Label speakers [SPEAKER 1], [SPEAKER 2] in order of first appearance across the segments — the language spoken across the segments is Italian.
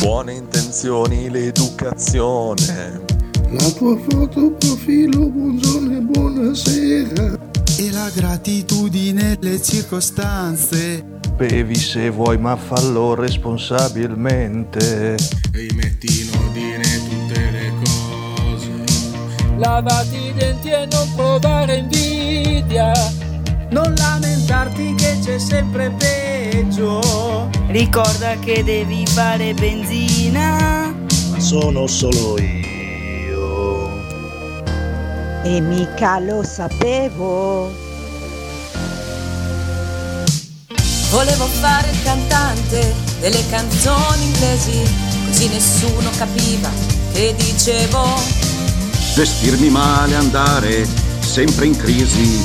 [SPEAKER 1] buone intenzioni, l'educazione.
[SPEAKER 2] La tua foto profilo, buongiorno e buonasera.
[SPEAKER 3] E la gratitudine, le circostanze.
[SPEAKER 4] Bevi se vuoi, ma fallo responsabilmente.
[SPEAKER 5] E metti in ordine tutte le cose.
[SPEAKER 6] Lavati i denti e non provare invidia.
[SPEAKER 7] Non lamentarti che c'è sempre peggio.
[SPEAKER 8] Ricorda che devi fare benzina.
[SPEAKER 9] Ma sono solo io.
[SPEAKER 10] E mica lo sapevo.
[SPEAKER 11] Volevo fare il cantante delle canzoni inglesi, così nessuno capiva che dicevo.
[SPEAKER 12] Vestirmi male, andare sempre in crisi,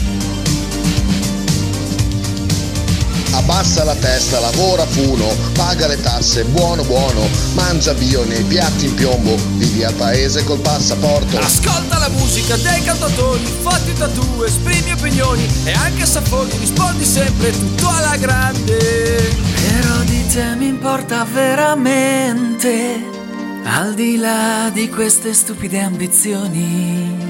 [SPEAKER 2] abbassa la testa, lavora funo, paga le tasse, buono buono, mangia bio nei piatti in piombo, vivi al paese col passaporto.
[SPEAKER 5] Ascolta la musica dei cantatori, fatti tatu, esprimi opinioni e anche sapori, rispondi sempre tutto alla grande.
[SPEAKER 9] Però di te mi importa veramente, al di là di queste stupide ambizioni.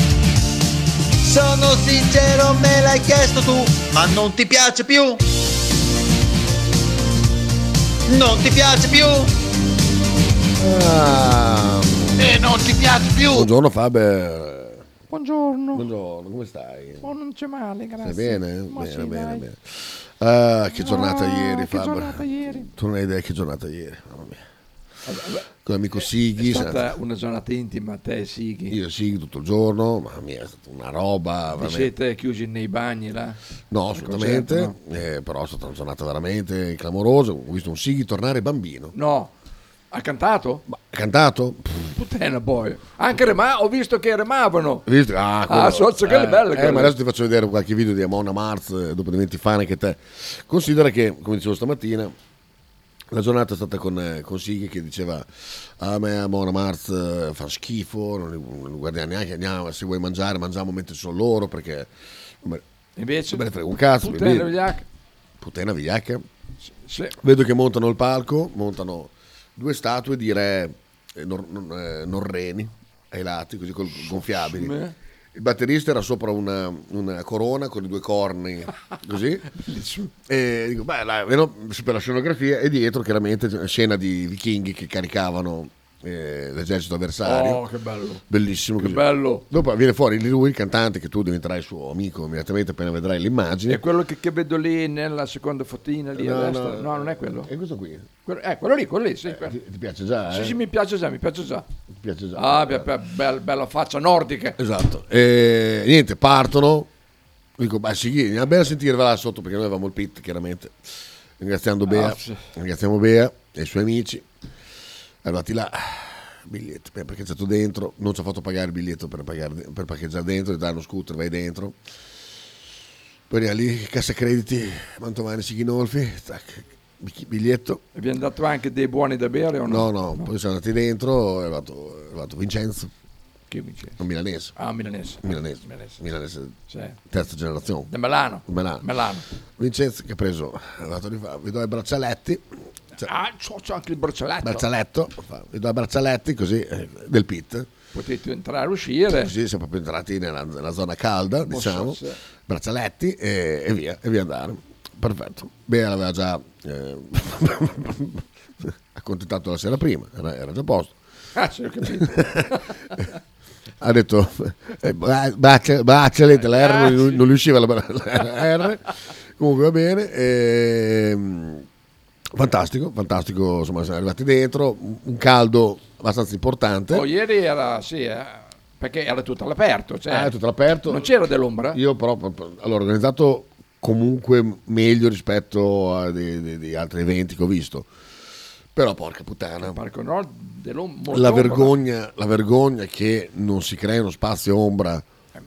[SPEAKER 4] Sono sincero, me l'hai chiesto tu, ma non ti piace più. Non ti piace più.
[SPEAKER 11] Ah.
[SPEAKER 4] E non ti piace più.
[SPEAKER 11] Buongiorno Faber.
[SPEAKER 13] Buongiorno.
[SPEAKER 11] Buongiorno, come stai?
[SPEAKER 13] Oh, non c'è male, grazie.
[SPEAKER 11] Stai bene?
[SPEAKER 13] Ma
[SPEAKER 11] bene,
[SPEAKER 13] sì,
[SPEAKER 11] bene,
[SPEAKER 13] dai.
[SPEAKER 11] bene. Ah, che giornata
[SPEAKER 13] Ah,
[SPEAKER 11] ieri,
[SPEAKER 13] che
[SPEAKER 11] Faber.
[SPEAKER 13] giornata ieri.
[SPEAKER 11] Tu non hai idea che giornata ieri. Mamma mia.
[SPEAKER 14] Vabbè,
[SPEAKER 11] Con l'amico
[SPEAKER 14] È
[SPEAKER 11] Sighi,
[SPEAKER 14] stata
[SPEAKER 11] sa-
[SPEAKER 14] una giornata intima a te, Sighi.
[SPEAKER 11] io e Sighi tutto il giorno, mamma mia, è stata una roba.
[SPEAKER 14] Vi
[SPEAKER 11] veramente.
[SPEAKER 14] siete chiusi nei bagni là?
[SPEAKER 11] No,
[SPEAKER 14] Al
[SPEAKER 11] assolutamente,
[SPEAKER 14] concerto,
[SPEAKER 11] eh, però è stata una giornata veramente clamorosa. Ho visto un Sighi tornare bambino.
[SPEAKER 14] no? No. Ha cantato? Ma
[SPEAKER 11] Ha cantato? Pff,
[SPEAKER 14] puttana boia. Anche rema- ho visto che remavano.
[SPEAKER 11] hai visto? Ah, quello-
[SPEAKER 14] Ah, so, so che è
[SPEAKER 11] eh,
[SPEAKER 14] bello
[SPEAKER 11] eh,
[SPEAKER 14] quello.
[SPEAKER 11] ma adesso ti faccio vedere qualche video di Amona Marz eh, dopo diventi fan anche te. Considera che, come dicevo stamattina, la giornata è stata con, eh, con Sighi che diceva a me Amona Marz eh, fa schifo, non li, non li guardiamo neanche, andiamo, se vuoi mangiare mangiamo mentre sono loro perché... non me-
[SPEAKER 14] Invece,
[SPEAKER 11] non me ne frega un cazzo,
[SPEAKER 14] puttana
[SPEAKER 11] bambini.
[SPEAKER 14] vigliacca.
[SPEAKER 11] Putena vigliacca.
[SPEAKER 14] Sì.
[SPEAKER 11] Vedo che montano il palco, montano due statue di re eh, nor- non- eh, norreni ai lati, così col, gonfiabili.
[SPEAKER 14] me.
[SPEAKER 11] Il batterista era sopra una, una corona con i due corni, così. e dico, beh, dai, vedo per la scenografia e dietro chiaramente c'è una scena di vichinghi che caricavano eh, l'esercito avversario.
[SPEAKER 14] Oh, che bello.
[SPEAKER 11] Bellissimo.
[SPEAKER 14] Che
[SPEAKER 11] così.
[SPEAKER 14] bello.
[SPEAKER 11] Dopo viene fuori lui, il cantante, che tu diventerai suo amico immediatamente appena vedrai l'immagine.
[SPEAKER 14] È quello che, che vedo lì nella seconda fotina lì
[SPEAKER 11] No,
[SPEAKER 14] a destra.
[SPEAKER 11] no.
[SPEAKER 14] No, non è quello.
[SPEAKER 11] E questo qui?
[SPEAKER 14] Quello, eh, quello lì, quello lì, sì. quello.
[SPEAKER 11] Ti, ti piace già?
[SPEAKER 14] Sì,
[SPEAKER 11] eh?
[SPEAKER 14] sì, mi piace già, mi piace già.
[SPEAKER 11] Ti piace già?
[SPEAKER 14] Ah, be- be- bella, bella faccia nordica.
[SPEAKER 11] Esatto. E niente, Eh, partono. Dico, ma Sighini, a bella sentire, va là sotto perché noi avevamo il pit, chiaramente. Ringraziando Bea,
[SPEAKER 14] Ah, sì.
[SPEAKER 11] ringraziamo Bea e i suoi amici. Arrivati là, biglietto, abbiamo parcheggiato dentro, non ci ha fatto pagare il biglietto per, pagare- per parcheggiare dentro, ti dà uno scooter, vai dentro. Poi arriva lì, cassa crediti, Mantovani, Sighinolfi, tac, bic- biglietto.
[SPEAKER 14] Abbiamo dato anche dei buoni da bere o
[SPEAKER 11] No,
[SPEAKER 14] no?
[SPEAKER 11] no, poi siamo andati dentro, è arrivato, è arrivato Vincenzo. Che Vincenzo? Un milanese.
[SPEAKER 14] Ah, milanese.
[SPEAKER 11] Milanese.
[SPEAKER 14] Milanese.
[SPEAKER 11] Milanese.
[SPEAKER 14] Sì.
[SPEAKER 11] Terza generazione.
[SPEAKER 14] Da Milano.
[SPEAKER 11] Di Milano.
[SPEAKER 14] Milano.
[SPEAKER 11] Vincenzo che ha preso, è arrivato lì, fa, vi do i braccialetti. Cioè,
[SPEAKER 14] Ah, c'ho, c'ho anche il braccialetto.
[SPEAKER 11] braccialetto, fa, vi do i braccialetti così eh, del pit.
[SPEAKER 14] Potete entrare e uscire.
[SPEAKER 11] Così siamo proprio entrati nella, nella zona calda,
[SPEAKER 14] Posso-
[SPEAKER 11] diciamo.
[SPEAKER 14] sì.
[SPEAKER 11] Braccialetti e, e via, e via andare. Perfetto. Bea l'aveva già eh, accontentato la sera prima, era, era già a posto.
[SPEAKER 14] Ah, sì, ho capito.
[SPEAKER 11] ha detto eh, bra- braccia- braccialetti, la R
[SPEAKER 14] Eh,
[SPEAKER 11] non, non riusciva la, bra- la R comunque va bene ehm, fantastico fantastico insomma siamo arrivati dentro un un caldo abbastanza importante
[SPEAKER 14] Oh, ieri era, sì, eh, perché era tutto all'aperto. Cioè,
[SPEAKER 11] Ah, è tutto aperto
[SPEAKER 14] Non c'era dell'ombra?
[SPEAKER 11] io però allora ho organizzato comunque meglio rispetto a di, di- di altri eventi che ho visto però porca puttana
[SPEAKER 14] Parco Nord dell'ombra.
[SPEAKER 11] la vergogna, la vergogna che non si crea uno spazio ombra.
[SPEAKER 14] Eh,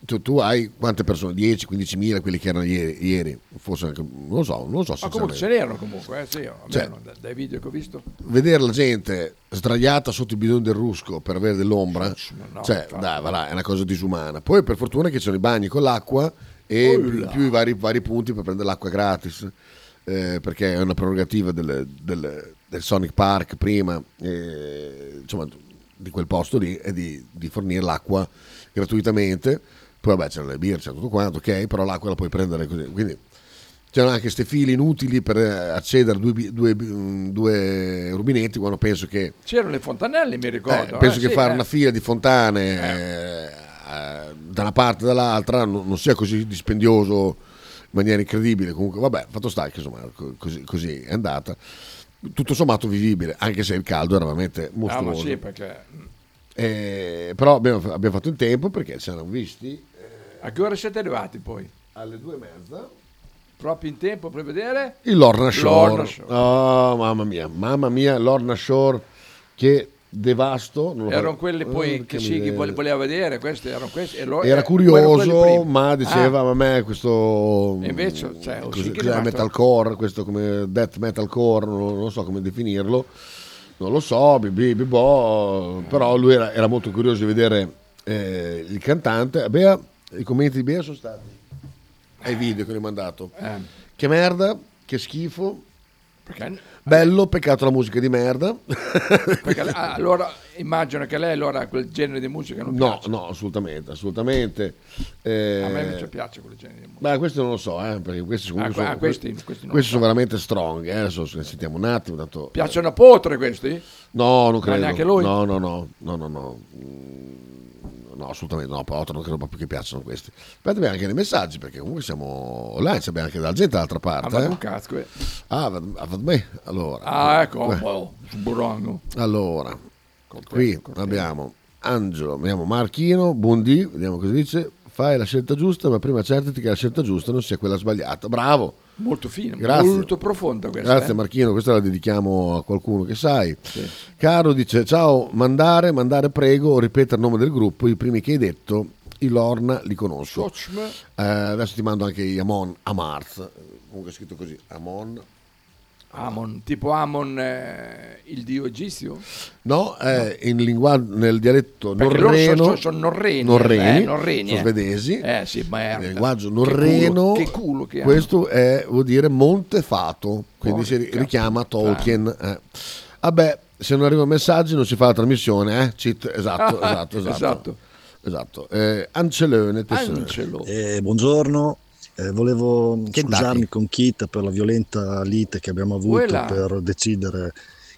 [SPEAKER 11] Tu, tu hai quante persone? 10, 15 mila quelli che erano ieri, ieri. forse anche, non lo so, non lo so.
[SPEAKER 14] Ma comunque
[SPEAKER 11] sinceramente.
[SPEAKER 14] ce n'erano comunque, eh, sì, almeno
[SPEAKER 11] Cioè-
[SPEAKER 14] da- dai video che ho visto.
[SPEAKER 11] Vedere la gente sdraiata sotto il bidone del rusco per avere dell'ombra,
[SPEAKER 14] no,
[SPEAKER 11] cioè, dai, va là, è una cosa disumana. Poi per fortuna che c'erano i bagni con l'acqua e
[SPEAKER 14] Oh
[SPEAKER 11] in più- più i vari, vari punti per prendere l'acqua gratis, eh, perché è una prerogativa del, del- del Sonic Park prima, eh, insomma, di quel posto lì, e di, di fornire l'acqua gratuitamente. Poi vabbè c'erano le birre, c'era tutto quanto, ok, però l'acqua la puoi prendere così. Quindi c'erano anche queste file inutili per accedere a due, bi- due bi- mm, due rubinetti quando penso che
[SPEAKER 14] C'erano le fontanelle, mi ricordo.
[SPEAKER 11] eh, penso
[SPEAKER 14] eh,
[SPEAKER 11] che
[SPEAKER 14] sì,
[SPEAKER 11] fare
[SPEAKER 14] eh.
[SPEAKER 11] una fila di fontane eh, eh, da una parte e dall'altra non, non sia così dispendioso in maniera incredibile. Comunque, vabbè, fatto sta che insomma, co- così, così è andata. Tutto sommato vivibile, anche se il caldo era veramente
[SPEAKER 14] Ah, ma
[SPEAKER 11] mostruoso.
[SPEAKER 14] sì, perché...
[SPEAKER 11] Eh, però abbiamo, abbiamo fatto in tempo perché ci eravamo visti
[SPEAKER 14] A che ora siete arrivati poi?
[SPEAKER 11] eh, Alle due e mezza.
[SPEAKER 14] Proprio in tempo per vedere?
[SPEAKER 11] il Lorna Shore.
[SPEAKER 14] Lorna Shore.
[SPEAKER 11] Oh, mamma mia, mamma mia, Lorna Shore che devasto. non lo
[SPEAKER 14] Erano
[SPEAKER 11] fa-
[SPEAKER 14] quelli poi
[SPEAKER 11] Porca
[SPEAKER 14] che Sighi
[SPEAKER 11] Oh, miseria.
[SPEAKER 14] vole- voleva vedere, questi erano questi. e loro-
[SPEAKER 11] Era
[SPEAKER 14] eh, erano quelli
[SPEAKER 11] curioso,
[SPEAKER 14] prima.
[SPEAKER 11] ma diceva
[SPEAKER 14] Ah,
[SPEAKER 11] ma a me questo
[SPEAKER 14] E invece, cioè, o
[SPEAKER 11] cos'è-
[SPEAKER 14] sì che è
[SPEAKER 11] cos'è,
[SPEAKER 14] rimasto-
[SPEAKER 11] metalcore, questo come death metalcore, non, non so come definirlo. Non lo so, bibi, bibò, però lui era, era molto curioso di vedere eh, il cantante. Bea, i commenti di Bea sono stati ai video che gli ho mandato.
[SPEAKER 14] Eh.
[SPEAKER 11] Che merda, che schifo.
[SPEAKER 14] Perché- Ah,
[SPEAKER 11] Bello, peccato la musica di merda.
[SPEAKER 14] perché ah, allora immagino che a lei allora quel genere di musica non
[SPEAKER 11] No, no, assolutamente, assolutamente. Eh,
[SPEAKER 14] piace. A me invece piace quel genere di musica.
[SPEAKER 11] Beh, questo non lo so, eh, perché questi, comunque
[SPEAKER 14] Ah,
[SPEAKER 11] sono,
[SPEAKER 14] ah, questi- questi non lo
[SPEAKER 11] questi
[SPEAKER 14] so.
[SPEAKER 11] sono veramente strong. Eh, adesso ne sentiamo un attimo. Tanto,
[SPEAKER 14] Piacciono a Potre questi?
[SPEAKER 11] No,
[SPEAKER 14] Ma
[SPEAKER 11] non credo.
[SPEAKER 14] neanche lui?
[SPEAKER 11] No, no, no, no, no, no. Mm, no, assolutamente no. Però non credo proprio che piacciono questi. Fatemi anche nei messaggi perché comunque siamo là, c'è anche della gente dall'altra parte.
[SPEAKER 14] Ah,
[SPEAKER 11] eh.
[SPEAKER 14] ma un cazzo, eh.
[SPEAKER 11] Ah, vad- ah, vad me. Allora,
[SPEAKER 14] Ah, ecco,
[SPEAKER 11] Eh.
[SPEAKER 14] oh, burongo.
[SPEAKER 11] Allora, qui
[SPEAKER 14] ecco,
[SPEAKER 11] abbiamo Angelo, abbiamo Marchino, buondì, vediamo cosa dice. Fai la scelta giusta, ma prima accertati che la scelta giusta non sia quella sbagliata. Bravo.
[SPEAKER 14] Molto fine,
[SPEAKER 11] Grazie.
[SPEAKER 14] molto profonda questa.
[SPEAKER 11] Grazie
[SPEAKER 14] eh.
[SPEAKER 11] Marchino, questa la dedichiamo a qualcuno che sai. Caro dice ciao, mandare, mandare prego, ripeta il nome del gruppo, i primi che hai detto, i Lorna li conosco.
[SPEAKER 14] Scotchman.
[SPEAKER 11] Eh, adesso ti mando anche gli Amon Amarth, comunque è scritto così, Amon.
[SPEAKER 14] Amon, tipo Amon eh, il dio egizio?
[SPEAKER 11] No, eh, in lingua- nel dialetto
[SPEAKER 14] Perché loro
[SPEAKER 11] norreno.
[SPEAKER 14] sono, sono norreni,
[SPEAKER 11] norreni,
[SPEAKER 14] eh, norreni,
[SPEAKER 11] sono
[SPEAKER 14] eh.
[SPEAKER 11] svedesi.
[SPEAKER 14] Eh, sì, merda.
[SPEAKER 11] Nel linguaggio
[SPEAKER 14] Che culo-
[SPEAKER 11] norreno,
[SPEAKER 14] che culo che hanno.
[SPEAKER 11] questo è, vuol dire montefato, quindi si ri-
[SPEAKER 14] Porca
[SPEAKER 11] richiama Tolkien. eh. Vabbè, se non arrivano messaggi non si fa la trasmissione, eh? Cheat, esatto,
[SPEAKER 14] Ah,
[SPEAKER 11] esatto, esatto.
[SPEAKER 14] esatto.
[SPEAKER 11] Esatto. Eh, Ancelone, tesserone.
[SPEAKER 9] Eh, buongiorno, Eh, volevo
[SPEAKER 11] dai.
[SPEAKER 9] scusarmi con Kit per la violenta lite che abbiamo avuto
[SPEAKER 11] Quella.
[SPEAKER 9] per decidere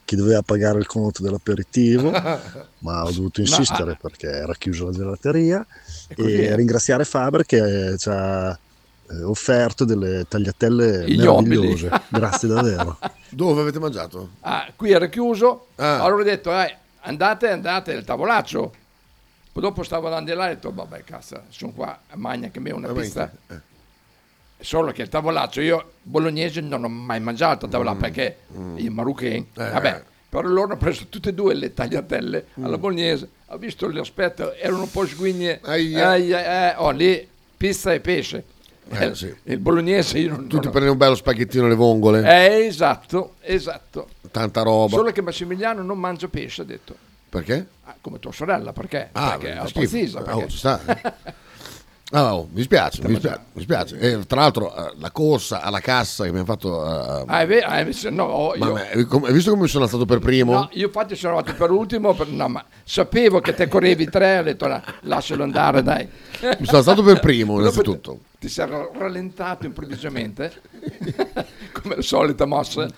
[SPEAKER 9] chi doveva pagare il conto dell'aperitivo,
[SPEAKER 11] Eh.
[SPEAKER 9] ma ho dovuto
[SPEAKER 15] Ma-
[SPEAKER 9] insistere perché era chiusa la gelateria
[SPEAKER 15] così
[SPEAKER 9] e
[SPEAKER 15] è.
[SPEAKER 9] ringraziare Faber che ci ha eh, offerto delle tagliatelle
[SPEAKER 14] Ignobili.
[SPEAKER 9] meravigliose. Grazie davvero.
[SPEAKER 11] Dove avete mangiato? Ah.
[SPEAKER 14] "Eh, Ah, qui era chiuso, allora ho detto, "Dai, andate, andate al tavolaccio. Poi dopo stavo andando là e ho detto, vabbè, cazzo, sono qua, magna che me una
[SPEAKER 11] Vabbè,
[SPEAKER 14] pizza.
[SPEAKER 11] eh,
[SPEAKER 14] Solo che il tavolaccio, io bolognese non ho mai mangiato a tavola
[SPEAKER 11] Mm.
[SPEAKER 14] perché il marocchino,
[SPEAKER 11] Eh.
[SPEAKER 14] vabbè. Però loro ho preso tutte e due le tagliatelle
[SPEAKER 11] Mm.
[SPEAKER 14] alla bolognese, ho visto l'aspetto, erano un po' sguigne, aia, eh, oh, lì pizza e pesce.
[SPEAKER 11] Eh,
[SPEAKER 14] Eh,
[SPEAKER 11] sì.
[SPEAKER 14] Il bolognese io non...
[SPEAKER 11] Tu ti prendi un bello spaghettino alle vongole,
[SPEAKER 14] Eh, esatto, esatto.
[SPEAKER 11] tanta roba.
[SPEAKER 14] Solo che Massimiliano non mangia pesce, ha detto.
[SPEAKER 11] Perché?
[SPEAKER 14] Ah, come tua sorella, perché?
[SPEAKER 11] Ah,
[SPEAKER 14] perché
[SPEAKER 11] beh,
[SPEAKER 14] è
[SPEAKER 11] schifo.
[SPEAKER 14] pazzisa.
[SPEAKER 11] Ah,
[SPEAKER 14] Perché...
[SPEAKER 11] oh, ci sta. Ah, oh, mi spiace, mi spiace, mi spiace. E, tra l'altro eh, la corsa alla cassa che mi hanno fatto... eh,
[SPEAKER 14] Ah, è vero, ah, invece no, oh,
[SPEAKER 11] ma
[SPEAKER 14] io,
[SPEAKER 11] me- com- hai visto come mi sono alzato per primo?
[SPEAKER 14] no, io infatti sono andato per ultimo, per- no, ma sapevo che te correvi tre, ho detto "La- lascialo andare, dai.
[SPEAKER 11] Mi sono alzato per primo
[SPEAKER 14] Dopo
[SPEAKER 11] innanzitutto.
[SPEAKER 14] Ti sei rallentato improvvisamente, eh? come la solita mossa.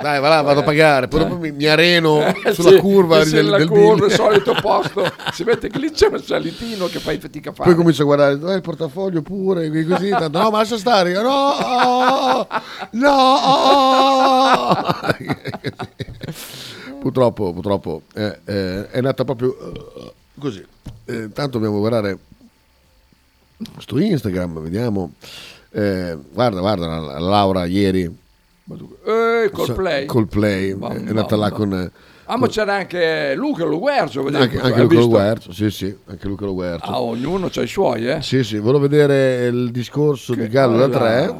[SPEAKER 11] Dai, va là, vado a pagare, poi dopo mi, mi areno
[SPEAKER 14] Eh,
[SPEAKER 11] sulla
[SPEAKER 14] sì,
[SPEAKER 11] curva
[SPEAKER 14] sì,
[SPEAKER 11] del,
[SPEAKER 14] la
[SPEAKER 11] del
[SPEAKER 14] curva,
[SPEAKER 11] Bill.
[SPEAKER 14] il solito posto. Si mette che lì c'è un salitino che fai fatica a fare.
[SPEAKER 11] Poi comincio a guardare, dai il portafoglio pure, qui- così, tanto, no ma lascia stare, io, no, no. purtroppo, purtroppo eh, eh, è nata proprio eh, così. Eh, tanto dobbiamo guardare sto Instagram, vediamo. Eh, guarda, guarda, la- la Laura ieri.
[SPEAKER 14] Eh, col play.
[SPEAKER 11] Col play,
[SPEAKER 14] Mamma
[SPEAKER 11] è nata là
[SPEAKER 14] mia.
[SPEAKER 11] con... eh,
[SPEAKER 14] Ah, ma c'era anche Luca Luguerzo. vedevo,
[SPEAKER 11] anche, anche
[SPEAKER 14] hai
[SPEAKER 11] Luca
[SPEAKER 14] visto?
[SPEAKER 11] Loguerzo, sì, sì, anche Luca Loguerzo.
[SPEAKER 14] Ah, ognuno ha i suoi, eh.
[SPEAKER 11] Sì, sì, volevo vedere il discorso di Gallo da
[SPEAKER 14] bella.
[SPEAKER 11] 3,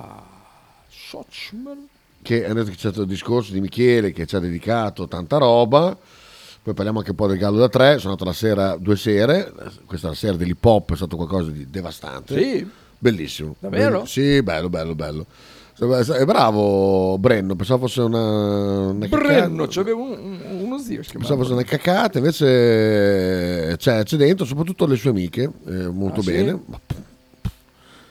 [SPEAKER 14] Socman.
[SPEAKER 11] che è detto che c'è stato il discorso di Michele che ci ha dedicato tanta roba. Poi parliamo anche un po' del Gallo da 3, sono andato la sera, due sere, questa sera dell'hip hop è stato qualcosa di devastante.
[SPEAKER 14] Sì.
[SPEAKER 11] Bellissimo.
[SPEAKER 14] Davvero?
[SPEAKER 11] Sì, bello, bello, bello. È bravo Brenno, pensavo fosse una, una chiacchierata.
[SPEAKER 14] Brenno, c'aveva un- un- uno zio che si
[SPEAKER 11] Pensavo
[SPEAKER 14] chiamava.
[SPEAKER 11] fosse una cacata, invece eh, c'è, c'è dentro, soprattutto le sue amiche, eh, molto
[SPEAKER 14] Ah, sì?
[SPEAKER 11] bene.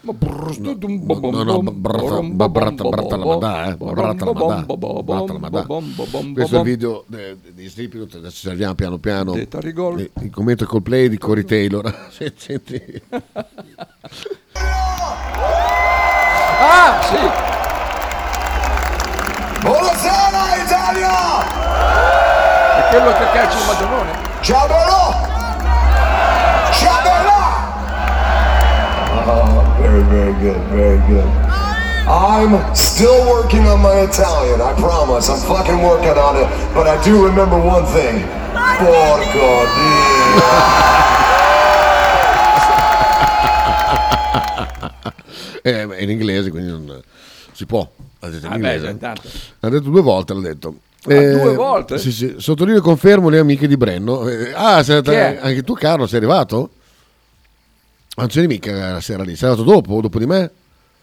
[SPEAKER 14] Ma brrr, stu- dum-
[SPEAKER 11] No,
[SPEAKER 14] bom-
[SPEAKER 11] no, no,
[SPEAKER 14] bom-
[SPEAKER 11] bratta
[SPEAKER 14] bom-
[SPEAKER 11] bratta-
[SPEAKER 14] bom-
[SPEAKER 11] bratta la
[SPEAKER 14] bom-
[SPEAKER 11] madà, eh,
[SPEAKER 14] bom-
[SPEAKER 11] bratta la
[SPEAKER 14] bom-
[SPEAKER 11] madà,
[SPEAKER 14] bom- bom-
[SPEAKER 11] bratta la madà.
[SPEAKER 14] bom- bom- bom-
[SPEAKER 11] Questo è il
[SPEAKER 14] bom-
[SPEAKER 11] video eh, di Stripino, adesso ci arriviamo piano piano.
[SPEAKER 14] Di Terry Gold.
[SPEAKER 11] Eh, Il commento col play di Cory Taylor. Se- Senti.
[SPEAKER 14] Ah, sì.
[SPEAKER 15] Buonasera Italia!
[SPEAKER 14] È quello che caccia il maggiorone.
[SPEAKER 15] Ciao Bello! Ciao Bello! Oh, very, very good, very good. I'm still working on my Italian, I promise. I'm fucking working on it, but I do remember one thing. Porco Dio!
[SPEAKER 11] Eh, beh, è in inglese, quindi non si può. Ha detto in
[SPEAKER 14] Ah, beh,
[SPEAKER 11] inglese.
[SPEAKER 14] già tanto.
[SPEAKER 11] L'ha detto due volte, l'ha detto. Eh,
[SPEAKER 14] Ah, due volte?
[SPEAKER 11] Sì, sì. Sottolineo e confermo le amiche di Brenno. Eh, ah, sei
[SPEAKER 14] Chi è?
[SPEAKER 11] andata- anche tu, Carlo, sei arrivato? Ma non c'eri mica la sera lì, sei andato dopo, dopo di me?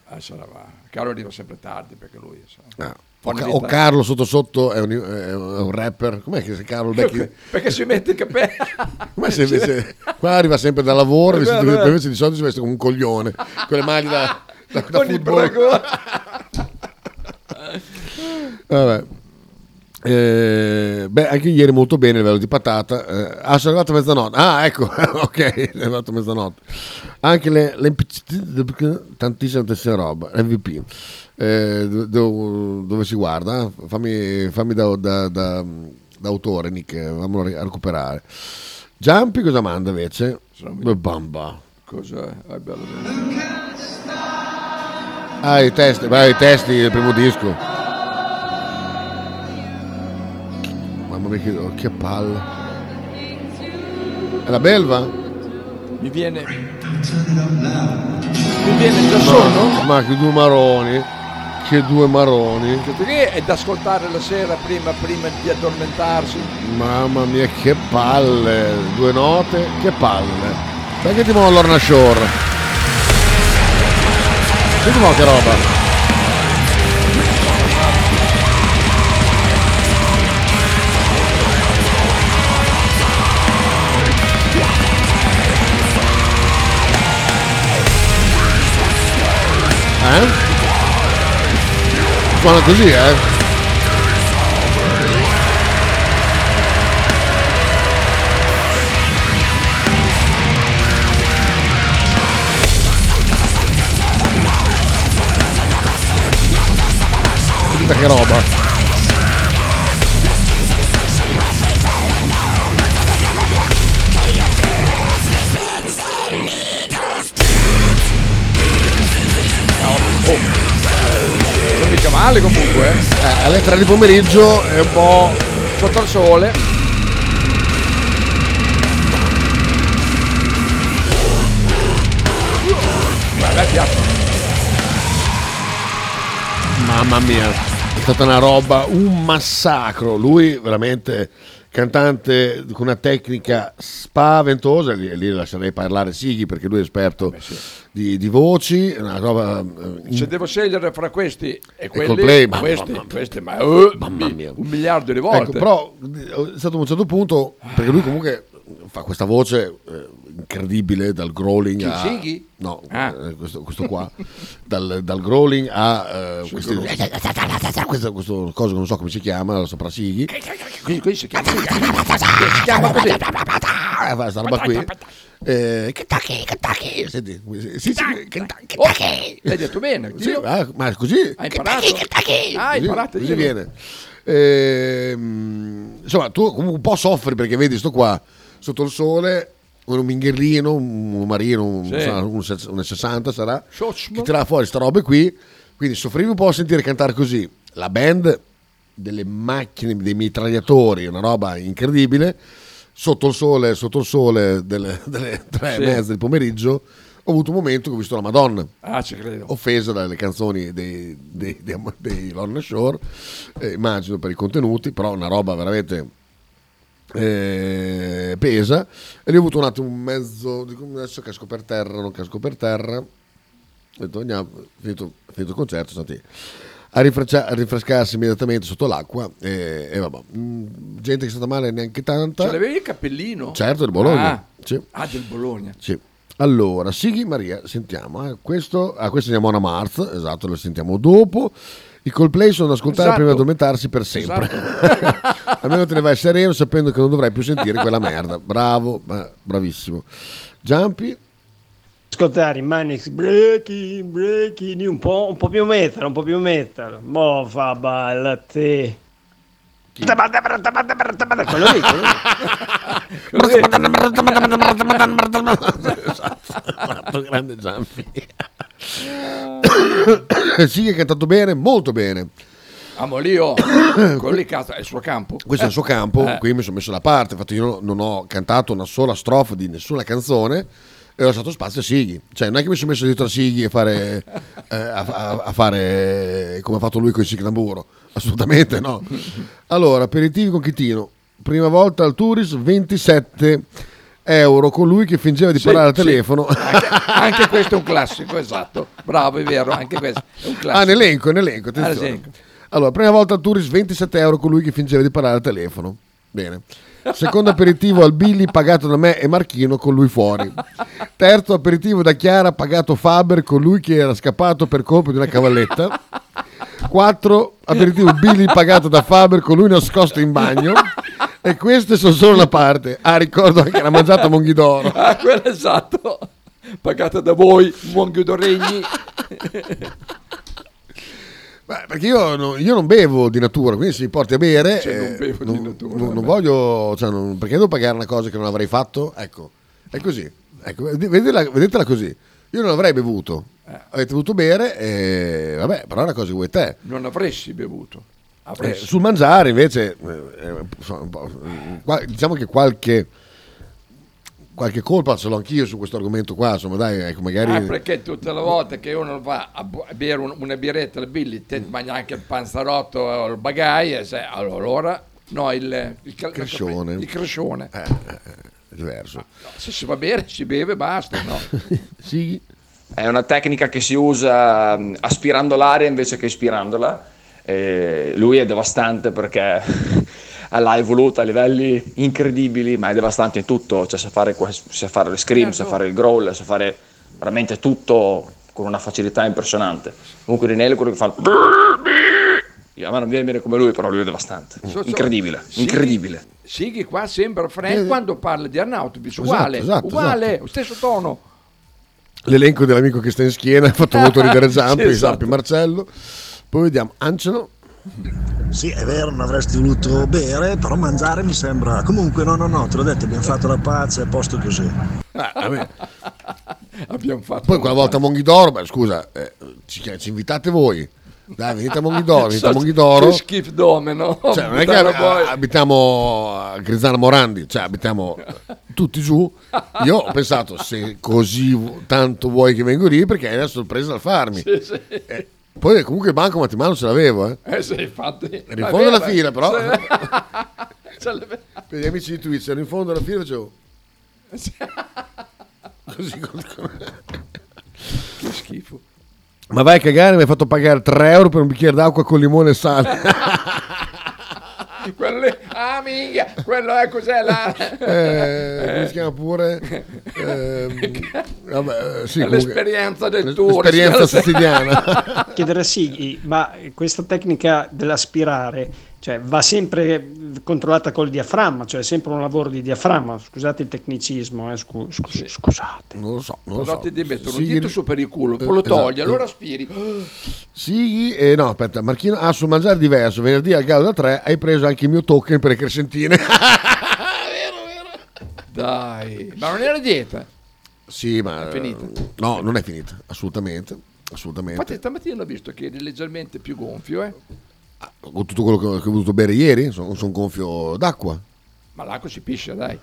[SPEAKER 14] Ah, sarà va. Carlo arriva sempre tardi perché lui... sa.
[SPEAKER 11] Ah. O,
[SPEAKER 14] Fuori
[SPEAKER 11] Ca-
[SPEAKER 14] di
[SPEAKER 11] o
[SPEAKER 14] testa.
[SPEAKER 11] Carlo sotto sotto è un, è un rapper. Com'è che si Carlo il vecchio?
[SPEAKER 14] Perché si mette i capelli.
[SPEAKER 11] Com'è se invece- qua arriva sempre da lavoro,
[SPEAKER 14] È
[SPEAKER 11] vestito-
[SPEAKER 14] vero, eh.
[SPEAKER 11] invece di solito si veste come un coglione, con le maglie da, da, da
[SPEAKER 14] Con i
[SPEAKER 11] football. Vabbè. Eh, beh, anche ieri molto bene il livello di patata. Eh, ah, sono arrivato a mezzanotte. Ah, ecco, ok, è arrivato a mezzanotte. Anche le, le tantissima, tantissima roba. MVP. Eh, do- do- dove si guarda? Fammi, fammi da, da- da- da autore, Nick, andiamo a recuperare. Giampi cosa manda invece? Beh, Bamba.
[SPEAKER 14] Cos'è? È bello.
[SPEAKER 11] Ah, i testi, beh, i testi del primo disco. Mamma mia, che, oh, che palla. È la belva?
[SPEAKER 14] Mi viene... Mi viene già sonno?
[SPEAKER 11] Ma, ma che due maroni. Che due maroni.
[SPEAKER 14] Perché è da ascoltare la sera prima, prima di addormentarsi.
[SPEAKER 11] Mamma mia, che palle. Due note, che palle. Dai che ti muovo l'Orna Shore. Senti mo che roba. Eh? Suona così, eh? Guarda che roba.
[SPEAKER 14] male comunque. eh.
[SPEAKER 11] Eh, alle 3 di pomeriggio è un po'
[SPEAKER 14] sotto al sole. Ma a me piace.
[SPEAKER 11] Mamma mia, è stata una roba, un massacro. Lui veramente cantante con una tecnica spaventosa, lì, lì lascerei parlare Sighi perché lui è esperto di, di voci, è una roba... eh,
[SPEAKER 14] Se devo scegliere fra questi e quelli,
[SPEAKER 11] Coldplay, ma-
[SPEAKER 14] questi,
[SPEAKER 11] ma- ma-
[SPEAKER 14] questi, ma, eh,
[SPEAKER 11] Mamma
[SPEAKER 14] mi-
[SPEAKER 11] mia.
[SPEAKER 14] un miliardo di volte.
[SPEAKER 11] Ecco, però è stato un certo punto, perché lui comunque fa questa voce eh, incredibile dal growling
[SPEAKER 14] Chi,
[SPEAKER 11] a...
[SPEAKER 14] Sighi?
[SPEAKER 11] No,
[SPEAKER 14] Ah.
[SPEAKER 11] eh, questo, questo qua, dal, dal growling a... eh, questi- questo, questo coso che non so come si chiama, sopra Sighi.
[SPEAKER 14] Qui, qui si chiama, si chiama così.
[SPEAKER 11] Ah, fa sta roba qui. Eh, Kentucky, Kentucky, senti, sì, sì, Kentucky,
[SPEAKER 14] Oh,
[SPEAKER 11] Kentucky.
[SPEAKER 14] l'hai detto bene,
[SPEAKER 11] Sì,
[SPEAKER 14] Dio.
[SPEAKER 11] ah, ma così
[SPEAKER 14] Hai imparato? Ah, hai
[SPEAKER 11] Così-
[SPEAKER 14] imparato.
[SPEAKER 11] così
[SPEAKER 14] Dio.
[SPEAKER 11] viene. Ehm, insomma, tu comunque un po' soffri perché vedi sto qua sotto il sole, con un mingherlino, un marino, un,
[SPEAKER 14] Sì.
[SPEAKER 11] sarà un se- una 60 sarà,
[SPEAKER 14] Sciocmo.
[SPEAKER 11] che tira fuori sta roba qui. Quindi soffrivi un po' a sentire cantare così. La band, delle macchine, dei mitragliatori, una roba incredibile. Sotto il sole, sotto il sole delle, delle tre
[SPEAKER 14] Sì.
[SPEAKER 11] e mezza del pomeriggio, ho avuto un momento che ho visto la Madonna
[SPEAKER 14] Ah, ci credo.
[SPEAKER 11] offesa dalle canzoni dei, dei, dei, dei Lorna Shore, eh, immagino per i contenuti, però una roba veramente eh, pesa. E lì ho avuto un attimo un mezzo, dico adesso casco per terra, non casco per terra. Ho detto andiamo, finito, finito il concerto, sono andati A, rifresca- a rinfrescarsi immediatamente sotto l'acqua e, e vabbè, Mm, gente che è stata male neanche
[SPEAKER 14] Ce
[SPEAKER 11] tanta.
[SPEAKER 14] l'avevi il cappellino?
[SPEAKER 11] Certo, del Bologna.
[SPEAKER 14] Ah,
[SPEAKER 11] Sì.
[SPEAKER 14] ah, del Bologna.
[SPEAKER 11] Sì. Allora, Sighi Maria, sentiamo. eh. Questo, ah, questo è Mona Marz, esatto, lo sentiamo dopo. I Coldplay sono da ascoltare
[SPEAKER 14] Esatto.
[SPEAKER 11] prima di addormentarsi per sempre. Almeno te ne vai sereno sapendo che non dovrai più sentire quella merda. Bravo, ma- bravissimo. Giampi,
[SPEAKER 16] Ascoltare i Manix Breaking, Breaking, un po', un po' più metal, un po' più metal. Mo fa balla te. Quello lì, quello lì.
[SPEAKER 11] esatto, grande Giampi. Sighi ha cantato bene, molto bene.
[SPEAKER 14] Amolio, quello lì cazzo, è il suo campo.
[SPEAKER 11] questo è il suo campo,
[SPEAKER 14] Eh.
[SPEAKER 11] qui mi sono messo da parte, infatti io non ho cantato una sola strofa di nessuna canzone e ho lasciato spazio a Sighi, cioè non è che mi sono messo dietro a Sighi a fare, eh, a, a- a fare come ha fatto lui con il Ciclamburo, assolutamente no. Allora, aperitivi con Chitino, prima volta al Turis 27 euro con lui che fingeva di
[SPEAKER 14] Sì,
[SPEAKER 11] parlare al
[SPEAKER 14] sì.
[SPEAKER 11] telefono.
[SPEAKER 14] Anche, anche questo è un classico, esatto. Bravo, è vero, anche questo è un classico.
[SPEAKER 11] Ah, in elenco, in elenco,
[SPEAKER 14] Ah,
[SPEAKER 11] attenzione.
[SPEAKER 14] elenco.
[SPEAKER 11] Allora, prima volta al Turis 27 euro con lui che fingeva di parlare al telefono. Bene. Secondo aperitivo al Billy pagato da me e Marchino con lui fuori. Terzo aperitivo da Chiara pagato Faber con lui che era scappato per colpo di una cavalletta. Quattro aperitivo Billy pagato da Faber con lui nascosto in bagno. E queste sono solo una parte. Ah, ricordo anche la mangiata Monghidoro.
[SPEAKER 14] Ah, quello è esatto. Pagata da voi, Monghio Doregni.
[SPEAKER 11] Beh, Eh, perché io, no- io non bevo di natura, quindi se mi porti a bere,
[SPEAKER 14] Cioè, non
[SPEAKER 11] eh,
[SPEAKER 14] bevo di
[SPEAKER 11] non, non- non voglio, cioè, non- perché devo pagare una cosa che non avrei fatto? Ecco, è così. Ecco, ved- vedetela, vedetela così. Io non avrei bevuto,
[SPEAKER 14] Eh.
[SPEAKER 11] avete voluto bere, e vabbè, però è una cosa che vuoi te.
[SPEAKER 14] Non avresti bevuto.
[SPEAKER 11] Eh,
[SPEAKER 14] Avresti.
[SPEAKER 11] sul mangiare invece, eh, eh, insomma, un po', eh, qua- diciamo che qualche, qualche colpa ce l'ho anch'io su questo argomento qua, insomma dai, ecco, magari...
[SPEAKER 14] Ah, perché tutte le volte che uno va a bu- a bere un- una birretta al Billy, te
[SPEAKER 11] Mm.
[SPEAKER 14] ti mangi anche il panzarotto o il bagaglio, sai, allora no, il, il cal-
[SPEAKER 11] Crescione.
[SPEAKER 14] il crescione.
[SPEAKER 11] Eh, eh, è diverso.
[SPEAKER 14] Se si va bene, si beve e basta, no?
[SPEAKER 11] Sì.
[SPEAKER 5] È una tecnica che si usa mh, aspirando l'aria invece che ispirandola. Eh, lui è devastante perché l'ha evoluta a livelli incredibili, ma è devastante in tutto. Cioè, sa fare, quals- sa fare le scream, sa fare il growl, sa fare veramente tutto con una facilità impressionante. Comunque, Rinelli è quello che fa. il- A me non viene bene come lui, però lui è devastante.
[SPEAKER 14] So- so-
[SPEAKER 5] Incredibile,
[SPEAKER 14] Sighi-
[SPEAKER 5] incredibile.
[SPEAKER 14] Sighi qua sembra Frank quando parla di Arnautovic, uguale,
[SPEAKER 11] Eh. esatto,
[SPEAKER 14] uguale, stesso tono.
[SPEAKER 11] L'elenco dell'amico che sta in schiena ha fatto molto ridere Zampi,
[SPEAKER 9] Sì, esatto.
[SPEAKER 11] Zampi Marcello. Poi vediamo Angelo.
[SPEAKER 9] Sì, è vero, non avresti voluto bere, però mangiare mi sembra. Comunque, no, no, no, te l'ho detto, abbiamo fatto la pace, è posto così.
[SPEAKER 14] Abbiamo fatto
[SPEAKER 11] eh, Poi quella volta a Monghidoro, beh, scusa, eh, ci, chi- ci invitate voi. Dai, venite a Monghidoro, venite a
[SPEAKER 14] So-
[SPEAKER 11] Monghidoro.
[SPEAKER 14] che schifo nome, no?
[SPEAKER 11] diciamo Cioè, non è che
[SPEAKER 14] Buttare
[SPEAKER 11] ab-
[SPEAKER 14] poi.
[SPEAKER 11] abitiamo a Grizzano Morandi, cioè abitiamo tutti giù. Io ho pensato, se così vu- tanto vuoi che vengo lì, perché hai una sorpresa da farmi.
[SPEAKER 14] Sì, sì. Eh,
[SPEAKER 11] Poi comunque il banco matemano ce l'avevo, eh.
[SPEAKER 14] sì, infatti.
[SPEAKER 11] Ero in fondo alla
[SPEAKER 14] Vabbè,
[SPEAKER 11] fila, però.
[SPEAKER 14] sì.
[SPEAKER 11] Per gli amici di Twitch, ero in fondo alla cioè, fila e facevo... Così col-
[SPEAKER 14] Che schifo.
[SPEAKER 11] Ma vai a cagare, mi hai fatto pagare 3 euro per un bicchiere d'acqua con limone e sale.
[SPEAKER 14] Quello lì, ah, minchia, quello è cos'è là?
[SPEAKER 11] Eh, come si chiama pure? Ehm, vabbè, eh, sì,
[SPEAKER 14] È
[SPEAKER 11] comunque-
[SPEAKER 14] l'esperienza del
[SPEAKER 11] l'es-
[SPEAKER 14] tour,
[SPEAKER 11] L'esperienza
[SPEAKER 14] signora-
[SPEAKER 11] quotidiana.
[SPEAKER 16] Chiedere sì, ma questa tecnica dell'aspirare cioè, va sempre controllata col diaframma, cioè è sempre un lavoro di diaframma. Scusate il tecnicismo, eh, scu- scu- scusate.
[SPEAKER 11] Non lo so, non lo
[SPEAKER 14] Però
[SPEAKER 11] so.
[SPEAKER 14] ti devi mettere un
[SPEAKER 11] Sighi-
[SPEAKER 14] dito su per il culo, poi
[SPEAKER 11] Eh,
[SPEAKER 14] lo togli,
[SPEAKER 11] esatto.
[SPEAKER 14] allora aspiri.
[SPEAKER 11] Sì, eh, no, aspetta, Marchino, ah, su mangiare diverso, venerdì al Gauda 3 hai preso anche il mio token per le crescentine.
[SPEAKER 14] Dai, ma non era dieta.
[SPEAKER 11] sì, ma...
[SPEAKER 14] È finita?
[SPEAKER 11] No, non è finita, assolutamente, assolutamente.
[SPEAKER 14] Infatti stamattina l'ho visto che eri leggermente più gonfio, eh.
[SPEAKER 11] Con tutto quello che ho, che ho voluto bere ieri, sono sono gonfio d'acqua.
[SPEAKER 14] Ma l'acqua si piscia, dai.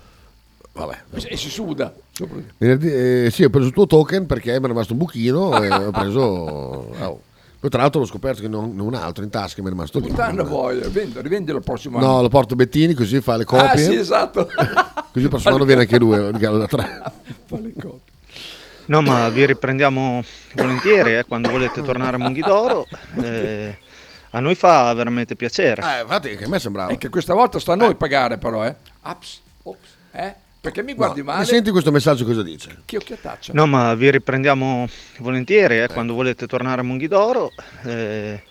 [SPEAKER 11] Vabbè.
[SPEAKER 14] E si suda. sopra.
[SPEAKER 11] Venerdì, eh, sì, ho preso il tuo token perché mi è rimasto un buchino e ho preso... oh. Poi tra l'altro l'ho scoperto che non, non un altro in tasca mi è rimasto lì.
[SPEAKER 14] Puttana voglio, vendi- rivendilo il prossimo anno.
[SPEAKER 11] No, lo porto Bettini così fa le copie.
[SPEAKER 14] Ah, sì, esatto.
[SPEAKER 11] Così il prossimo anno viene anche lui, eh, il gallo da tre.
[SPEAKER 17] No, ma vi riprendiamo volentieri eh, quando volete tornare a Monghidoro. eh, a noi fa veramente piacere.
[SPEAKER 11] Eh, infatti, che a me sembrava.
[SPEAKER 14] È che questa volta sta a noi pagare, però, eh. Ups, ops, eh. Perché mi guardi
[SPEAKER 11] No,
[SPEAKER 14] male?
[SPEAKER 11] mi senti questo messaggio cosa dice?
[SPEAKER 14] Che occhiataccia.
[SPEAKER 17] No, ma vi riprendiamo volentieri eh, quando volete tornare a Monghidoro. eh,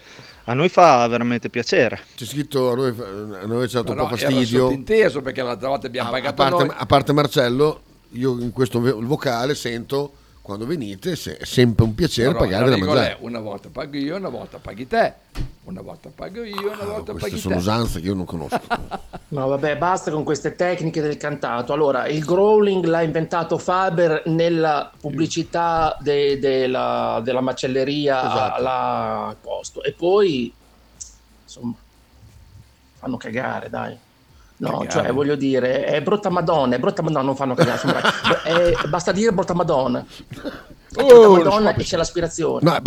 [SPEAKER 17] a noi fa veramente piacere.
[SPEAKER 11] C'è scritto, a noi, a noi c'è stato
[SPEAKER 14] Ma
[SPEAKER 11] un po'
[SPEAKER 14] no, era
[SPEAKER 11] fastidio.
[SPEAKER 14] sottinteso perché l'altra volta abbiamo
[SPEAKER 11] A
[SPEAKER 14] pagato
[SPEAKER 11] parte,
[SPEAKER 14] noi.
[SPEAKER 11] a parte Marcello, io in questo ve- il vocale sento quando venite se- è sempre un piacere
[SPEAKER 14] Però
[SPEAKER 11] pagare
[SPEAKER 14] la
[SPEAKER 11] da
[SPEAKER 14] regola
[SPEAKER 11] mangiare.
[SPEAKER 14] è una volta pago io, una volta paghi te. Una volta pago io, una volta
[SPEAKER 11] Ah, Queste
[SPEAKER 14] paghi
[SPEAKER 11] sono
[SPEAKER 14] te.
[SPEAKER 11] usanze che io non conosco.
[SPEAKER 18] No, vabbè, basta con queste tecniche del cantato. Allora, il growling l'ha inventato Faber nella pubblicità de- della, della macelleria
[SPEAKER 19] Esatto.
[SPEAKER 18] alla Costo. E poi, insomma, fanno cagare, dai. No,
[SPEAKER 19] Cagare.
[SPEAKER 18] cioè, voglio dire, è brutta madonna, è brutta madonna, non fanno cagare, sono bravi. È- basta dire brutta madonna. È brutta
[SPEAKER 19] Oh,
[SPEAKER 18] madonna e c'è l'aspirazione.
[SPEAKER 11] No, è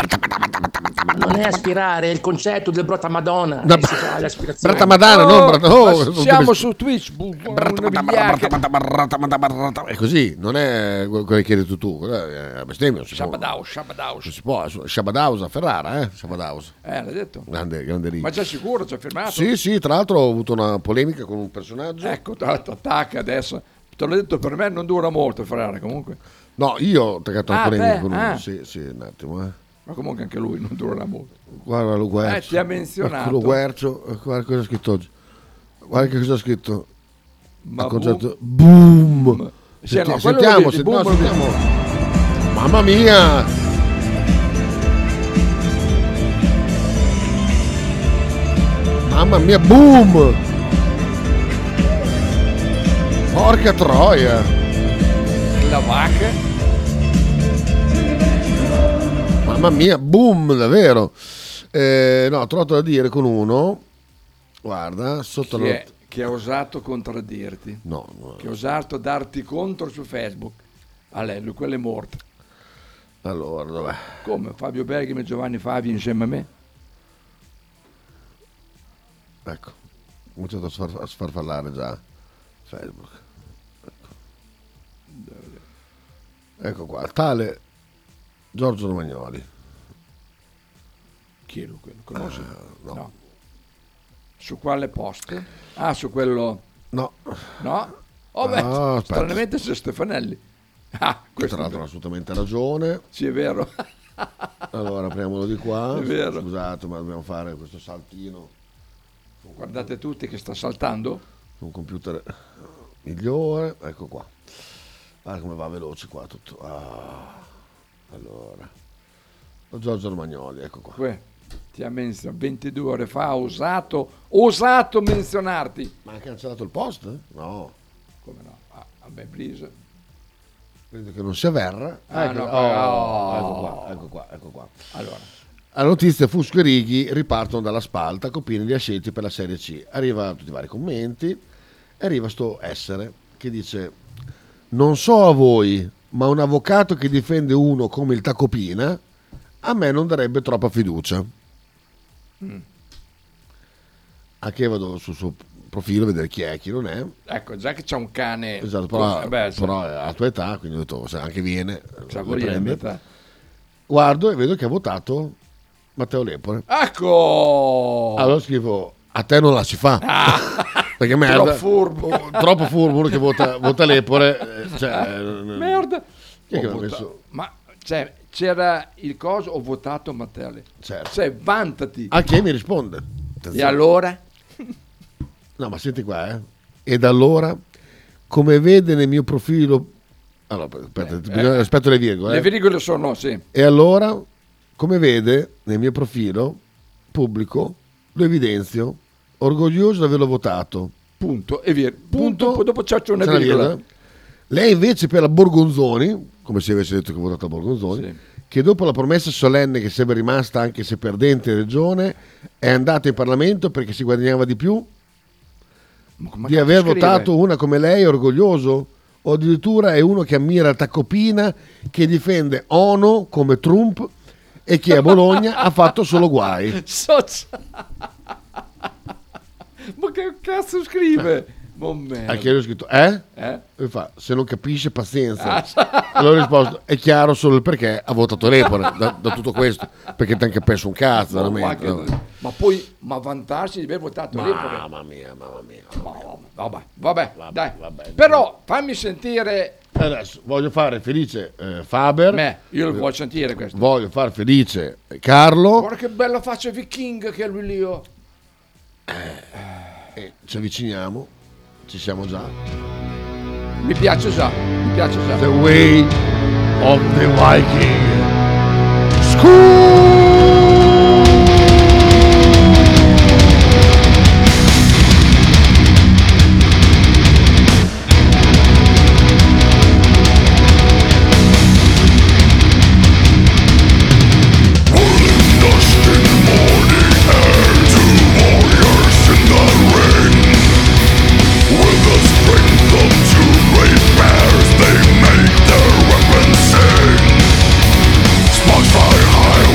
[SPEAKER 18] Non è aspirare, è il concetto del brutta madonna.
[SPEAKER 11] No,
[SPEAKER 18] che si fa l'aspirazione.
[SPEAKER 11] Brata Madana, non Brata-
[SPEAKER 14] ma
[SPEAKER 11] oh,
[SPEAKER 14] siamo
[SPEAKER 11] tutte-
[SPEAKER 14] su Twitch. bu- bu- una migliacca.
[SPEAKER 11] È così, non è quello che hai detto tu. quella È una bestemmia, non si può.
[SPEAKER 14] Shabadao, shabadao.
[SPEAKER 11] Non si può. Shabadausa, Ferrara, eh? Shabadausa.
[SPEAKER 14] Eh, l'hai detto.
[SPEAKER 11] Grande, grande
[SPEAKER 14] Ma
[SPEAKER 11] riga.
[SPEAKER 14] già sicuro, ci ha firmato.
[SPEAKER 11] Sì, sì, tra l'altro ho avuto una polemica con un personaggio.
[SPEAKER 14] Ecco, tra l'altro attacca adesso. Te l'ho detto, per me non dura molto Ferrara comunque.
[SPEAKER 11] No, io ho attaccato una
[SPEAKER 14] Ah,
[SPEAKER 11] polemica
[SPEAKER 14] te,
[SPEAKER 11] con uno.
[SPEAKER 14] ah.
[SPEAKER 11] Sì, sì, un attimo. eh.
[SPEAKER 14] Ma comunque anche lui non durerà molto.
[SPEAKER 11] Guarda lo Guercio.
[SPEAKER 14] Eh, ti ha menzionato.
[SPEAKER 11] Ecco Lo Guercio, eh, guarda cosa ha scritto oggi. Guarda che cosa ha scritto.
[SPEAKER 14] Ma
[SPEAKER 11] Ha concertato- boom.
[SPEAKER 14] Sì,
[SPEAKER 11] Senti-
[SPEAKER 14] no, quello lo
[SPEAKER 11] sentiamo,
[SPEAKER 14] vedi, boom,
[SPEAKER 11] sentiamo,
[SPEAKER 14] lo
[SPEAKER 11] sentiamo. Mamma mia! Mamma mia, boom! Porca troia!
[SPEAKER 14] La vacca.
[SPEAKER 11] Mamma mia, boom, davvero! Eh, no, ho trovato da dire con uno. Guarda, sotto
[SPEAKER 14] Chi
[SPEAKER 11] la
[SPEAKER 14] è- che ha osato contraddirti.
[SPEAKER 11] No, no.
[SPEAKER 14] Che ha osato darti contro su Facebook. A lei, lui, quella è morta.
[SPEAKER 11] Allora, dov'è?
[SPEAKER 14] Come Fabio Berghim e Giovanni Favi insieme a me?
[SPEAKER 11] Ecco, ho cominciato a, sfar- a sfarfallare già Facebook. Ecco. Ecco qua, tale Giorgio Romagnoli.
[SPEAKER 14] Chi è lui? Quello? Conosci?
[SPEAKER 11] Eh,
[SPEAKER 14] no. Su quale post? Ah, su quello.
[SPEAKER 11] No.
[SPEAKER 14] No? Oh, beh,
[SPEAKER 11] Ah, aspetta.
[SPEAKER 14] stranamente c'è Stefanelli. Ah,
[SPEAKER 11] Che
[SPEAKER 14] questo
[SPEAKER 11] tra l'altro ha assolutamente ragione.
[SPEAKER 14] Sì, è vero.
[SPEAKER 11] Allora, apriamolo di qua.
[SPEAKER 14] È vero.
[SPEAKER 11] Scusate, ma dobbiamo fare questo saltino
[SPEAKER 14] Guardate tutti che sta saltando.
[SPEAKER 11] su un computer migliore. Ecco qua. Guarda come va veloce qua tutto. Ah. Allora. Giorgio Romagnoli, ecco qua.
[SPEAKER 14] Que- ti ha menzionato 22 ore fa, ha osato, osato menzionarti.
[SPEAKER 11] Ma ha cancellato il post? No.
[SPEAKER 14] Come no? Ah, vabbè, please.
[SPEAKER 11] Credo che non sia Verra.
[SPEAKER 14] Ah,
[SPEAKER 11] ecco,
[SPEAKER 14] no,
[SPEAKER 11] oh,
[SPEAKER 14] oh.
[SPEAKER 11] ecco qua, ecco qua, ecco qua.
[SPEAKER 14] Allora.
[SPEAKER 11] La notizia Fusco e Righi ripartono dalla spalta, Copini li ha scelti per la Serie C. Arriva tutti i vari commenti e arriva sto essere che dice non so a voi, ma un avvocato che difende uno come il Tacopina a me non darebbe troppa fiducia.
[SPEAKER 14] Mm.
[SPEAKER 11] A che vado sul suo profilo a vedere chi è e chi non è.
[SPEAKER 14] Ecco, già che c'è un cane.
[SPEAKER 11] Esatto, però,
[SPEAKER 14] Eh beh, sì.
[SPEAKER 11] però è alla tua età, quindi ho detto, se anche viene,
[SPEAKER 14] Cioè,
[SPEAKER 11] le
[SPEAKER 14] vuol dire
[SPEAKER 11] prende.
[SPEAKER 14] la mia età.
[SPEAKER 11] Guardo e vedo che ha votato Matteo Lepore.
[SPEAKER 14] Ah, Ecco!
[SPEAKER 11] Allora scrivo, a te non la si fa. Perché merda.
[SPEAKER 14] Ah. Troppo furbo.
[SPEAKER 11] Troppo furbo uno che vota, vota Lepore. eh, Cioè, eh,
[SPEAKER 14] Ah, Merda!
[SPEAKER 11] Chi è che
[SPEAKER 14] Ho
[SPEAKER 11] l'ha
[SPEAKER 14] vota-
[SPEAKER 11] messo?
[SPEAKER 14] Ma cioè, c'era il coso, ho votato Mattele.
[SPEAKER 11] Certo. Ah,
[SPEAKER 14] Cioè, vantati.
[SPEAKER 11] a chi mi risponde?
[SPEAKER 14] E allora?
[SPEAKER 11] No, ma senti qua, eh. E da allora, come vede nel mio profilo... Allora, aspetta, bisogna- aspetto le virgole.
[SPEAKER 14] Eh, Le
[SPEAKER 11] eh.
[SPEAKER 14] virgole sono, sì.
[SPEAKER 11] E allora, come vede, nel mio profilo pubblico lo evidenzio, orgoglioso di averlo votato.
[SPEAKER 14] Punto. E via. Punto. poi dopo c'è c'è una
[SPEAKER 11] C'è la
[SPEAKER 14] virgola.
[SPEAKER 11] virgola. Lei invece per la Borgonzoni, come se avesse detto che ha votato la Borgonzoni, che dopo la promessa solenne che sarebbe rimasta anche se perdente in regione, è andata in Parlamento perché si guadagnava di più di
[SPEAKER 14] cazzo
[SPEAKER 11] aver
[SPEAKER 14] scrive?
[SPEAKER 11] votato una come lei, orgoglioso, o addirittura è uno che ammira Tacopina, che difende Ono come Trump e che a Bologna ha fatto solo guai.
[SPEAKER 14] Socia- Ma che cazzo
[SPEAKER 11] Eh.
[SPEAKER 14] scrive? Oh, merda.
[SPEAKER 11] A chi ho scritto, eh?
[SPEAKER 14] Eh?
[SPEAKER 11] E fa, se non capisce, pazienza.
[SPEAKER 14] Ah, sa-
[SPEAKER 11] Allora ho risposto, è chiaro solo il perché ha votato Lepore da, da tutto questo, perché ti ha anche perso un cazzo,
[SPEAKER 14] Oh, ma,
[SPEAKER 11] veramente.
[SPEAKER 14] che- ma poi, ma vantarsi di aver votato
[SPEAKER 11] Ma-
[SPEAKER 14] Lepore.
[SPEAKER 11] Mamma mia, mamma mia.
[SPEAKER 14] Vabbè, vabbè, dai. Però fammi sentire...
[SPEAKER 11] Adesso voglio fare felice eh, Faber.
[SPEAKER 14] Me, io lo voglio sentire questo.
[SPEAKER 11] Voglio far felice eh, Carlo.
[SPEAKER 14] Guarda che bella faccia viking che è lui lì. oh.
[SPEAKER 11] E ci avviciniamo, ci siamo già.
[SPEAKER 14] Mi piace già, mi piace già.
[SPEAKER 11] The way of the Viking.
[SPEAKER 8] Smash fire highway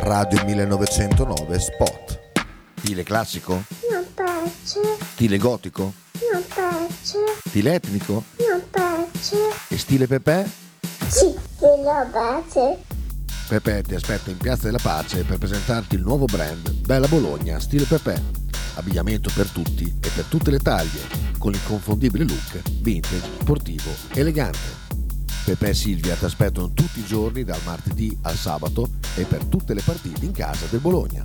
[SPEAKER 8] Radio 1909 Spot. Stile classico?
[SPEAKER 20] Non piace,
[SPEAKER 8] Stile gotico?
[SPEAKER 20] non piace,
[SPEAKER 8] Stile etnico?
[SPEAKER 20] non piace.
[SPEAKER 8] E stile Pepe?
[SPEAKER 20] Sì, e la base.
[SPEAKER 8] Pepe ti aspetta in Piazza della Pace per presentarti il nuovo brand Bella Bologna Stile Pepe. Abbigliamento per tutti e per tutte le taglie, con l'inconfondibile look vintage, sportivo, elegante. Pepe e Silvia ti aspettano tutti i giorni dal martedì al sabato e per tutte le partite in casa del Bologna.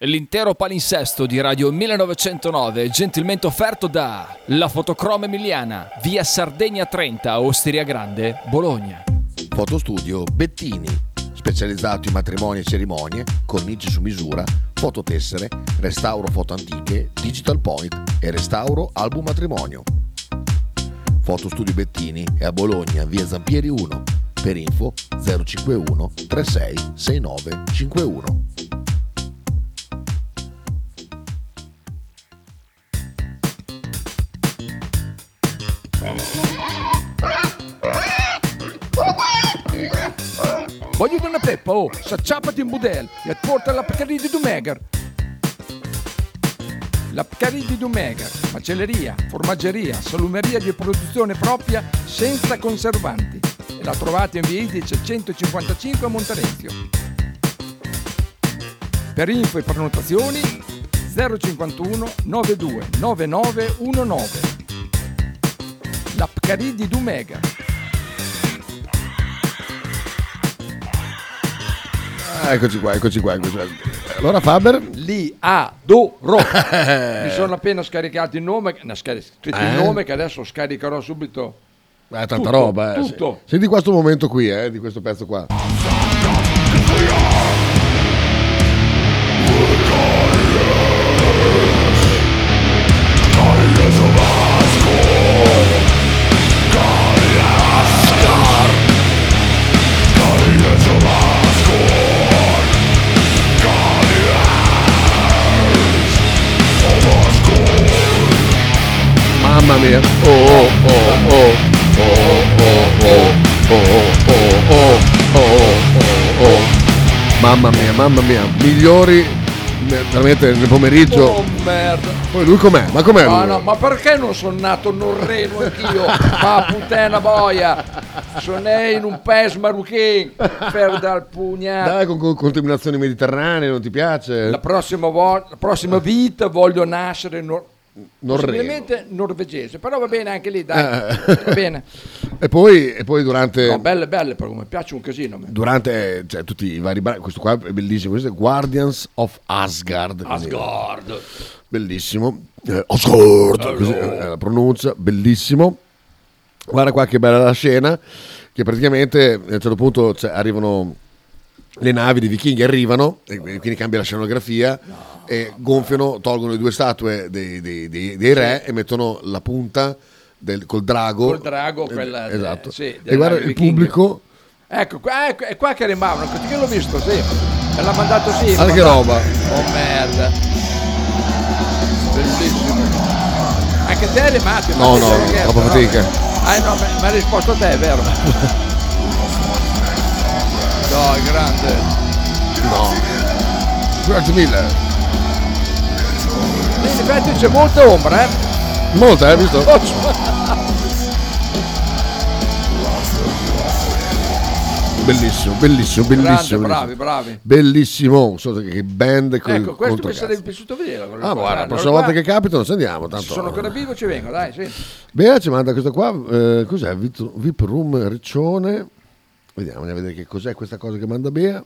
[SPEAKER 19] L'intero palinsesto di Radio 1909 è gentilmente offerto da La Fotocroma Emiliana, via Sardegna 30, Osteria Grande, Bologna.
[SPEAKER 8] Fotostudio Bettini, specializzato in matrimoni e cerimonie, cornici su misura, fototessere, restauro foto antiche, digital point e restauro album matrimonio. Fotostudio Bettini è a Bologna, via Zampieri 1. Per info 051 36 69 51.
[SPEAKER 14] Voglio una peppa, oh, s'acciappati in budel e porta la Pcaridi di Dumegar. La Pcaridi di Dumegar, macelleria, formaggeria, salumeria di produzione propria senza conservanti. E la trovate in via Idice 155 a Monterezio. Per info e prenotazioni 051 92 9919. La Pcaridi di Dumegar.
[SPEAKER 11] Ah, eccoci qua, eccoci qua, eccoci qua. Allora Faber?
[SPEAKER 14] Li adoro. Mi sono appena scaricato il nome, no, scari- scritto
[SPEAKER 11] Eh?
[SPEAKER 14] il nome che adesso scaricherò subito.
[SPEAKER 11] Ah, tanta
[SPEAKER 14] Tutto,
[SPEAKER 11] roba, eh.
[SPEAKER 14] tutto.
[SPEAKER 11] Senti qua sto momento qui, eh, di questo pezzo qua. Mamma mia. Oh oh oh oh. Oh oh oh oh oh oh oh oh oh. Mamma mia, mamma mia, migliori eh, veramente nel pomeriggio.
[SPEAKER 14] Oh merda.
[SPEAKER 11] Poi lui com'è? Ma com'è
[SPEAKER 14] Ma,
[SPEAKER 11] lui?
[SPEAKER 14] no, ma perché non sono nato norreno anch'io? Ma puttana boia! Sono in un paese marocchino per dal pugnale.
[SPEAKER 11] Dai, con, con contaminazioni mediterranee, non ti piace?
[SPEAKER 14] La prossima, vo- la prossima vita voglio nascere nor-
[SPEAKER 11] Norreno.
[SPEAKER 14] possibilmente norvegese, però va bene anche lì, dai.
[SPEAKER 11] Eh.
[SPEAKER 14] Va bene.
[SPEAKER 11] E poi, e poi durante,
[SPEAKER 14] No, belle, belle, però mi piace un casino. a me.
[SPEAKER 11] durante eh, cioè, tutti i vari brani, questo qua è bellissimo, questo è Guardians of Asgard. quindi-
[SPEAKER 14] Asgard.
[SPEAKER 11] Bellissimo. Eh, Asgard, così è la pronuncia, bellissimo. Guarda qua che bella la scena, che praticamente a un certo punto cioè, arrivano le navi dei vichinghi, arrivano, e quindi cambia la scenografia, e gonfiano, tolgono le due statue dei, dei- dei- dei re e mettono la punta del- col drago.
[SPEAKER 14] Col drago, quella.
[SPEAKER 11] Eh, esatto.
[SPEAKER 14] sì,
[SPEAKER 11] e
[SPEAKER 14] della
[SPEAKER 11] guarda il
[SPEAKER 14] Viking.
[SPEAKER 11] pubblico,
[SPEAKER 14] Ecco, qua, ecco, è qua che rimavano, perché l'ho visto, sì. Me l'ha mandato sì.
[SPEAKER 11] guarda ah, che roba.
[SPEAKER 14] Oh merda. Bellissimo. Anche te rimasti.
[SPEAKER 11] No, no, troppa fatica.
[SPEAKER 14] Ah no, mi mi ha risposto te, è vero? No, è grande.
[SPEAKER 11] No. Grazie mille.
[SPEAKER 14] Lì, in effetti c'è molta ombra, eh.
[SPEAKER 11] Molta, hai visto? Bellissimo, bellissimo, bellissimo.
[SPEAKER 14] bravi,
[SPEAKER 11] bellissimo.
[SPEAKER 14] bravi.
[SPEAKER 11] Bellissimo, non so che band con
[SPEAKER 14] Ecco, questo
[SPEAKER 11] contro
[SPEAKER 14] mi
[SPEAKER 11] cazzo.
[SPEAKER 14] sarebbe piaciuto vedere.
[SPEAKER 11] Ah, ma guarda, la prossima volta che capita non ci andiamo, tanto.
[SPEAKER 14] sono ancora vivo ci vengo, dai, sì.
[SPEAKER 11] Bea ci manda questa qua, eh, cos'è? Vit- VIP Room Riccione. Vediamo, andiamo a vedere che cos'è questa cosa che manda Bea.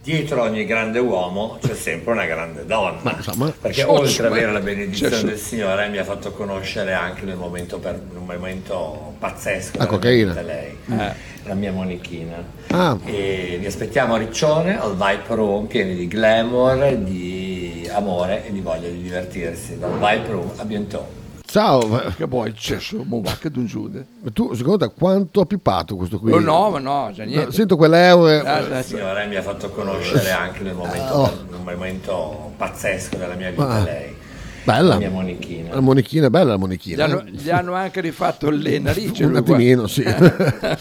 [SPEAKER 21] Dietro ogni grande uomo c'è sempre una grande donna.
[SPEAKER 11] ma-
[SPEAKER 21] Perché
[SPEAKER 11] Socio,
[SPEAKER 21] oltre ad
[SPEAKER 11] ma- cioè,
[SPEAKER 21] avere la benedizione
[SPEAKER 11] Socio.
[SPEAKER 21] del Signore mi ha fatto conoscere anche nel momento, per- un momento pazzesco
[SPEAKER 11] La
[SPEAKER 21] veramente,
[SPEAKER 11] cocaina.
[SPEAKER 21] lei,
[SPEAKER 11] Eh.
[SPEAKER 21] la mia monichina.
[SPEAKER 11] Ah.
[SPEAKER 21] E vi aspettiamo a Riccione al Viper Room pieni di glamour, di amore e di voglia di divertirsi. Dal Viper Room a bientôt.
[SPEAKER 11] Ciao.
[SPEAKER 14] Che poi c'è su, mo va che d'un giude.
[SPEAKER 11] Ma Tu, secondo te, quanto ha pipato questo qui?
[SPEAKER 21] Oh, no,
[SPEAKER 14] ma no, Eh, Ah, c'è
[SPEAKER 21] niente.
[SPEAKER 11] Sento quell'euro. eh. e-
[SPEAKER 21] Il Signore mi ha fatto conoscere anche nel momento,
[SPEAKER 11] Oh.
[SPEAKER 21] un momento pazzesco della mia vita
[SPEAKER 11] Ah.
[SPEAKER 21] lei.
[SPEAKER 11] Bella.
[SPEAKER 21] La mia monichina.
[SPEAKER 11] La monichina, bella la
[SPEAKER 14] Gli
[SPEAKER 11] monichina. eh.
[SPEAKER 14] hanno, gli hanno anche rifatto le narici.
[SPEAKER 11] un
[SPEAKER 14] Cioè, lui,
[SPEAKER 11] attimino, sì.
[SPEAKER 14] guarda.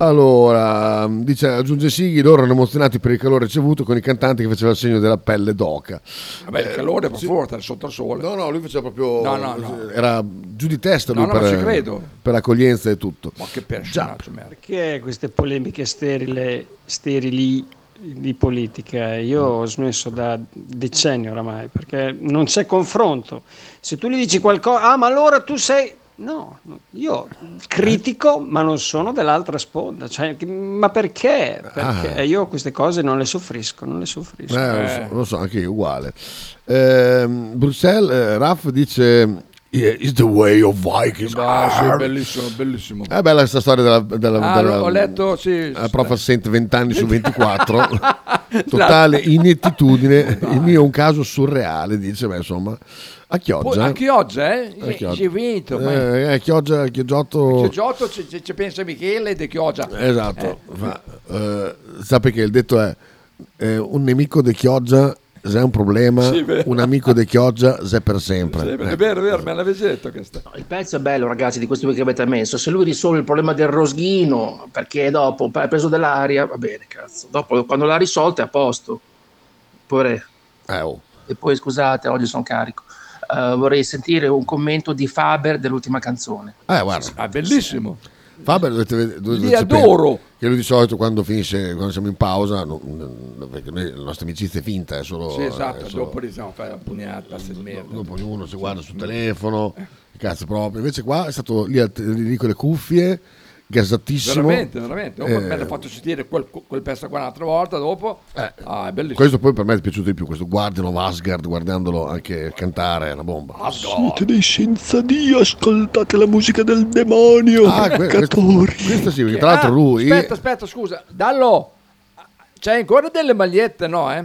[SPEAKER 11] allora, dice, aggiunge Sighi, loro erano emozionati per il calore ricevuto con i cantanti che faceva il segno della pelle d'oca.
[SPEAKER 14] Vabbè, il calore per forza, il sottosole. No,
[SPEAKER 11] Eh, no, lui faceva proprio.
[SPEAKER 14] No, no, no.
[SPEAKER 11] Era giù di testa lui
[SPEAKER 14] No, no,
[SPEAKER 11] per,
[SPEAKER 14] ci credo.
[SPEAKER 11] per l'accoglienza e tutto.
[SPEAKER 14] Ma che personaggio, merda.
[SPEAKER 16] Perché queste polemiche sterile, sterili di politica? Io ho smesso da decenni oramai perché non c'è confronto. Se tu gli dici qualcosa, ah, ma allora tu sei. No, no, io critico, ma non sono dell'altra sponda. Cioè, che- ma perché? Perché
[SPEAKER 11] Ah.
[SPEAKER 16] io queste cose non le soffrisco, non le soffrisco.
[SPEAKER 11] Eh, lo, so, lo so, anche io uguale. Ehm, Bruxelles, eh, Raff dice: "Yeah, It's the way of Vikings. Eh,
[SPEAKER 14] Ah, sì, bellissimo, bellissimo.
[SPEAKER 11] È bella questa storia della, della,
[SPEAKER 14] Ah,
[SPEAKER 11] della-
[SPEAKER 14] ho letto, sì.
[SPEAKER 11] la prof assente 20 anni su 24, totale
[SPEAKER 14] Esatto.
[SPEAKER 11] inettitudine. Il mio è un caso surreale, dice, beh, insomma, a
[SPEAKER 14] Poi,
[SPEAKER 11] Chioggia.
[SPEAKER 14] a Chioggia, eh?
[SPEAKER 11] A Chioggia.
[SPEAKER 14] Ci vinto. ma-
[SPEAKER 11] Eh, a Chioggia, a Chioggiotto.
[SPEAKER 14] C'è Giotto, ci- ci ci pensa Michele De Chioggia.
[SPEAKER 11] Esatto.
[SPEAKER 14] Eh.
[SPEAKER 11] Fa, eh, sappi che il detto è eh, un nemico di Chioggia se è un problema,
[SPEAKER 14] Sì, vero.
[SPEAKER 11] un amico di Chioggia se è per sempre.
[SPEAKER 14] Sì,
[SPEAKER 11] Eh.
[SPEAKER 14] È vero, è vero, me l'avevi detto questa.
[SPEAKER 18] Il pezzo è bello, ragazzi, di questi due che avete messo. Se lui risolve il problema del rosghino, perché dopo ha preso dell'aria, va bene, cazzo. Dopo, quando l'ha risolto, è a posto. Pure.
[SPEAKER 11] Eh, oh.
[SPEAKER 18] E poi, scusate, oggi sono carico. Eh, vorrei sentire un commento di Faber dell'ultima canzone.
[SPEAKER 11] Eh, guarda.
[SPEAKER 14] Ah, bellissimo.
[SPEAKER 11] Faber dovete, ved- dovete
[SPEAKER 14] Li
[SPEAKER 11] sapere
[SPEAKER 14] adoro.
[SPEAKER 11] Che lui di solito quando finisce, quando siamo in pausa, no- no- perché noi- la nostra amicizia è finta, è eh, solo...
[SPEAKER 14] Sì, esatto,
[SPEAKER 11] è solo-
[SPEAKER 14] dopo diciamo fare la pugnata, se merda.
[SPEAKER 11] oh, Dopo ognuno si guarda sul telefono, cazzo proprio. Invece qua è stato lì, al te- lì con le cuffie, gasatissimo.
[SPEAKER 14] Veramente, veramente. Oh, Dopo
[SPEAKER 11] Eh,
[SPEAKER 14] me l'ha fatto sentire quel, quel pezzo qua un'altra volta, dopo... Ah, è bellissimo.
[SPEAKER 11] Eh. Questo poi per me è piaciuto di più, questo guardino Asgard, guardandolo anche cantare, è una bomba.
[SPEAKER 1] Siete senza Dio, ascoltate la musica del demonio.
[SPEAKER 11] Ah, que-
[SPEAKER 1] peccatori.
[SPEAKER 11] Questo sì, perché tra l'altro
[SPEAKER 14] Ah,
[SPEAKER 11] lui...
[SPEAKER 14] Aspetta, aspetta, scusa. Dallo, c'è ancora delle magliette, no, eh?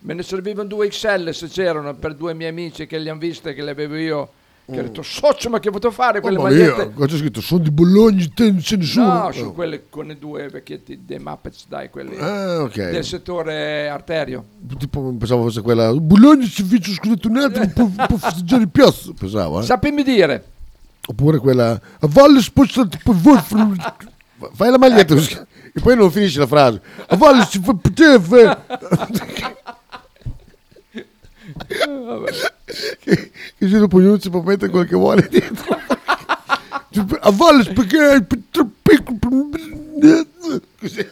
[SPEAKER 14] Me ne servivano due XL se c'erano per due miei amici che le hanno viste, che le avevo io. Che ho
[SPEAKER 11] Mm.
[SPEAKER 14] detto, socio, ma che potevo fare quelle
[SPEAKER 11] Mamma mia,
[SPEAKER 14] magliette?
[SPEAKER 11] qua c'è scritto, sono di Bologna, te non c'è nessuno.
[SPEAKER 14] No, su quelle con i due vecchietti dei Muppets, dai, quelli
[SPEAKER 11] Ah, ok.
[SPEAKER 14] del settore arterio.
[SPEAKER 11] Tipo, pensavo fosse quella... Bologna, ci faccio scusate un attimo, può, può festeggiare il piazzo. Pensavo, eh.
[SPEAKER 14] Sappimi dire.
[SPEAKER 11] Oppure quella... A valle spostate per voi... fra- Fai la maglietta così, e poi non finisci la frase. A valle si fa potere fare-
[SPEAKER 14] Vabbè.
[SPEAKER 11] che, che se dopo ognuno ci può mettere quel che vuole dietro. A volte perché Così.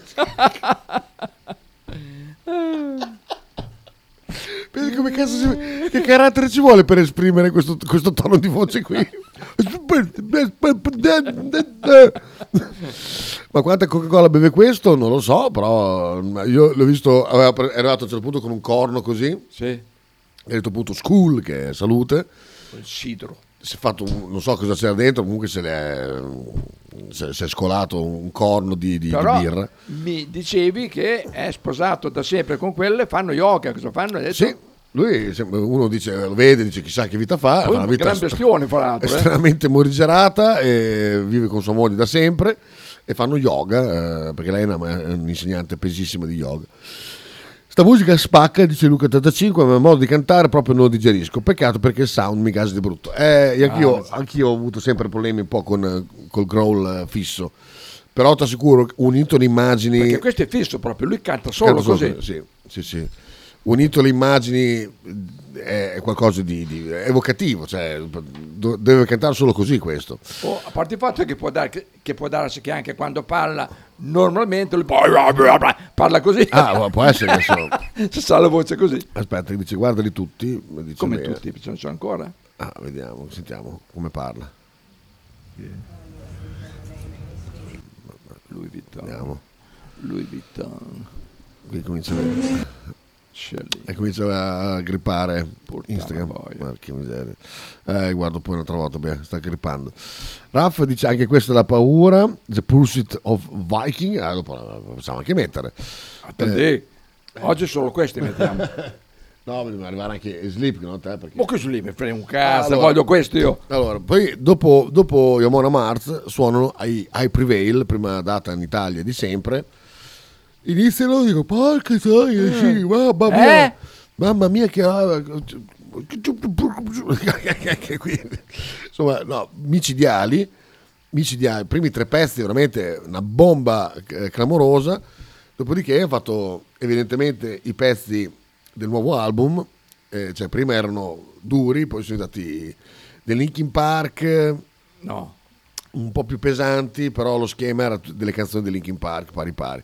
[SPEAKER 11] Vedi come cazzo si- che carattere ci vuole per esprimere questo, questo tono di voce qui? Ma quanta Coca-Cola beve questo? Non lo so, però io l'ho visto, aveva pre- è arrivato a un certo punto con un corno così.
[SPEAKER 14] Sì.
[SPEAKER 11] E a un certo punto school, che è salute.
[SPEAKER 14] Il sidro.
[SPEAKER 11] Si è fatto, un- non so cosa c'era dentro, comunque se l'è, se, se è scolato un corno di, di- di
[SPEAKER 14] Però
[SPEAKER 11] birra.
[SPEAKER 14] mi dicevi che è sposato da sempre con quelle, fanno yoga, cosa fanno? Hai detto?
[SPEAKER 11] Sì, lui sembra- uno dice, lo vede, dice chissà che vita Ah, fa,
[SPEAKER 14] Poi
[SPEAKER 11] fa una
[SPEAKER 14] un
[SPEAKER 11] vita
[SPEAKER 14] gran bestione, fra l'altro. eh.
[SPEAKER 11] estremamente morigerata, e vive con sua moglie da sempre e fanno yoga, eh, perché lei è una- è un'insegnante pesissima di yoga. Sta musica spacca, dice Luca 85, ma il modo di cantare proprio non lo digerisco. Peccato perché il sound mi casa di brutto. Eh, e anch'io,
[SPEAKER 14] Ah,
[SPEAKER 11] anch'io ho avuto sempre problemi un po' con, eh, col growl eh, fisso. Però ti assicuro, unito le immagini...
[SPEAKER 14] Perché questo è fisso proprio, lui canta solo
[SPEAKER 11] Canta
[SPEAKER 14] così.
[SPEAKER 11] Sì, sì, sì. Unito le immagini eh, è qualcosa di, di evocativo, cioè do- deve cantare solo così questo.
[SPEAKER 14] Oh, a parte il fatto che può, dar- che, che può darsi che anche quando parla normalmente lui parla così.
[SPEAKER 11] Ah, ma può essere che so.
[SPEAKER 14] Si sa la voce così.
[SPEAKER 11] Aspetta, che dice guardali tutti. Dice,
[SPEAKER 14] Come
[SPEAKER 11] beh,
[SPEAKER 14] tutti, ce ne sono ancora.
[SPEAKER 11] Ah, vediamo, sentiamo come parla.
[SPEAKER 14] Lui Vuitton.
[SPEAKER 11] Vediamo.
[SPEAKER 14] Louis Vuitton.
[SPEAKER 11] Qui comincia a... E comincia a grippare Instagram. Porca miseria. Eh, guardo poi un'altra volta, beh, sta grippando. Raff dice anche questa è la paura, The Pursuit of Viking, ah, dopo la la possiamo anche mettere.
[SPEAKER 14] Attendì.
[SPEAKER 11] Eh,
[SPEAKER 14] Oggi solo questi mettiamo.
[SPEAKER 11] No, dobbiamo arrivare anche Slipknot, eh, perché...
[SPEAKER 14] Ma questo lì mi frega un cazzo, voglio questo io.
[SPEAKER 11] Allora, poi dopo, dopo Yamona Mars suonano ai, ai Prevail, prima data in Italia di sempre. Iniziano, dico, porca troia, sì, mamma mia,
[SPEAKER 14] Eh?
[SPEAKER 11] mamma mia che... Anche qui, insomma, no, micidiali, micidiali, i primi tre pezzi veramente una bomba eh, clamorosa, dopodiché ha fatto evidentemente i pezzi del nuovo album, eh, cioè prima erano duri, poi sono stati dei Linkin Park,
[SPEAKER 14] no.
[SPEAKER 11] un po' più pesanti, però lo schema era t- delle canzoni di Linkin Park pari pari,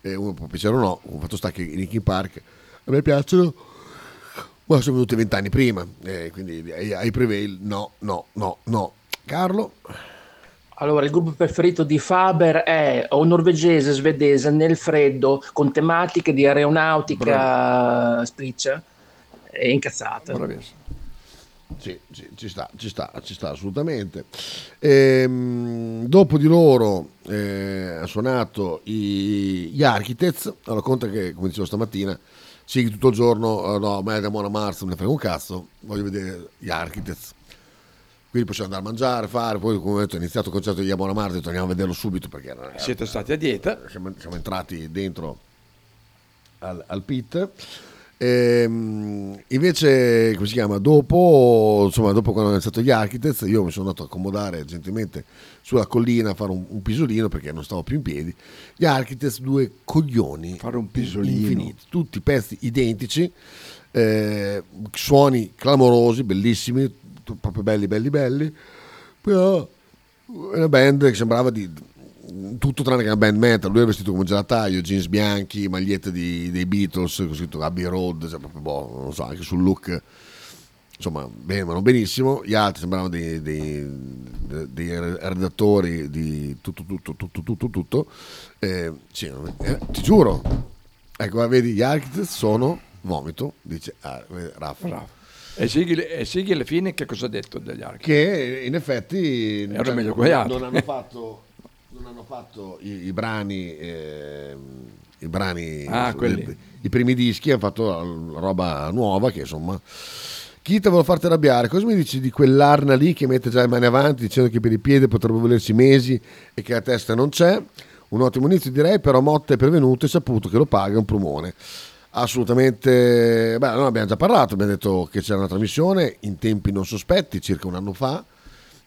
[SPEAKER 11] Eh, uno può piacere o no, un fatto sta che i Linkin Park a me piacciono. Ma sono venuti vent'anni prima, eh, quindi ai, ai Prevail no, no, no, no. Carlo,
[SPEAKER 18] Allora, il gruppo preferito di Faber è un norvegese svedese nel freddo con tematiche di aeronautica spiccia e incazzata.
[SPEAKER 11] Sì, sì, ci sta, Ah, ci sta, ci sta assolutamente. Ehm, dopo di loro eh, ha suonato i- gli Architects, allora conta che, come dicevo stamattina, sì, tutto il giorno, eh, no, ma è da buona marzo, non ne frega un cazzo, voglio vedere gli Architects. Quindi possiamo andare a mangiare, fare, poi come ho detto, è iniziato il concerto di Abona Marte, torniamo a vederlo subito perché era-
[SPEAKER 14] Siete stati a dieta.
[SPEAKER 11] siamo, siamo entrati dentro al, al pit. Ehm, invece, come si chiama? Dopo, insomma, dopo quando hanno iniziato gli Architects, io mi sono andato a accomodare gentilmente sulla collina a fare un, un pisolino perché non stavo più in piedi. Gli Architects, due coglioni fare un pisolino. infiniti, tutti pezzi identici, eh, suoni clamorosi, bellissimi, tu- proprio belli, belli, belli. Però una band che sembrava di tutto tranne che una band metal lui era vestito come un gelataio jeans bianchi magliette di- dei Beatles con scritto Abbey Road cioè proprio, boh, non lo so anche sul look insomma venivano benissimo gli altri sembravano dei, dei- dei redattori di tutto tutto tutto tutto tutto Eh, sì, non- eh, ti giuro ecco qua, vedi gli architects sono vomito dice ah, eh, Raffa
[SPEAKER 14] Raffa. E Sighi, e Sighi alla fine che cosa ha detto degli archi?
[SPEAKER 11] che in effetti
[SPEAKER 14] Erano
[SPEAKER 11] cioè,
[SPEAKER 14] meglio quegli altri.
[SPEAKER 11] non hanno fatto non hanno fatto i, i brani ehm, i brani
[SPEAKER 14] Ah,
[SPEAKER 11] i-
[SPEAKER 14] quelli.
[SPEAKER 11] i primi dischi hanno fatto la- la roba nuova che insomma Chita volevo farti arrabbiare cosa mi dici di quell'arna lì che mette già le mani avanti dicendo che per i piedi potrebbe volerci mesi e che la testa non c'è un ottimo inizio direi però Motta è pervenuto e saputo che lo paga un plumone assolutamente beh non abbiamo già parlato abbiamo detto che c'era una trasmissione in tempi non sospetti circa un anno fa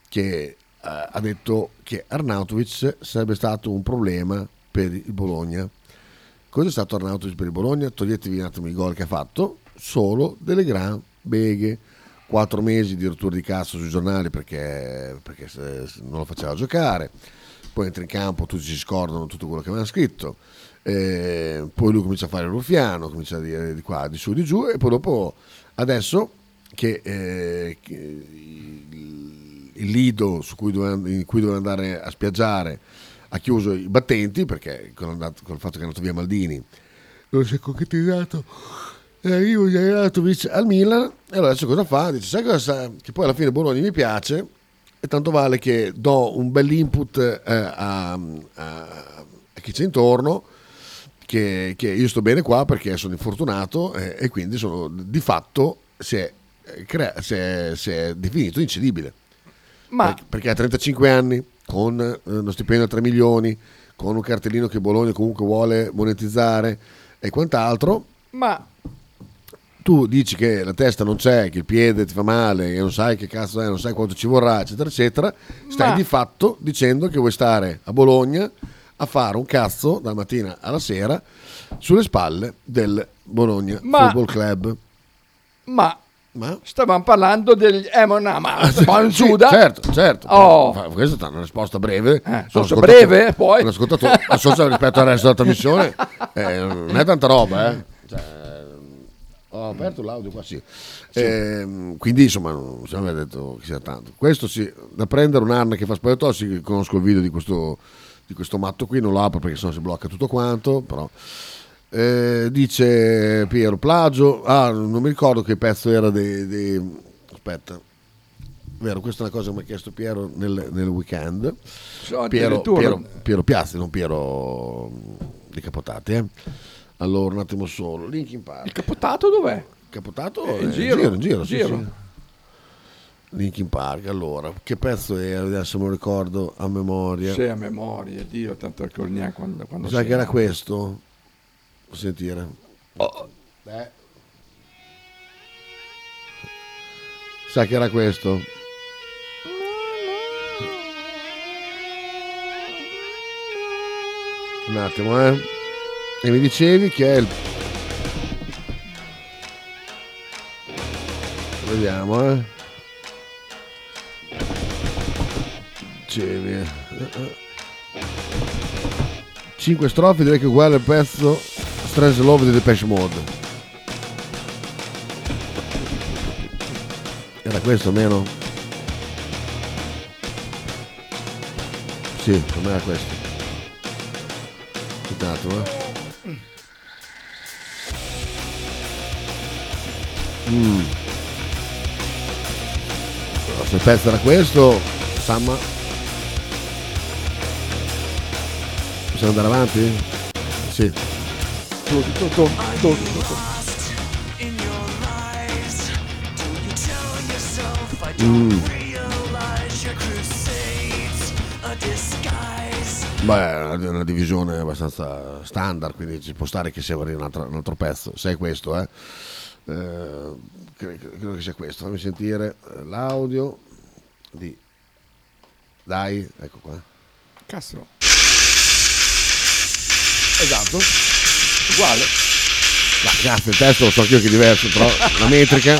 [SPEAKER 11] che eh, ha detto che Arnautovic sarebbe stato un problema per il Bologna. Cos'è stato Arnautovic per il Bologna? Toglietevi un attimo i gol che ha fatto, solo delle gran beghe. Quattro mesi di rottura di cazzo sui giornali perché, perché se- se non lo faceva giocare. Poi entra in campo, tutti si scordano tutto quello che aveva scritto. Eh, poi lui comincia a fare il ruffiano, comincia a dire di qua, di su, di giù. E poi dopo, adesso che, eh, che il lido su cui doveva, in cui doveva andare a spiaggiare ha chiuso i battenti perché con, andato- col fatto che è andato via Maldini non si è concretizzato l'arrivo di Arnautovic al Milan e allora adesso cosa fa? Dice sai cosa sa? che poi alla fine Bologna mi piace e tanto vale che do un bel input eh, a, a- a chi c'è intorno che, che io sto bene qua perché sono infortunato eh, e quindi sono di fatto si è, eh, crea- si è- si è definito incedibile
[SPEAKER 14] Ma
[SPEAKER 11] perché, perché a 35 anni, con eh, uno stipendio a 3 milioni, con un cartellino che Bologna comunque vuole monetizzare e quant'altro,
[SPEAKER 14] Ma
[SPEAKER 11] tu dici che la testa non c'è, che il piede ti fa male, che non sai che cazzo è, non sai quanto ci vorrà, eccetera, eccetera, stai
[SPEAKER 14] Ma-
[SPEAKER 11] di fatto dicendo che vuoi stare a Bologna a fare un cazzo dalla mattina alla sera sulle spalle del Bologna
[SPEAKER 14] Ma-
[SPEAKER 11] Football Club.
[SPEAKER 14] Ma,
[SPEAKER 11] ma? Ah,
[SPEAKER 14] stavamo parlando eh, degli Emon Amaz. Banzuda.
[SPEAKER 11] Sì, certo, certo.
[SPEAKER 14] Oh.
[SPEAKER 11] Fa- Questa è stata una risposta breve.
[SPEAKER 14] sotto breve, poi.
[SPEAKER 11] Un ascoltatore, assolutamente rispetto al resto della trasmissione, eh, non è tanta roba, eh. Cioè, ho aperto l'audio qua, sì. Ehm, quindi insomma non si aveva detto che sia tanto questo sì, da prendere un'arma che fa spaventò sì, conosco il video di questo, di questo matto qui non lo apro perché sennò si blocca tutto quanto però Eh, dice Piero Plagio ah non mi ricordo che pezzo era dei, dei- aspetta vero questa è una cosa che mi ha chiesto Piero nel, nel weekend
[SPEAKER 14] So,
[SPEAKER 11] Piero,
[SPEAKER 14] addirittura.
[SPEAKER 11] Piero, Piero Piazzi non Piero mh, di Capotati eh. allora un attimo solo Linkin Park
[SPEAKER 14] Il capotato dov'è?
[SPEAKER 11] Capotato
[SPEAKER 14] Eh, in
[SPEAKER 11] eh,
[SPEAKER 14] giro,
[SPEAKER 11] in giro, sì,
[SPEAKER 14] giro.
[SPEAKER 11] sì. Linkin Park, allora, che pezzo era? Adesso me lo ricordo a memoria.
[SPEAKER 14] Sei a memoria, Dio, tanto ricordi neanche quando, quando
[SPEAKER 11] Mi sa
[SPEAKER 14] sei
[SPEAKER 11] che era
[SPEAKER 14] nato.
[SPEAKER 11] questo. Sentire. Eh. Sa che era questo? Un attimo, eh. E mi dicevi che è il... Vediamo, eh. Dicevi... 5 strofe direi che è uguale al pezzo Strange Love di Depeche Mode. Era questo meno? Sì, per me era questo. Aspetta un attimo, eh. Mm. Allora, Se il pezzo era questo, Samma. Possiamo andare avanti? Sì. Mm. Beh, è una- una divisione abbastanza standard, quindi ci può stare che sia magari un altro, un altro pezzo, se è questo, eh. Eh, cre- credo, che sia questo. Fammi sentire eh, l'audio di... Dai, ecco qua.
[SPEAKER 14] Cazzo.
[SPEAKER 11] Esatto. Uguale. Ma cazzo, il testo lo so anch'io che è diverso, però la metrica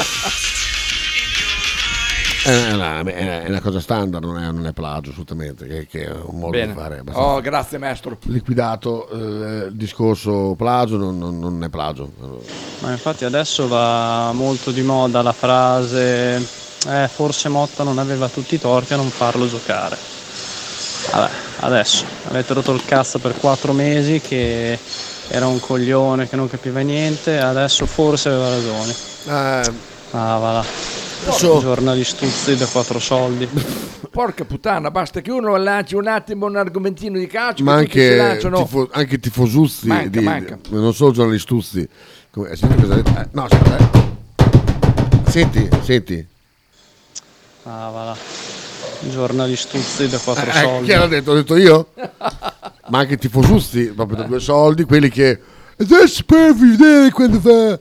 [SPEAKER 11] è una, è una cosa standard, non è, non è plagio assolutamente, che, che è un modo
[SPEAKER 14] Bene.
[SPEAKER 11] di fare. abbastanza-
[SPEAKER 14] Oh, grazie maestro.
[SPEAKER 11] Liquidato eh, il discorso plagio, non, non- non è plagio.
[SPEAKER 16] Ma infatti adesso va molto di moda la frase eh, forse Motta non aveva tutti i torti a non farlo giocare. Vabbè, adesso avete rotto il cazzo per quattro mesi che era un coglione che non capiva niente, adesso forse aveva ragione. Ah, va là. Giornali stuzzi da quattro soldi.
[SPEAKER 14] Porca puttana, basta che uno lanci un attimo un argomentino di calcio,
[SPEAKER 11] Ma
[SPEAKER 14] che tutti si
[SPEAKER 11] anche,
[SPEAKER 14] lanciano.
[SPEAKER 11] tifo- anche tifosuzzi,
[SPEAKER 14] Manca,
[SPEAKER 11] di-
[SPEAKER 14] manca.
[SPEAKER 11] di- non solo giornalistuzzi. Come, senti cosa ha detto? Eh, no, aspetta, eh. Senti, senti.
[SPEAKER 16] Ah, va là. Giornali stuzzi da quattro
[SPEAKER 11] Eh,
[SPEAKER 16] soldi.
[SPEAKER 11] chi l'ha detto? Ho detto io? Ma anche tifosusti, proprio da due soldi, quelli che... "Eh, Adesso per vedere quando va...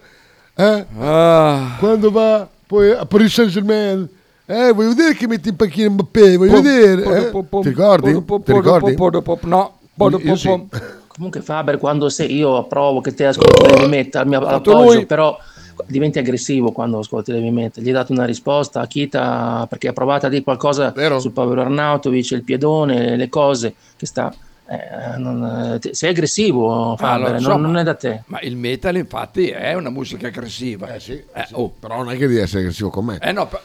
[SPEAKER 11] eh?
[SPEAKER 14] Ah.
[SPEAKER 11] Quando va poi a Paris Saint-Germain. Eh, voglio vedere che metti in panchina Mbappé, voglio
[SPEAKER 14] Pom, pom,
[SPEAKER 11] vedere. eh?
[SPEAKER 14] pom, pom,
[SPEAKER 11] Ti ricordi?
[SPEAKER 14] pom, pom,
[SPEAKER 11] Ti ricordi?
[SPEAKER 14] pom, pom, pom, pom, No, pom,
[SPEAKER 18] Io
[SPEAKER 14] pom,
[SPEAKER 18] sì.
[SPEAKER 14] pom.
[SPEAKER 18] Comunque Faber, quando sei io approvo che te ascolti levemente al mio
[SPEAKER 14] Fatto
[SPEAKER 18] appoggio,
[SPEAKER 14] lui.
[SPEAKER 18] però diventi aggressivo quando ascolti levemente. Gli hai dato una risposta a Kita perché ha provato a dire qualcosa sul povero Arnautovic, il piedone, le cose che sta... eh, non- te- sei aggressivo
[SPEAKER 14] Ah,
[SPEAKER 18] Faber,
[SPEAKER 14] lo so,
[SPEAKER 18] non,
[SPEAKER 14] ma-
[SPEAKER 18] non è da te.
[SPEAKER 14] Ma il metal infatti è una musica aggressiva. Eh sì,
[SPEAKER 11] Però non è che devi essere aggressivo con me.
[SPEAKER 14] Eh no, per-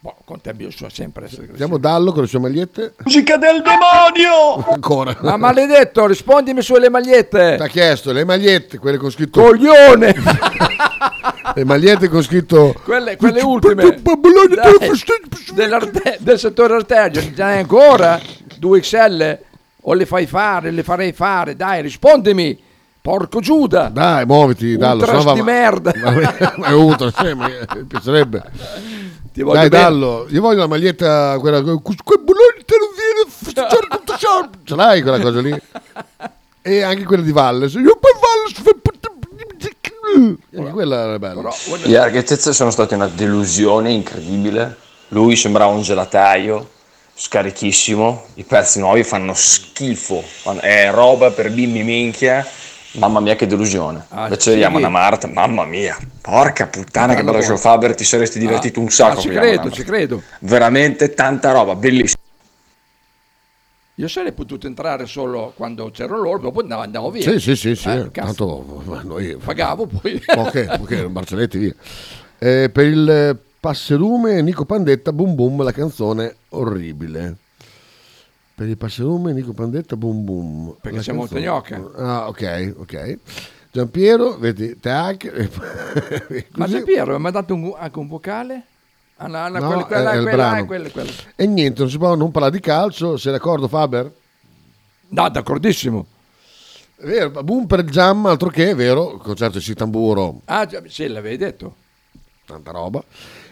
[SPEAKER 14] boh, con te io so sempre essere aggressivo.
[SPEAKER 11] Vediamo Dallo con le sue magliette.
[SPEAKER 14] Musica del demonio!
[SPEAKER 11] Ancora.
[SPEAKER 14] Ma maledetto, rispondimi sulle magliette.
[SPEAKER 11] Ti ha chiesto le magliette, quelle con scritto...
[SPEAKER 14] Coglione!
[SPEAKER 11] le magliette con scritto...
[SPEAKER 14] Quelle, quelle ultime. Dai, dell'arte- del settore arterio, già ne hai ancora? 2XL? O le fai fare, le farei fare? Dai, rispondimi! Porco Giuda!
[SPEAKER 11] Dai, muoviti, Dallo.
[SPEAKER 14] trash
[SPEAKER 11] sennò va-
[SPEAKER 14] di merda.
[SPEAKER 11] Ma- Ma è utile, sì, ma mi piacerebbe.
[SPEAKER 14] Ti voglio
[SPEAKER 11] Dai,
[SPEAKER 14] bene.
[SPEAKER 11] Dallo, io voglio la maglietta, quella... Quel bullone te lo viene, f- cerco tutto sciorbo. Ce l'hai quella cosa lì? E anche quella di Valles. Io per Valles... Anche quella era bella.
[SPEAKER 5] Gli architetti sono stati una delusione incredibile. Lui sembrava un gelataio, scarichissimo. I pezzi nuovi fanno schifo. fanno- È roba per bimbi minchia. Mamma mia, che delusione.
[SPEAKER 14] Ah,
[SPEAKER 5] Invece
[SPEAKER 14] sì.
[SPEAKER 5] vediamo una Marta, mamma mia. Porca puttana, che
[SPEAKER 14] Bella
[SPEAKER 5] bello show
[SPEAKER 14] buona.
[SPEAKER 5] Faber, ti saresti divertito un
[SPEAKER 14] Ah,
[SPEAKER 5] sacco.
[SPEAKER 14] ci
[SPEAKER 5] con Anna
[SPEAKER 14] credo,
[SPEAKER 5] Mart.
[SPEAKER 14] ci credo.
[SPEAKER 5] Veramente tanta roba, bellissima.
[SPEAKER 14] Io sarei potuto entrare solo quando c'ero loro, dopo andavo, andavo via.
[SPEAKER 11] Sì, sì, sì, sì.
[SPEAKER 14] Eh, cazzo,
[SPEAKER 11] Tanto ma noi...
[SPEAKER 14] pagavo poi.
[SPEAKER 11] ok, ok, Barcelletti via. Eh, per il eh, passerume Nico Pandetta, boom boom, la canzone orribile. Per il passerume Nico Pandetta, boom boom.
[SPEAKER 14] Perché
[SPEAKER 11] la
[SPEAKER 14] siamo
[SPEAKER 11] canzone-
[SPEAKER 14] Montagnocca.
[SPEAKER 11] Ah, ok, ok. Giampiero, vedi, tac. e poi-
[SPEAKER 14] Ma
[SPEAKER 11] così.
[SPEAKER 14] c'è Piero, mi ha dato un- anche un vocale? Ah, no, no, quella,
[SPEAKER 11] No, è-
[SPEAKER 14] quella,
[SPEAKER 11] è il
[SPEAKER 14] quella,
[SPEAKER 11] brano.
[SPEAKER 14] quella, quella.
[SPEAKER 11] E niente, non si può non parlare di calcio, sei d'accordo Faber?
[SPEAKER 14] No, d'accordissimo.
[SPEAKER 11] È vero, boom per il Giam, altro che, è vero, il concerto di Tamburo,
[SPEAKER 14] Ah, già, sì, l'avevi detto.
[SPEAKER 11] tanta roba.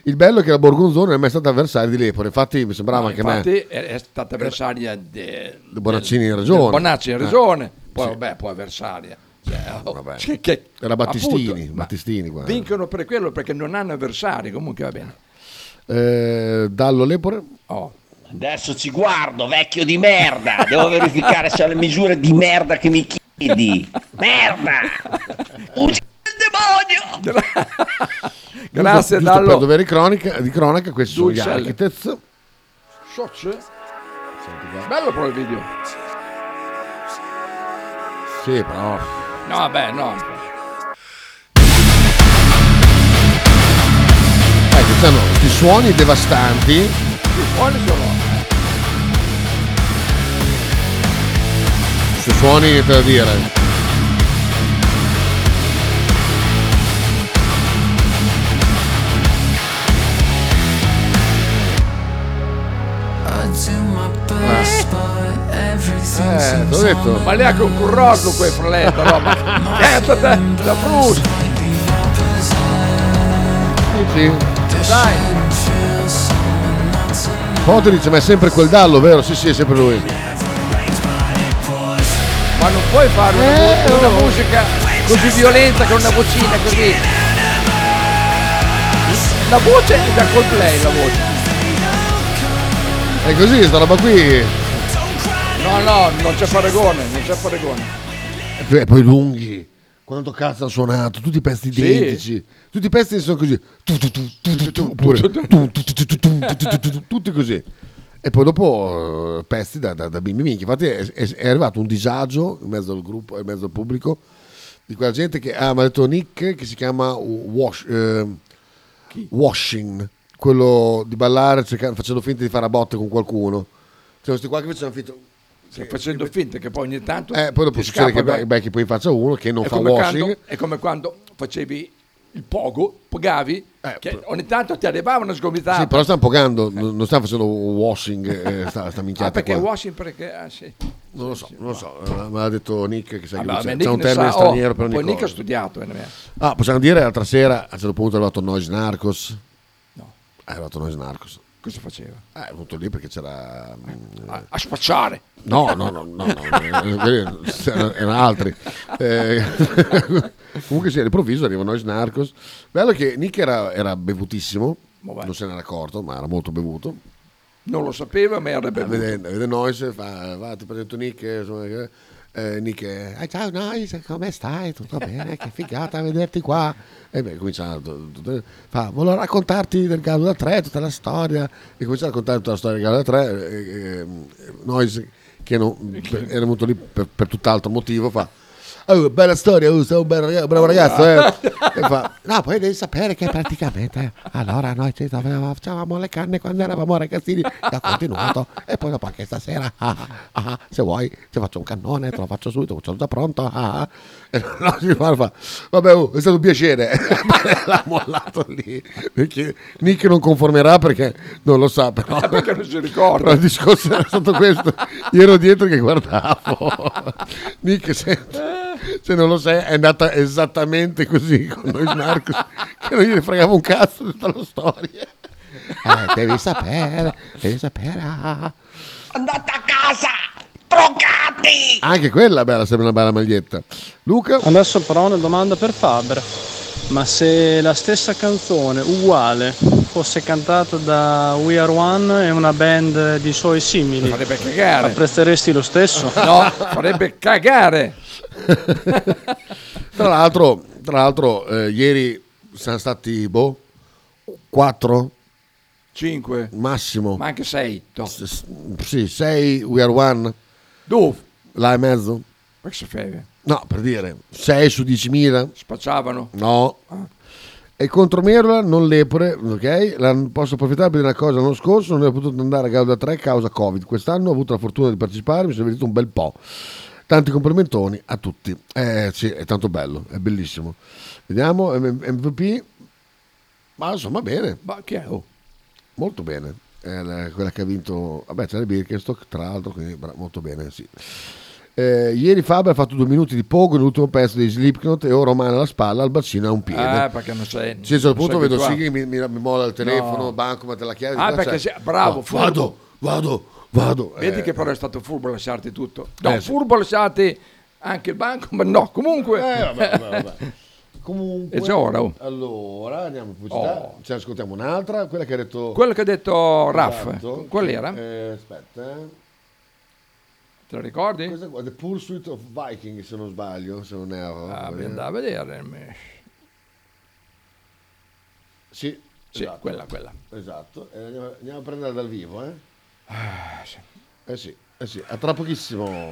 [SPEAKER 11] Il bello è che la Borgonzone non è mai stata avversaria di Lepore, infatti mi sembrava anche a me.
[SPEAKER 14] Infatti è, è stata avversaria de-
[SPEAKER 11] De Bonaccini in
[SPEAKER 14] del-
[SPEAKER 11] ragione.
[SPEAKER 14] del Bonaccini in
[SPEAKER 11] Eh.
[SPEAKER 14] ragione. Poi,
[SPEAKER 11] Sì.
[SPEAKER 14] vabbè, poi avversaria. Cioè, oh,
[SPEAKER 11] Vabbè.
[SPEAKER 14] che- che-
[SPEAKER 11] Era Battistini,
[SPEAKER 14] appunto, ma
[SPEAKER 11] Battistini qua.
[SPEAKER 14] Vincono per quello perché non hanno avversari, comunque va bene.
[SPEAKER 11] Eh, Eh, Dallo Lepore.
[SPEAKER 14] Oh.
[SPEAKER 12] Adesso ci guardo, vecchio di merda. Ah, Devo verificare se ho le misure di merda che mi chiedi. Merda! Uccidi il demonio!
[SPEAKER 11] Giusto-
[SPEAKER 14] Grazie,
[SPEAKER 11] giusto
[SPEAKER 14] Dallo.
[SPEAKER 11] Per dovere cronica, di cronaca, questi
[SPEAKER 14] Dulce.
[SPEAKER 11] sono gli Architects.
[SPEAKER 14] Soce. Bello però il video.
[SPEAKER 11] Sì, però.
[SPEAKER 14] No, vabbè, no.
[SPEAKER 11] Ecco, ci sono questi suoni devastanti.
[SPEAKER 14] Quali sono?
[SPEAKER 11] Questi suoni che te da dire.
[SPEAKER 14] Eh,
[SPEAKER 11] t'ho detto.
[SPEAKER 14] Ma lei ha anche un currotto quel fratello, no? Ma cazzo te, la Bruce!
[SPEAKER 11] Dai! Foto dice, ma è sempre quel Dallo, vero? Sì, sì, è sempre lui.
[SPEAKER 14] Ma non puoi fare
[SPEAKER 11] Eh,
[SPEAKER 14] una, mu- una
[SPEAKER 11] oh.
[SPEAKER 14] musica così violenta con una vocina così. La voce è da Coldplay la voce.
[SPEAKER 11] È così, sta roba qui.
[SPEAKER 14] No, no, non c'è paragone, non c'è paragone.
[SPEAKER 11] E Eh, poi lunghi. Quanto cazzo ha suonato? Tutti i pezzi
[SPEAKER 14] Sì.
[SPEAKER 11] identici. Tutti i pezzi sono così. Tu, tu, tu, tu, tu, tu, oppure tu, tu, tu, tu, tu, tu, tu, tu, tu, tu, Tutti così. E poi dopo eh, pezzi da, da, da bimbi minchi. Infatti è, è- è arrivato un disagio in mezzo al gruppo, in mezzo al pubblico, di quella gente che ah, mi ha detto Nick che si chiama Wash, ehm, Washing, quello di ballare cerca- facendo finta di fare a botte con qualcuno. Cioè, questi qua che facevano finta...
[SPEAKER 14] Stai facendo finta che poi ogni tanto...
[SPEAKER 11] Eh, poi dopo
[SPEAKER 14] ti
[SPEAKER 11] succede
[SPEAKER 14] scappa,
[SPEAKER 11] che
[SPEAKER 14] beh.
[SPEAKER 11] be- becchi poi in faccia uno che non
[SPEAKER 14] è
[SPEAKER 11] fa
[SPEAKER 14] come
[SPEAKER 11] washing.
[SPEAKER 14] Quando, è come quando facevi il pogo, pogavi, che ogni tanto ti arrivava una sgomitata.
[SPEAKER 11] Eh, Sì, però stanno pogando, non non stanno facendo washing, eh, sta, sta minchiata
[SPEAKER 14] Ah, perché
[SPEAKER 11] qua.
[SPEAKER 14] washing perché... ah, sì.
[SPEAKER 11] Non lo so, non lo so, eh, me l'ha detto Nick che sai che
[SPEAKER 14] Vabbè, vabbè,
[SPEAKER 11] c'è, c'è
[SPEAKER 14] Ah, Nick
[SPEAKER 11] un
[SPEAKER 14] ne
[SPEAKER 11] termine
[SPEAKER 14] sa- oh,
[SPEAKER 11] straniero per ogni
[SPEAKER 14] Poi Nick
[SPEAKER 11] cosa.
[SPEAKER 14] ha studiato. eh, non è-
[SPEAKER 11] Ah, possiamo dire l'altra sera a un certo punto è arrivato Noise Narcos. No. È arrivato Noise Narcos.
[SPEAKER 14] Cosa faceva?
[SPEAKER 11] Eh, è venuto lì perché c'era... mm,
[SPEAKER 14] A, a spacciare.
[SPEAKER 11] No, no, no, no, no, eh, erano erano altri. Eh, comunque sì, all'improvviso arriva Nois Narcos. Bello che Nick era, era bevutissimo,
[SPEAKER 14] Vabbè.
[SPEAKER 11] non se n'era accorto, ma era molto bevuto.
[SPEAKER 14] Non lo sapeva, ma era
[SPEAKER 11] Eh,
[SPEAKER 14] bevuto.
[SPEAKER 11] Vede, vede Nois e fa, va, ti presento Nick. eh, insomma, eh, eh, Nick, eh, "Ah, ciao Nois, come stai? Tutto bene? Che figata vederti qua. E beh, comincia, fa, volevo raccontarti del Gallo da 3, tutta la storia. E comincia a raccontare tutta la storia del Gallo da eh, 3. Nois, che non- per- era venuto lì per, per tutt'altro motivo, fa... "Oh, bella storia, oh, sei un bel raga- bravo ragazzo. eh." E fa, no, poi devi sapere che praticamente eh, allora noi ci dovevamo- facevamo le canne quando eravamo ragazzini e ho continuato e poi dopo anche stasera ah, ah, ah, se vuoi ti faccio un cannone te lo faccio subito ce l'ho già pronto ah, ah." e no, si fa, fa, vabbè oh, è stato un piacere l'ha mollato lì perché Nick non conformerà perché non lo sa però
[SPEAKER 14] Eh, Ah, perché non si ricorda.
[SPEAKER 11] Però il discorso era stato questo io ero dietro che guardavo Nick se, se non lo sai è andata esattamente così con noi Marcos che non gli fregava un cazzo di tutta la storia eh, devi sapere devi sapere ah.
[SPEAKER 12] Andate a casa! Troncati!
[SPEAKER 11] anche quella bella sembra una bella maglietta Luca
[SPEAKER 16] Adesso però ho una domanda per Faber. Ma se la stessa canzone, uguale, fosse cantata da We Are One e una band di suoi simili,
[SPEAKER 14] farebbe cagare.
[SPEAKER 16] apprezzeresti lo stesso?
[SPEAKER 14] No, farebbe cagare.
[SPEAKER 11] tra l'altro, tra l'altro eh, ieri sono stati boh 4
[SPEAKER 14] 5
[SPEAKER 11] massimo
[SPEAKER 14] Ma anche sei. to.
[SPEAKER 11] sì 6 we are one
[SPEAKER 14] Dove?
[SPEAKER 11] là e mezzo
[SPEAKER 14] Perché eh, sapevi?
[SPEAKER 11] no per dire 6 su 10.000
[SPEAKER 14] Spacciavano.
[SPEAKER 11] No. E contro Merla non lepore, ok? La- posso approfittare per dire una cosa, l'anno scorso non ho potuto andare a Gauda 3 causa Covid, quest'anno ho avuto la fortuna di partecipare, mi sono divertito un bel po'. Tanti complimentoni a tutti. Eh sì, è tanto bello, è bellissimo. Vediamo, M- MVP, ma insomma bene.
[SPEAKER 14] Ma che è? Oh.
[SPEAKER 11] Molto bene. È la- quella che ha vinto, vabbè c'è la Birkenstock tra l'altro, quindi bra- molto bene, sì. Eh, ieri Fabio ha fatto due minuti di pogo nell'ultimo pezzo di Slipknot e ora ho mano alla spalla, al bacino a un piede.
[SPEAKER 14] Ah, perché non sei.
[SPEAKER 11] Sì, a un certo
[SPEAKER 14] non
[SPEAKER 11] punto
[SPEAKER 14] sei
[SPEAKER 11] vedo
[SPEAKER 14] abituato.
[SPEAKER 11] sì che mi, mi, mi molla il telefono,
[SPEAKER 14] No.
[SPEAKER 11] banco, te la chiave.
[SPEAKER 14] Ah,
[SPEAKER 11] dico,
[SPEAKER 14] perché
[SPEAKER 11] cioè,
[SPEAKER 14] sei- bravo,
[SPEAKER 11] no,
[SPEAKER 14] furbo.
[SPEAKER 11] vado, vado, vado.
[SPEAKER 14] Vedi
[SPEAKER 11] Eh,
[SPEAKER 14] che però è stato furbo lasciarti tutto. No,
[SPEAKER 11] Eh, sì.
[SPEAKER 14] furbo lasciarti anche il banco, ma no, comunque.
[SPEAKER 11] Eh, vabbè, vabbè, vabbè. Comunque,
[SPEAKER 14] È già ora, oh.
[SPEAKER 11] allora andiamo in pubblicità.
[SPEAKER 14] Oh.
[SPEAKER 11] Ce ne ascoltiamo un'altra, quella che ha detto.
[SPEAKER 14] Quello che ha detto Raff, qual era?
[SPEAKER 11] Eh, aspetta, eh.
[SPEAKER 14] Te lo ricordi?
[SPEAKER 11] Questa qua, The Pursuit of Viking, se non sbaglio, se non erro.
[SPEAKER 14] Ah,
[SPEAKER 11] Quella-
[SPEAKER 14] mi andava a vedere. mi-
[SPEAKER 11] Sì,
[SPEAKER 14] Sì, quella, quella.
[SPEAKER 11] Esatto, Eh, andiamo, andiamo a prendere dal vivo, eh?
[SPEAKER 14] Ah,
[SPEAKER 11] Eh sì, eh sì, a tra pochissimo.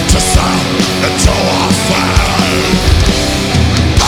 [SPEAKER 22] Until I fail
[SPEAKER 15] Oh!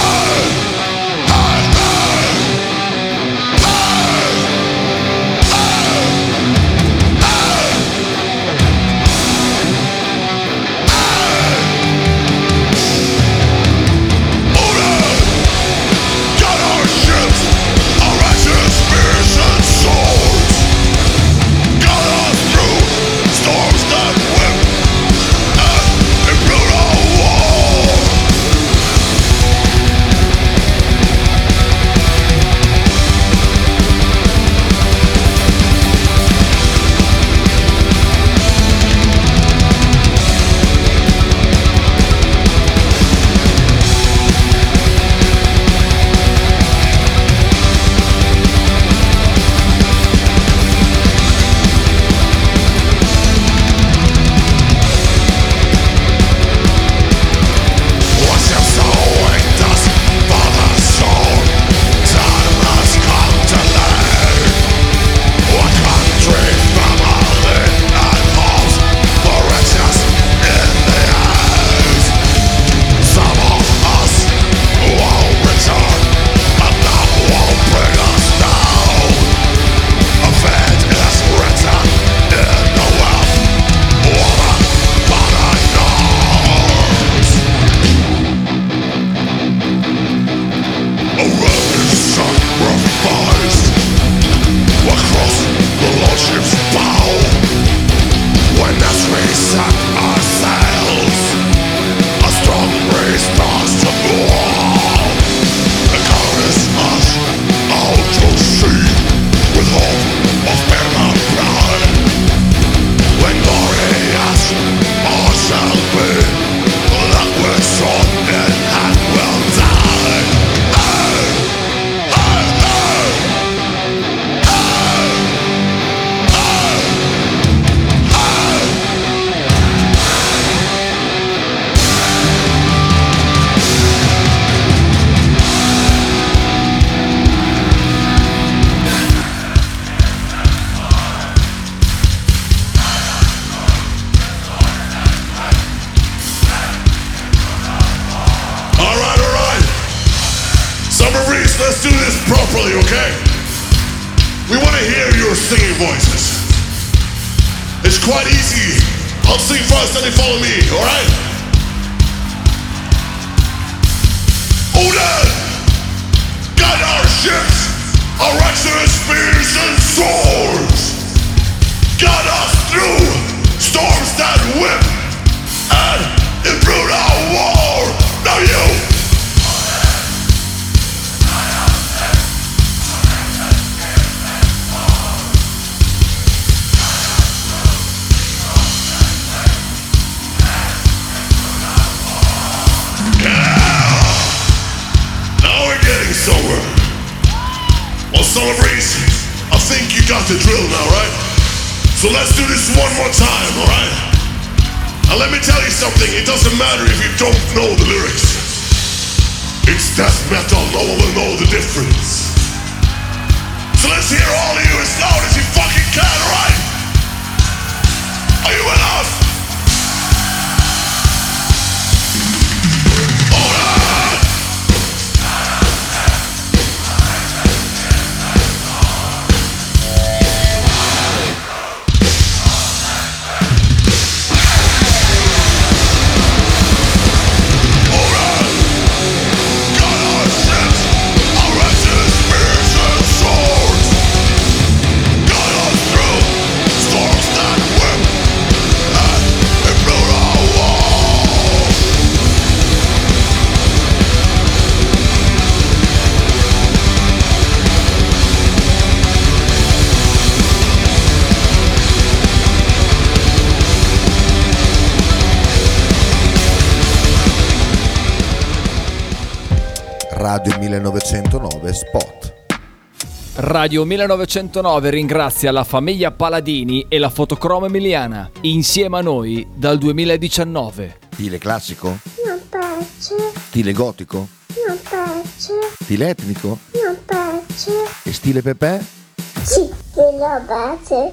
[SPEAKER 22] All right, all right. Submarines, let's do this properly, okay? We want to hear your singing voices. It's quite easy. I'll sing first, then you follow me, all right? Odin, guide our ships, our exodus spears and swords. Guide us through storms that whip and improve our war. Now you.
[SPEAKER 15] over. On celebration, I think you got the drill now, right? So let's do this one more time, alright? And let me tell you something, it doesn't matter if you don't know the lyrics. It's death metal, no one will know the difference. So let's hear all of you as loud as you fucking can, alright? Are you with us?
[SPEAKER 23] Radio 1909 Spot.
[SPEAKER 5] Radio 1909 ringrazia la famiglia Paladini e la fotocromo emiliana, insieme a noi dal 2019.
[SPEAKER 23] Stile classico?
[SPEAKER 4] non piace,
[SPEAKER 23] Stile gotico?
[SPEAKER 4] non piace,
[SPEAKER 23] Stile etnico?
[SPEAKER 4] non piace,
[SPEAKER 23] E stile Pepe?
[SPEAKER 4] ci voglio bace,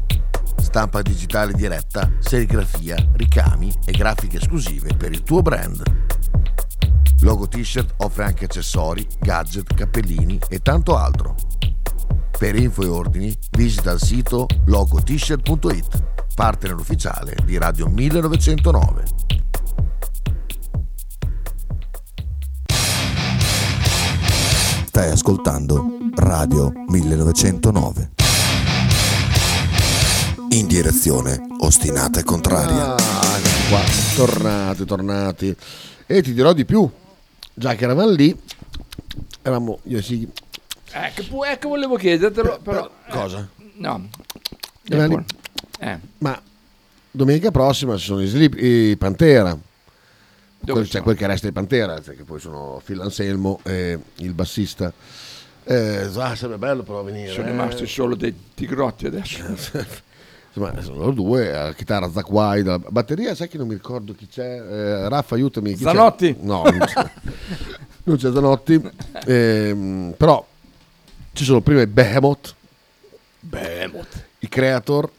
[SPEAKER 23] Stampa digitale diretta, serigrafia, ricami e grafiche esclusive per il tuo brand. Logo T-shirt offre anche accessori, gadget, cappellini e tanto altro. Per info e ordini visita il sito logotshirt.it, partner ufficiale di Radio 1909.
[SPEAKER 9] Stai ascoltando Radio 1909. In direzione ostinata e contraria.
[SPEAKER 11] Ah, ecco qua. Tornati, tornati. E ti dirò di più. Già che eravamo lì, eravamo io e Sighi.
[SPEAKER 14] Ecco, pu- ecco, volevo
[SPEAKER 11] Eh,
[SPEAKER 14] chiedertelo, però...
[SPEAKER 11] Cosa?
[SPEAKER 14] No.
[SPEAKER 11] Eravamo lì.
[SPEAKER 14] Eh.
[SPEAKER 11] Ma domenica prossima ci sono i, Slip- i Pantera. Quel, cioè, quel che resta di Pantera, cioè, che poi sono Phil Anselmo e il bassista. Eh, ah, sarebbe bello però venire.
[SPEAKER 14] Sono
[SPEAKER 11] eh.
[SPEAKER 14] rimasti solo dei tigrotti adesso.
[SPEAKER 11] Insomma, sono loro due, la chitarra Zac Wild, la batteria, sai che non mi ricordo chi c'è? Eh, Raffa, aiutami. Chi c'è?
[SPEAKER 14] Zanotti?
[SPEAKER 11] No, non c'è, non c'è Zanotti. Ehm, però ci sono prima i Behemoth,
[SPEAKER 14] Behemoth.
[SPEAKER 11] i Creator,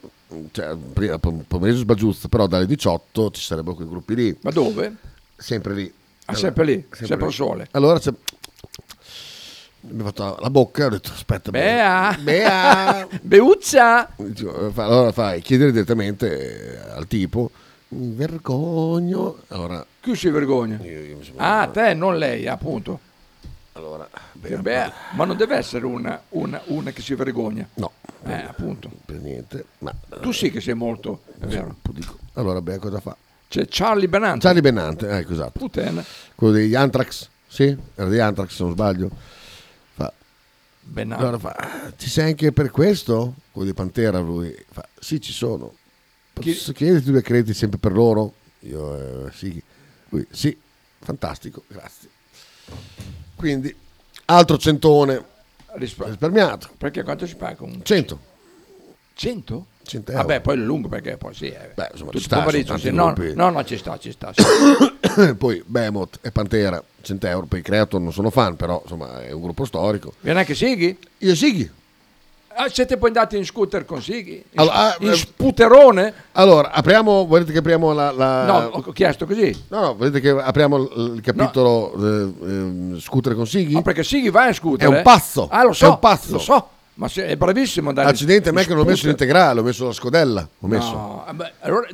[SPEAKER 11] cioè, prima, pom- pomeriggio sbagiuzza, però dalle 18 ci sarebbero quei gruppi lì.
[SPEAKER 14] Ma dove?
[SPEAKER 11] Sempre lì.
[SPEAKER 14] Ah, sempre lì, sempre al sole.
[SPEAKER 11] Allora c'è... Mi ha fatto la bocca, ho detto aspetta,
[SPEAKER 14] Bea!
[SPEAKER 11] Bea!
[SPEAKER 14] Beuccia!
[SPEAKER 11] Dico, fa- Allora fai, chiedere direttamente eh, al tipo, mi vergogno. Allora,
[SPEAKER 14] Chi si vergogna? ah, te, non lei, appunto.
[SPEAKER 11] Allora,
[SPEAKER 14] Che bea- ma non deve essere una, una- una che si vergogna.
[SPEAKER 11] No.
[SPEAKER 14] Eh, appunto.
[SPEAKER 11] Per niente. Ma,
[SPEAKER 14] Tu sì che sei molto, è vero.
[SPEAKER 11] allora Bea cosa fa?
[SPEAKER 14] C'è Charlie Benante.
[SPEAKER 11] Charlie Benante, ecco esatto.
[SPEAKER 14] Puttana.
[SPEAKER 11] Quello degli Anthrax, sì? Era degli Anthrax se non sbaglio. Fa,
[SPEAKER 14] Benante.
[SPEAKER 11] allora fa, ci sei anche per questo? Quello di Pantera lui fa, sì ci sono. Posso chiederti due crediti sempre per loro? Io eh, sì. Lui, sì, fantastico, grazie. Quindi, altro centone
[SPEAKER 14] Rispa-
[SPEAKER 11] risparmiato.
[SPEAKER 14] Perché quanto si paga? Un
[SPEAKER 11] 100.
[SPEAKER 14] 100?
[SPEAKER 11] 100 euro.
[SPEAKER 14] Vabbè, Ah, poi è lungo perché poi sì. eh.
[SPEAKER 11] Beh, insomma,
[SPEAKER 14] Tutto
[SPEAKER 11] ci sta,
[SPEAKER 14] pomeriggio,
[SPEAKER 11] sono
[SPEAKER 14] sì.
[SPEAKER 11] tanti
[SPEAKER 14] no,
[SPEAKER 11] gruppi.
[SPEAKER 14] no, no, ci sta, ci sta. sì.
[SPEAKER 11] poi Behemoth e Pantera 100 euro per i creator non sono fan però insomma è un gruppo storico
[SPEAKER 14] Viene anche Sighi?
[SPEAKER 11] Io Sighi.
[SPEAKER 14] Ah, siete poi andati in scooter con Sighi? In-
[SPEAKER 11] Allora, ah,
[SPEAKER 14] in
[SPEAKER 11] eh,
[SPEAKER 14] sputerone?
[SPEAKER 11] allora apriamo volete che apriamo la, la-
[SPEAKER 14] No, ho ho chiesto così.
[SPEAKER 11] No, no, volete che apriamo il il capitolo eh, ehm, scooter con Sighi
[SPEAKER 14] Ma perché Sighi va in scooter?
[SPEAKER 11] È un
[SPEAKER 14] eh?
[SPEAKER 11] pazzo,
[SPEAKER 14] Ah, lo
[SPEAKER 11] è
[SPEAKER 14] so.
[SPEAKER 11] un pazzo.
[SPEAKER 14] Lo so. Ma se- è bravissimo andare in-
[SPEAKER 11] accidenti a me
[SPEAKER 14] in
[SPEAKER 11] che non ho messo
[SPEAKER 14] scooter.
[SPEAKER 11] l'integrale ho messo la scodella ho messo
[SPEAKER 14] No, eh, beh, allora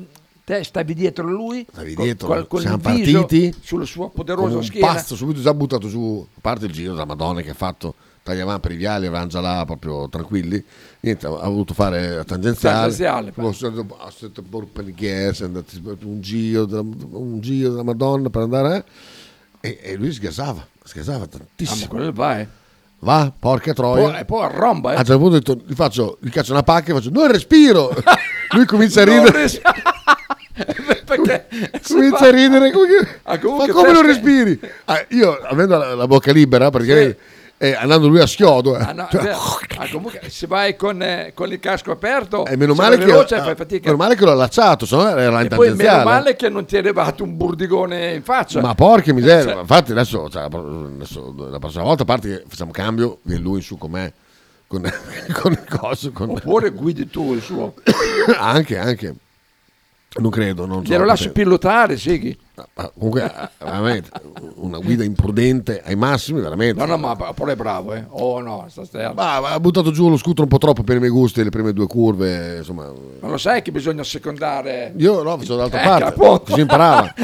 [SPEAKER 14] te stavi dietro lui? Stavi
[SPEAKER 11] dietro,
[SPEAKER 14] Con, con
[SPEAKER 11] siamo
[SPEAKER 14] il viso
[SPEAKER 11] partiti
[SPEAKER 14] sulla sua
[SPEAKER 11] Come
[SPEAKER 14] poderosa
[SPEAKER 11] un
[SPEAKER 14] schiena.
[SPEAKER 11] pazzo subito già buttato su a parte il giro della madonna che ha fatto tagliavamo per i viali, eravamo già là proprio tranquilli. Niente, ha ha voluto fare la tangenziale.
[SPEAKER 14] Tangenziale,
[SPEAKER 11] Boh, sono andato- ah, sento Borpanichier, siamo andati proprio un giro, della, un giro della Madonna per andare. eh, E, e lui sgasava, sgasava tantissimo.
[SPEAKER 14] Ah, ma quello va, eh.
[SPEAKER 11] Va, porca troia.
[SPEAKER 14] Poi- e poi arromba, eh.
[SPEAKER 11] A un certo punto ho detto, gli, faccio, gli caccio una pacca e faccio, non respiro. lui comincia a
[SPEAKER 14] Non
[SPEAKER 11] ridere.
[SPEAKER 14] res- Perché si
[SPEAKER 11] comincia
[SPEAKER 14] fa-
[SPEAKER 11] a ridere come che-
[SPEAKER 14] Ah, comunque
[SPEAKER 11] ma come
[SPEAKER 14] te-
[SPEAKER 11] non respiri Ah, io avendo la, la bocca libera perché eh, andando lui a schiodo eh,
[SPEAKER 14] Ah, no,
[SPEAKER 11] cioè,
[SPEAKER 14] cioè, ah, comunque se vai con, eh, con il casco aperto
[SPEAKER 11] eh, meno,
[SPEAKER 14] se
[SPEAKER 11] male
[SPEAKER 14] vai
[SPEAKER 11] che,
[SPEAKER 14] veloce,
[SPEAKER 11] ah,
[SPEAKER 14] fai fatica.
[SPEAKER 11] meno male che l'ho allacciato se no era in
[SPEAKER 14] E poi meno
[SPEAKER 11] tangenziale eh.
[SPEAKER 14] male che non ti è arrivato un burdigone in faccia
[SPEAKER 11] ma porca miseria
[SPEAKER 14] Cioè,
[SPEAKER 11] infatti adesso, cioè, adesso la prossima volta parti che facciamo cambio viene lui su con me con, con il coso con-
[SPEAKER 14] oppure guidi tu il suo
[SPEAKER 11] anche anche non credo non so eh.
[SPEAKER 14] glielo lasci
[SPEAKER 11] perché-
[SPEAKER 14] pilotare Sighi
[SPEAKER 11] Ah, comunque ah, veramente una guida imprudente ai massimi veramente
[SPEAKER 14] no no ma pure è bravo eh. oh no sta sterzo.
[SPEAKER 11] Ma ha buttato giù lo scooter un po' troppo per i miei gusti, le prime due curve, insomma.
[SPEAKER 14] ma lo sai che bisogna secondare
[SPEAKER 11] Io no, facevo dall'altra
[SPEAKER 14] Eh,
[SPEAKER 11] parte,
[SPEAKER 14] appunto.
[SPEAKER 11] così imparava.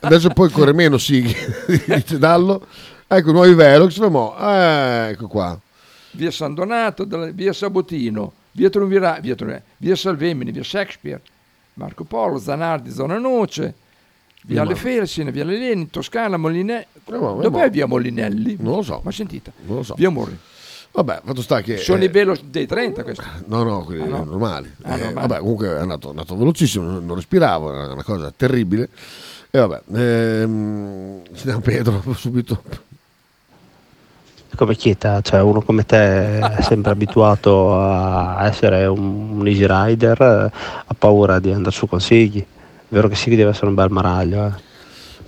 [SPEAKER 11] Adesso poi corre meno, sì, dice Dallo. Ecco, nuovi Velox, fermò. Eh, ecco qua.
[SPEAKER 14] via San Donato dalla- via Sabotino via Truvira, via, Tru- via Salvemini via Shakespeare Marco Polo Zanardi Zona Noce via
[SPEAKER 11] Ma-
[SPEAKER 14] Le Felsine via Leleni Toscana Molinelli
[SPEAKER 11] Eh, ma-
[SPEAKER 14] dov'è via Molinelli?
[SPEAKER 11] Non lo so.
[SPEAKER 14] ma sentite
[SPEAKER 11] Non lo so.
[SPEAKER 14] via Morri
[SPEAKER 11] Vabbè, fatto sta che...
[SPEAKER 14] sono
[SPEAKER 11] eh,
[SPEAKER 14] i veloci dei 30 questi
[SPEAKER 11] No, no, quelli
[SPEAKER 14] Ah, no.
[SPEAKER 11] normali.
[SPEAKER 14] Ah,
[SPEAKER 11] Eh,
[SPEAKER 14] normali.
[SPEAKER 11] vabbè, comunque è andato, è andato velocissimo, non non respiravo, era una cosa terribile. E vabbè, ehm, ci diamo Pedro subito.
[SPEAKER 24] Come Chieta, cioè uno come te è sempre abituato a essere un, un easy rider, eh, ha paura di andare su consigli. È vero che Sighi deve essere un bel maraglio. eh.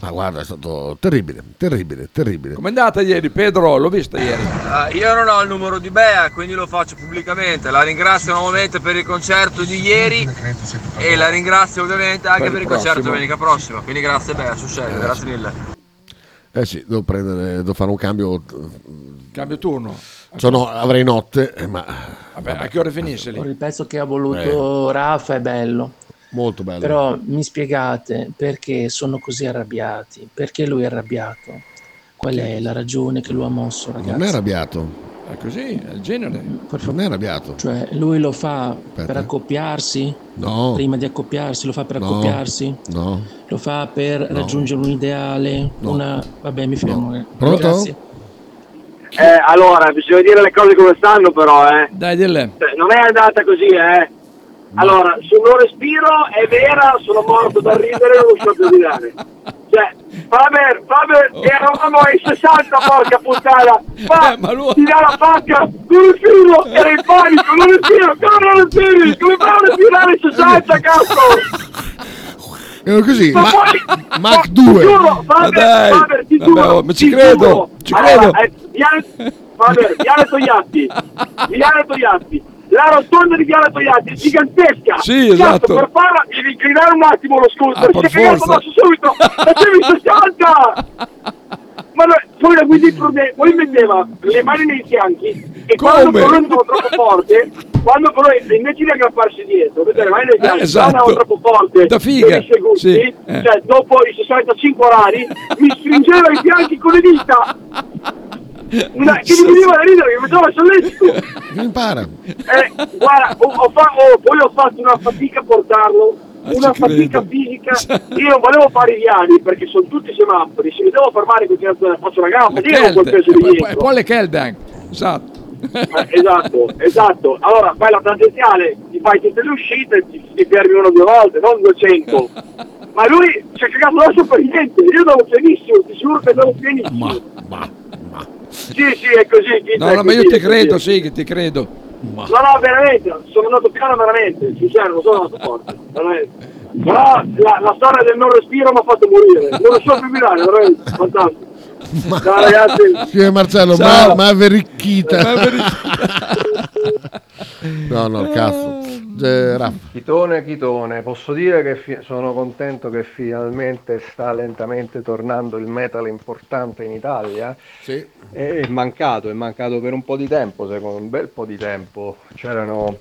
[SPEAKER 11] Ma guarda, è stato terribile, terribile, terribile.
[SPEAKER 14] com'è andata ieri Pedro? l'ho vista ieri
[SPEAKER 25] Ah, io non ho il numero di Bea, quindi lo faccio pubblicamente. La ringrazio nuovamente per il concerto di ieri e la ringrazio ovviamente anche
[SPEAKER 11] Per il
[SPEAKER 25] per il concerto
[SPEAKER 11] prossimo.
[SPEAKER 25] domenica prossima. Quindi grazie Bea, succede, grazie mille.
[SPEAKER 11] Eh sì, devo, prendere, devo fare un cambio.
[SPEAKER 14] cambio turno
[SPEAKER 11] Cioè, no, avrei notte, eh, ma
[SPEAKER 14] vabbè, a che ora finisce lì?
[SPEAKER 18] Il pezzo che ha
[SPEAKER 11] Eh.
[SPEAKER 18] voluto Rafa è bello.
[SPEAKER 11] molto bello.
[SPEAKER 18] Però mi spiegate perché sono così arrabbiati? Perché lui è arrabbiato? Qual è la ragione che lo ha mosso, ragazzi?
[SPEAKER 11] non è arrabbiato.
[SPEAKER 14] È così, è il genere.
[SPEAKER 11] Non è arrabbiato. eh.
[SPEAKER 18] Cioè, lui lo fa per accoppiarsi?
[SPEAKER 11] No.
[SPEAKER 18] Prima di accoppiarsi, lo fa per
[SPEAKER 11] No.
[SPEAKER 18] accoppiarsi?
[SPEAKER 11] No.
[SPEAKER 18] Lo fa per
[SPEAKER 11] No.
[SPEAKER 18] raggiungere un ideale? Una... Vabbè, mi fermo. eh.
[SPEAKER 11] Pronto?
[SPEAKER 18] Grazie.
[SPEAKER 4] Eh, allora, bisogna dire le cose come stanno, però, eh.
[SPEAKER 14] Dai, dille.
[SPEAKER 4] Cioè, Non è andata così, eh. Allora, sul non respiro è vera, sono morto da ridere e non so più ridere. Cioè, Faber, Faber, eravamo ai 60, porca puttana! Ma, ti dà la faccia, non respiro, era in panico, non respiro, come non respiri? Come fai a respirare ai 60, cazzo?
[SPEAKER 11] Era così,
[SPEAKER 4] Ma
[SPEAKER 11] ma,
[SPEAKER 4] poi-
[SPEAKER 11] Mach
[SPEAKER 4] Ti
[SPEAKER 11] 2.
[SPEAKER 4] giuro, Faber, Faber, ti giuro, ti giuro. Allora, eh, Viale, Faber, Viale Togliatti, Viale Togliatti, la rotonda di Viale Togliatti è gigantesca.
[SPEAKER 26] Sì,
[SPEAKER 4] Cazzo,
[SPEAKER 26] esatto.
[SPEAKER 4] per farla devi inclinare un attimo lo
[SPEAKER 26] Ah, per
[SPEAKER 4] scooter, perché si è cagato
[SPEAKER 26] forza.
[SPEAKER 4] addosso subito, facevi 60! Ma no, poi la guida imprudente, poi metteva le mani nei fianchi e quando
[SPEAKER 26] Come?
[SPEAKER 4] correva troppo forte, quando però invece di aggrapparsi dietro, metteva le mani nei fianchi,
[SPEAKER 26] esatto.
[SPEAKER 4] andava troppo forte,
[SPEAKER 26] Da figa,
[SPEAKER 4] dodici secondi,
[SPEAKER 26] sì, eh.
[SPEAKER 4] cioè dopo i 65 orari, mi stringeva i fianchi con le dita. Una, che mi veniva da ridere, mi faceva solletico.
[SPEAKER 11] Impara.
[SPEAKER 4] Eh, guarda, ho, ho fa- ho- poi ho fatto una fatica a portarlo,
[SPEAKER 26] Ah,
[SPEAKER 4] una fatica fisica. Io non volevo fare i viali perché sono tutti semafori, se mi devo fermare con cazzo faccio una gamba,
[SPEAKER 14] Le
[SPEAKER 4] lì ero col
[SPEAKER 14] Keld,
[SPEAKER 26] Eh,
[SPEAKER 4] peso
[SPEAKER 14] e
[SPEAKER 4] di
[SPEAKER 14] poi, poi-
[SPEAKER 4] dietro.
[SPEAKER 14] poi le Keldank, eh, esatto.
[SPEAKER 4] Eh, esatto, esatto. Allora fai la tangenziale, ti fai tutte le uscite, ti, ti fermi una o due volte, non 200. Ma lui ci ha cagato adesso per niente, io andavo pienissimo, ti giuro che andavo pienissimo. Ma,
[SPEAKER 11] ma,
[SPEAKER 4] ma. Sì, sì, ecco. è così. Tito,
[SPEAKER 14] No,
[SPEAKER 4] è
[SPEAKER 14] no, ma io
[SPEAKER 4] così,
[SPEAKER 14] ti
[SPEAKER 4] è così.
[SPEAKER 14] credo, sì, che ti credo.
[SPEAKER 4] No, no, veramente, sono andato piano veramente, sincero, non sono andato forte, veramente. Però la, la storia del non respiro mi ha fatto morire, non lo so più mirare, veramente, fantastico. Ciao ragazzi.
[SPEAKER 11] Scrive Marcello,
[SPEAKER 4] Ciao.
[SPEAKER 11] ma, ma vericchita.
[SPEAKER 4] Maverichita.
[SPEAKER 11] no, no, cazzo. Eh, Raff,
[SPEAKER 27] Chitone, Chitone, posso dire che fi- sono contento che finalmente sta lentamente tornando il metal importante in Italia.
[SPEAKER 11] Sì.
[SPEAKER 27] È mancato, è mancato per un po' di tempo, secondo un bel po' di tempo. C'erano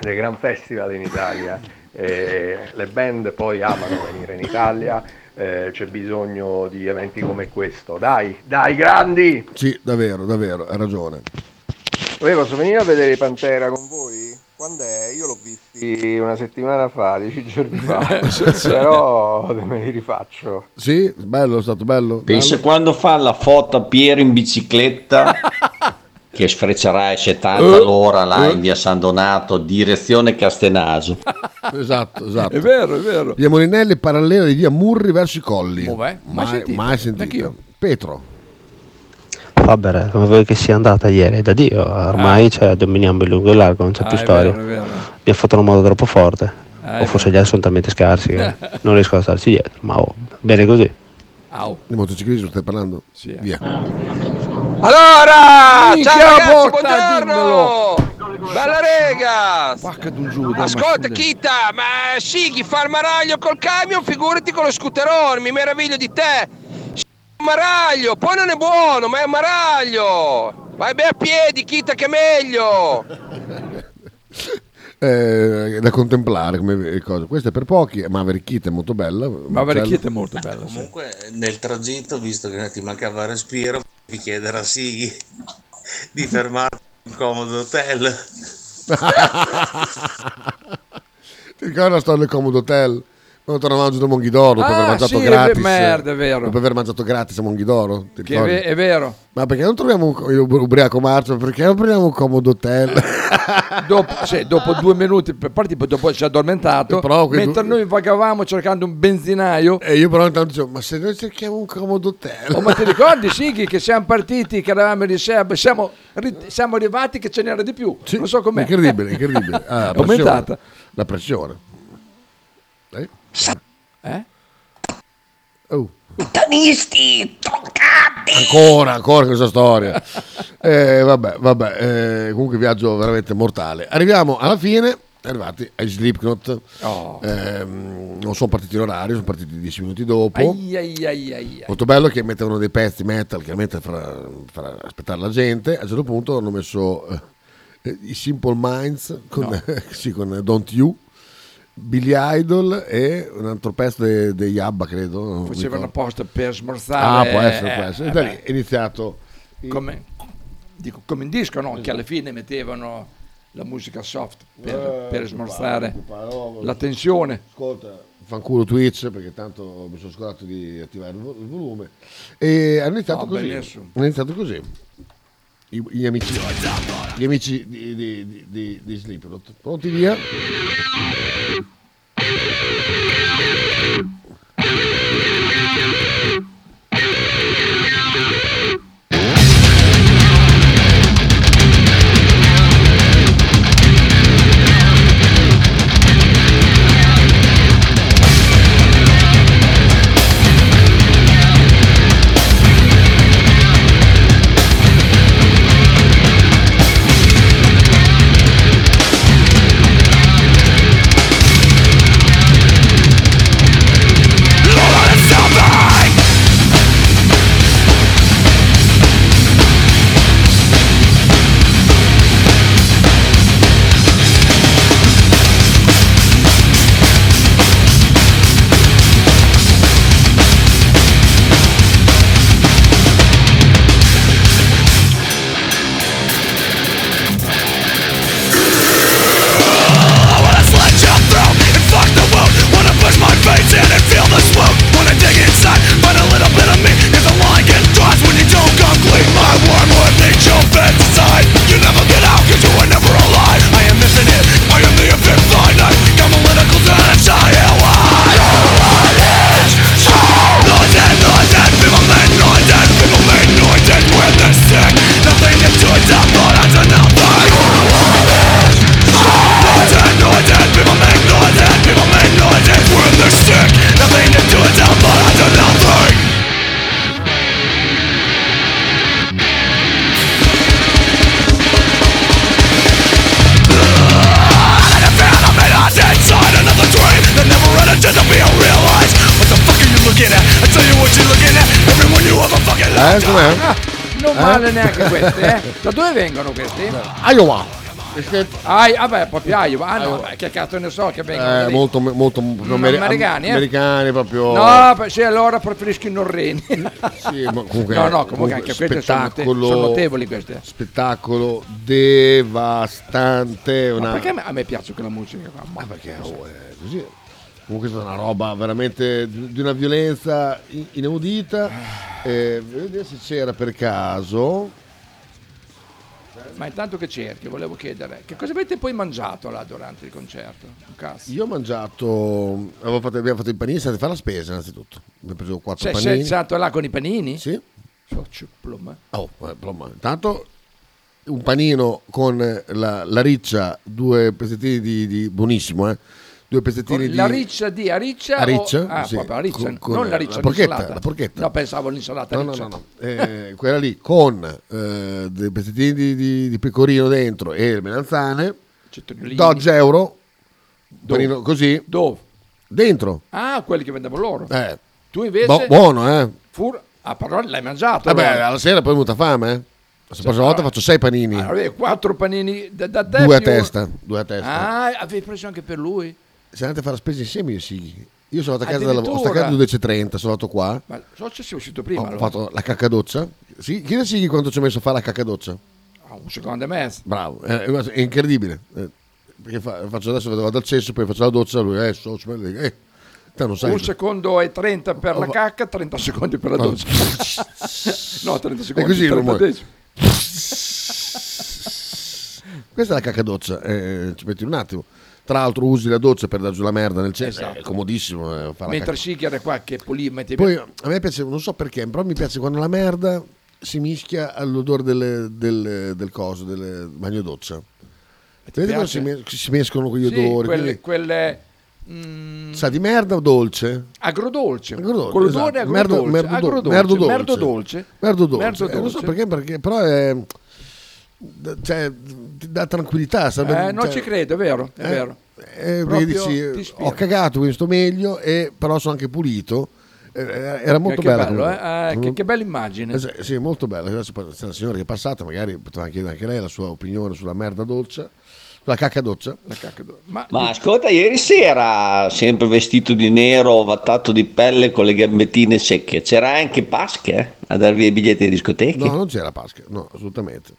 [SPEAKER 27] dei gran festival in Italia e le band poi amano venire in Italia
[SPEAKER 14] eh, c'è bisogno di eventi come questo. Dai, dai, grandi!
[SPEAKER 11] Sì, davvero, davvero, hai ragione.
[SPEAKER 14] Voi posso venire a vedere i Pantera con voi? Quando è? Io l'ho visti una settimana fa, dieci giorni fa, però me li rifaccio.
[SPEAKER 11] Sì, bello, è stato bello.
[SPEAKER 12] Pensa quando fa la foto a Piero in bicicletta che sfrecerà ai 70 all'ora là in via San Donato, direzione Castenaso.
[SPEAKER 11] Esatto, esatto.
[SPEAKER 22] È vero, è vero.
[SPEAKER 11] Via Molinelli parallela di via Murri verso i colli.
[SPEAKER 22] Dov'è? Mai
[SPEAKER 11] Mai, mai
[SPEAKER 22] sentito.
[SPEAKER 11] sentito.
[SPEAKER 22] Neanch'io.
[SPEAKER 11] Petro.
[SPEAKER 24] Vabbè, come vuoi che sia andata ieri, da Dio, ormai
[SPEAKER 11] Eh.
[SPEAKER 24] cioè, dominiamo il lungo e il largo, non c'è
[SPEAKER 22] Ah,
[SPEAKER 24] più
[SPEAKER 22] è
[SPEAKER 24] storia.
[SPEAKER 22] vero, è vero.
[SPEAKER 24] Abbiamo fatto una moda troppo forte,
[SPEAKER 22] Ah, è
[SPEAKER 11] Eh,
[SPEAKER 24] o forse gli altri sono talmente scarsi che non riescono a starci dietro, ma oh, bene così.
[SPEAKER 11] Di motociclismo stai parlando? Sì. eh. Via.
[SPEAKER 1] Allora,
[SPEAKER 22] Minchia
[SPEAKER 1] Ah, ciao ragazzi,
[SPEAKER 22] porca,
[SPEAKER 1] buongiorno! Bella regas!
[SPEAKER 14] é
[SPEAKER 1] Ascolta
[SPEAKER 22] ma-
[SPEAKER 1] Kita, ma Sighi fa il maraglio col camion, figurati con lo scooterone, mi meraviglio di te! Sì, un Maraglio, poi non è buono, ma è un maraglio! Vai bene a piedi, Kita, che è meglio!
[SPEAKER 11] Eh, da contemplare come cosa. Questa è per pochi, ma Verichita è molto bella.
[SPEAKER 22] Verichita è molto bella,
[SPEAKER 3] Comunque nel tragitto, visto che ti mancava il respiro, vi chiedere a Sighi di fermarti in un comodo hotel.
[SPEAKER 11] Ti ricordi la storia del Comodo Hotel? Quando tornavamo giù da Monghidoro dopo
[SPEAKER 22] Ah,
[SPEAKER 11] aver mangiato
[SPEAKER 22] sì, è ver-
[SPEAKER 11] gratis.
[SPEAKER 22] merda, è vero.
[SPEAKER 11] Dopo aver mangiato gratis a Monghidoro. Ti
[SPEAKER 22] Che è,
[SPEAKER 11] ricordi?
[SPEAKER 22] ve- è vero.
[SPEAKER 11] Ma perché non troviamo un co- io ubriaco marcio? Perché non prendiamo un comodo hotel?
[SPEAKER 22] dopo, sì, dopo due minuti, per parte dopo si è addormentato,
[SPEAKER 11] quei
[SPEAKER 22] mentre
[SPEAKER 11] due-
[SPEAKER 22] noi vagavamo cercando un benzinaio.
[SPEAKER 11] E io però intanto dicevo, ma se noi cerchiamo un comodo hotel...
[SPEAKER 22] Oh, ma ti ricordi, Sighi, che siamo partiti, che eravamo in riserva, siamo, ri- siamo arrivati che ce n'era di più. non so com'è.
[SPEAKER 11] Incredibile, incredibile.
[SPEAKER 22] È
[SPEAKER 11] Ah, la pressione.
[SPEAKER 22] aumentata.
[SPEAKER 11] La pressione. Eh?
[SPEAKER 22] Eh?
[SPEAKER 11] Oh.
[SPEAKER 12] Tanisti,
[SPEAKER 11] Ancora, ancora questa storia. Eh, vabbè, vabbè, eh, comunque viaggio veramente mortale. Arriviamo alla fine, arrivati ai Slipknot.
[SPEAKER 22] Oh.
[SPEAKER 11] Ehm, non sono partiti in orario, sono partiti dieci minuti dopo.
[SPEAKER 22] Ai, ai, ai, ai, ai.
[SPEAKER 11] Molto bello che mettevano dei pezzi metal, chiaramente fra, fra aspettare la gente. A un certo punto hanno messo eh, i Simple Minds con, sì, con Don't You, Billy Idol e un altro pezzo de- degli Abba, credo. non mi
[SPEAKER 22] Facevano
[SPEAKER 11] ricordo.
[SPEAKER 22] apposta per smorzare.
[SPEAKER 11] Ah, può essere, può
[SPEAKER 22] eh,
[SPEAKER 11] essere.
[SPEAKER 22] eh,
[SPEAKER 11] Da
[SPEAKER 22] beh.
[SPEAKER 11] lì è iniziato. il- Esatto.
[SPEAKER 22] Come, dico, come in disco, no? Che alla fine mettevano la musica soft per,
[SPEAKER 11] Eh,
[SPEAKER 22] per
[SPEAKER 11] che
[SPEAKER 22] smorzare
[SPEAKER 11] palle, che palle.
[SPEAKER 22] la tensione.
[SPEAKER 11] Ascolta, fanculo Twitch perché tanto mi sono scordato di attivare il vo- il volume. E hanno iniziato
[SPEAKER 22] Ah,
[SPEAKER 11] così.
[SPEAKER 22] benissimo.
[SPEAKER 11] Hanno iniziato così. I- gli amici, gli amici di, di, di, di, di Slipknot. Pronti via? Eh, Eh, com'è?
[SPEAKER 22] Ah, non male
[SPEAKER 11] Eh?
[SPEAKER 22] neanche queste, eh. Da dove vengono questi?
[SPEAKER 11] Eh,
[SPEAKER 14] Ah, eh.
[SPEAKER 11] Eh, Iowa.
[SPEAKER 14] Ah, vabbè, papiaio, ah no, vabbè, che cazzo ne so che vengono
[SPEAKER 11] Eh,
[SPEAKER 14] lì.
[SPEAKER 11] molto, molto ameri-
[SPEAKER 14] Ecco, Mm, americani, eh?
[SPEAKER 11] americani proprio.
[SPEAKER 14] No, beh, sì, allora preferisco i norreni.
[SPEAKER 11] comunque-
[SPEAKER 14] no, no, comunque anche queste sono, note-
[SPEAKER 11] spettacolo-
[SPEAKER 14] sono notevoli queste.
[SPEAKER 11] Spettacolo devastante.
[SPEAKER 14] Ma
[SPEAKER 11] Una... Ah, oh,
[SPEAKER 14] perché a me- a me piace quella musica qua? Ma perché
[SPEAKER 11] eh. così. Comunque è stata una roba veramente di di una violenza in- inaudita.
[SPEAKER 14] Ah.
[SPEAKER 11] Eh, voglio vedere se c'era per caso.
[SPEAKER 14] Ma intanto che cerchi, volevo chiedere, che cosa avete poi mangiato là durante il concerto? Un cazzo.
[SPEAKER 11] Io ho mangiato, avevo fatto- abbiamo fatto i panini, siamo andati a fare la spesa innanzitutto. Abbiamo preso quattro
[SPEAKER 14] Cioè, sei
[SPEAKER 11] panini.
[SPEAKER 14] stato là con i panini?
[SPEAKER 11] Sì.
[SPEAKER 14] Socio plomba.
[SPEAKER 11] Oh, eh, plomba. Intanto un panino con eh, la, la riccia, due pezzettini di, di- buonissimo, eh. Due pezzettini
[SPEAKER 14] Con
[SPEAKER 11] di
[SPEAKER 14] la riccia di ariccia o-
[SPEAKER 11] Ariccia,
[SPEAKER 14] ah,
[SPEAKER 11] sì.
[SPEAKER 14] proprio ariccia,
[SPEAKER 11] Con- con
[SPEAKER 14] non
[SPEAKER 11] la-
[SPEAKER 14] la riccia
[SPEAKER 11] la porchetta,
[SPEAKER 14] l'insalata.
[SPEAKER 11] la porchetta.
[SPEAKER 14] No, pensavo all'insalata
[SPEAKER 11] No, no,
[SPEAKER 14] riccia.
[SPEAKER 11] no, no. Eh, quella lì con eh, dei pezzettini di, di- di pecorino dentro e le melanzane,
[SPEAKER 14] Cetriolini.
[SPEAKER 11] 12 euro,
[SPEAKER 14] Dove?
[SPEAKER 11] panino così,
[SPEAKER 14] Dove?
[SPEAKER 11] dentro.
[SPEAKER 14] Ah, quelli che vendevano loro.
[SPEAKER 11] Eh.
[SPEAKER 14] Tu invece
[SPEAKER 11] Bu- buono, eh.
[SPEAKER 14] Fur a parole l'hai mangiato.
[SPEAKER 11] Vabbè,
[SPEAKER 14] allora.
[SPEAKER 11] alla sera poi è venuta fame, eh. La prossima
[SPEAKER 14] però-
[SPEAKER 11] volta faccio sei panini,
[SPEAKER 14] Allora, avevi quattro panini da, da te
[SPEAKER 11] due a
[SPEAKER 14] più-
[SPEAKER 11] testa, due a testa.
[SPEAKER 14] Ah, avevi preso anche per lui.
[SPEAKER 11] Siamo andati a fare la spesa insieme io sì. Io sono andato a casa dalla sono
[SPEAKER 14] Addirittura.
[SPEAKER 11] staccato alle 12.30, sono andato qua,
[SPEAKER 14] Ma so se sei uscito prima.
[SPEAKER 11] ho
[SPEAKER 14] allora.
[SPEAKER 11] fatto la cacadoccia. Sì, chiedi a Sighi quanto ci ho messo a fare la cacadoccia.
[SPEAKER 14] Ah, un secondo e mezzo.
[SPEAKER 11] Bravo, è, è incredibile. Eh, Perché fa- faccio adesso vado al cesso, poi faccio la doccia, lui eh, so, ci metti- eh, te non sai. Oh,
[SPEAKER 14] Un secondo e 30 per la cacca, 30 secondi per la
[SPEAKER 11] Ma-
[SPEAKER 14] doccia. no, 30 secondi.
[SPEAKER 11] Oh. È così il
[SPEAKER 14] 30
[SPEAKER 11] rumore.
[SPEAKER 14] decimi.
[SPEAKER 11] Questa è la cacadoccia, eh, ci metti un attimo. Tra l'altro usi la doccia per dar giù la merda nel cesso,
[SPEAKER 14] Esatto.
[SPEAKER 11] è comodissimo eh, fare la
[SPEAKER 14] Mentre
[SPEAKER 11] cacca-
[SPEAKER 14] Sighi era qua che pulì, mettevi...
[SPEAKER 11] Poi a me piace, non so perché, però mi piace quando la merda si mischia all'odore del, del, del coso, del bagno doccia. Vedete quando si,
[SPEAKER 14] piace?
[SPEAKER 11] mes- si mescolano quegli
[SPEAKER 14] Sì,
[SPEAKER 11] odori?
[SPEAKER 14] quelle,
[SPEAKER 11] quindi
[SPEAKER 14] quelle mm,
[SPEAKER 11] Sa di merda o dolce?
[SPEAKER 14] agrodolce.
[SPEAKER 11] Agrodolce,
[SPEAKER 14] Con
[SPEAKER 11] esatto.
[SPEAKER 14] l'odore agrodolce.
[SPEAKER 11] Merdo- merdo-
[SPEAKER 14] agrodolce.
[SPEAKER 11] merdo dolce.
[SPEAKER 14] merdo dolce.
[SPEAKER 11] Merdo dolce.
[SPEAKER 14] Merdo
[SPEAKER 11] Eh, non so
[SPEAKER 14] dolce.
[SPEAKER 11] perché, perché però è... d- Cioè, ti dà tranquillità. sarebbe-
[SPEAKER 14] Eh, non
[SPEAKER 11] cioè-
[SPEAKER 14] ci credo, è vero, è
[SPEAKER 11] eh,
[SPEAKER 14] vero.
[SPEAKER 11] eh,
[SPEAKER 14] Proprio
[SPEAKER 11] perché dici,
[SPEAKER 14] ti
[SPEAKER 11] eh,
[SPEAKER 14] ispira.
[SPEAKER 11] ho cagato, quindi sto meglio, e, però sono anche pulito. Eh, eh, Era molto
[SPEAKER 14] che, che
[SPEAKER 11] bella.
[SPEAKER 14] bello,
[SPEAKER 11] comunque.
[SPEAKER 14] eh? Eh, che, che bella immagine.
[SPEAKER 11] Eh, sì, sì, molto bella. Adesso poi C'è una signora che è passata, magari poteva chiedere anche lei la sua opinione sulla merda dolce, sulla cacca doccia.
[SPEAKER 14] Ma,
[SPEAKER 12] Ma ascolta, ieri sera, sempre vestito di nero, vattato di pelle con le gambettine secche, c'era anche Pasche a darvi i biglietti di discoteca?
[SPEAKER 11] No, non c'era Pasca, no, assolutamente.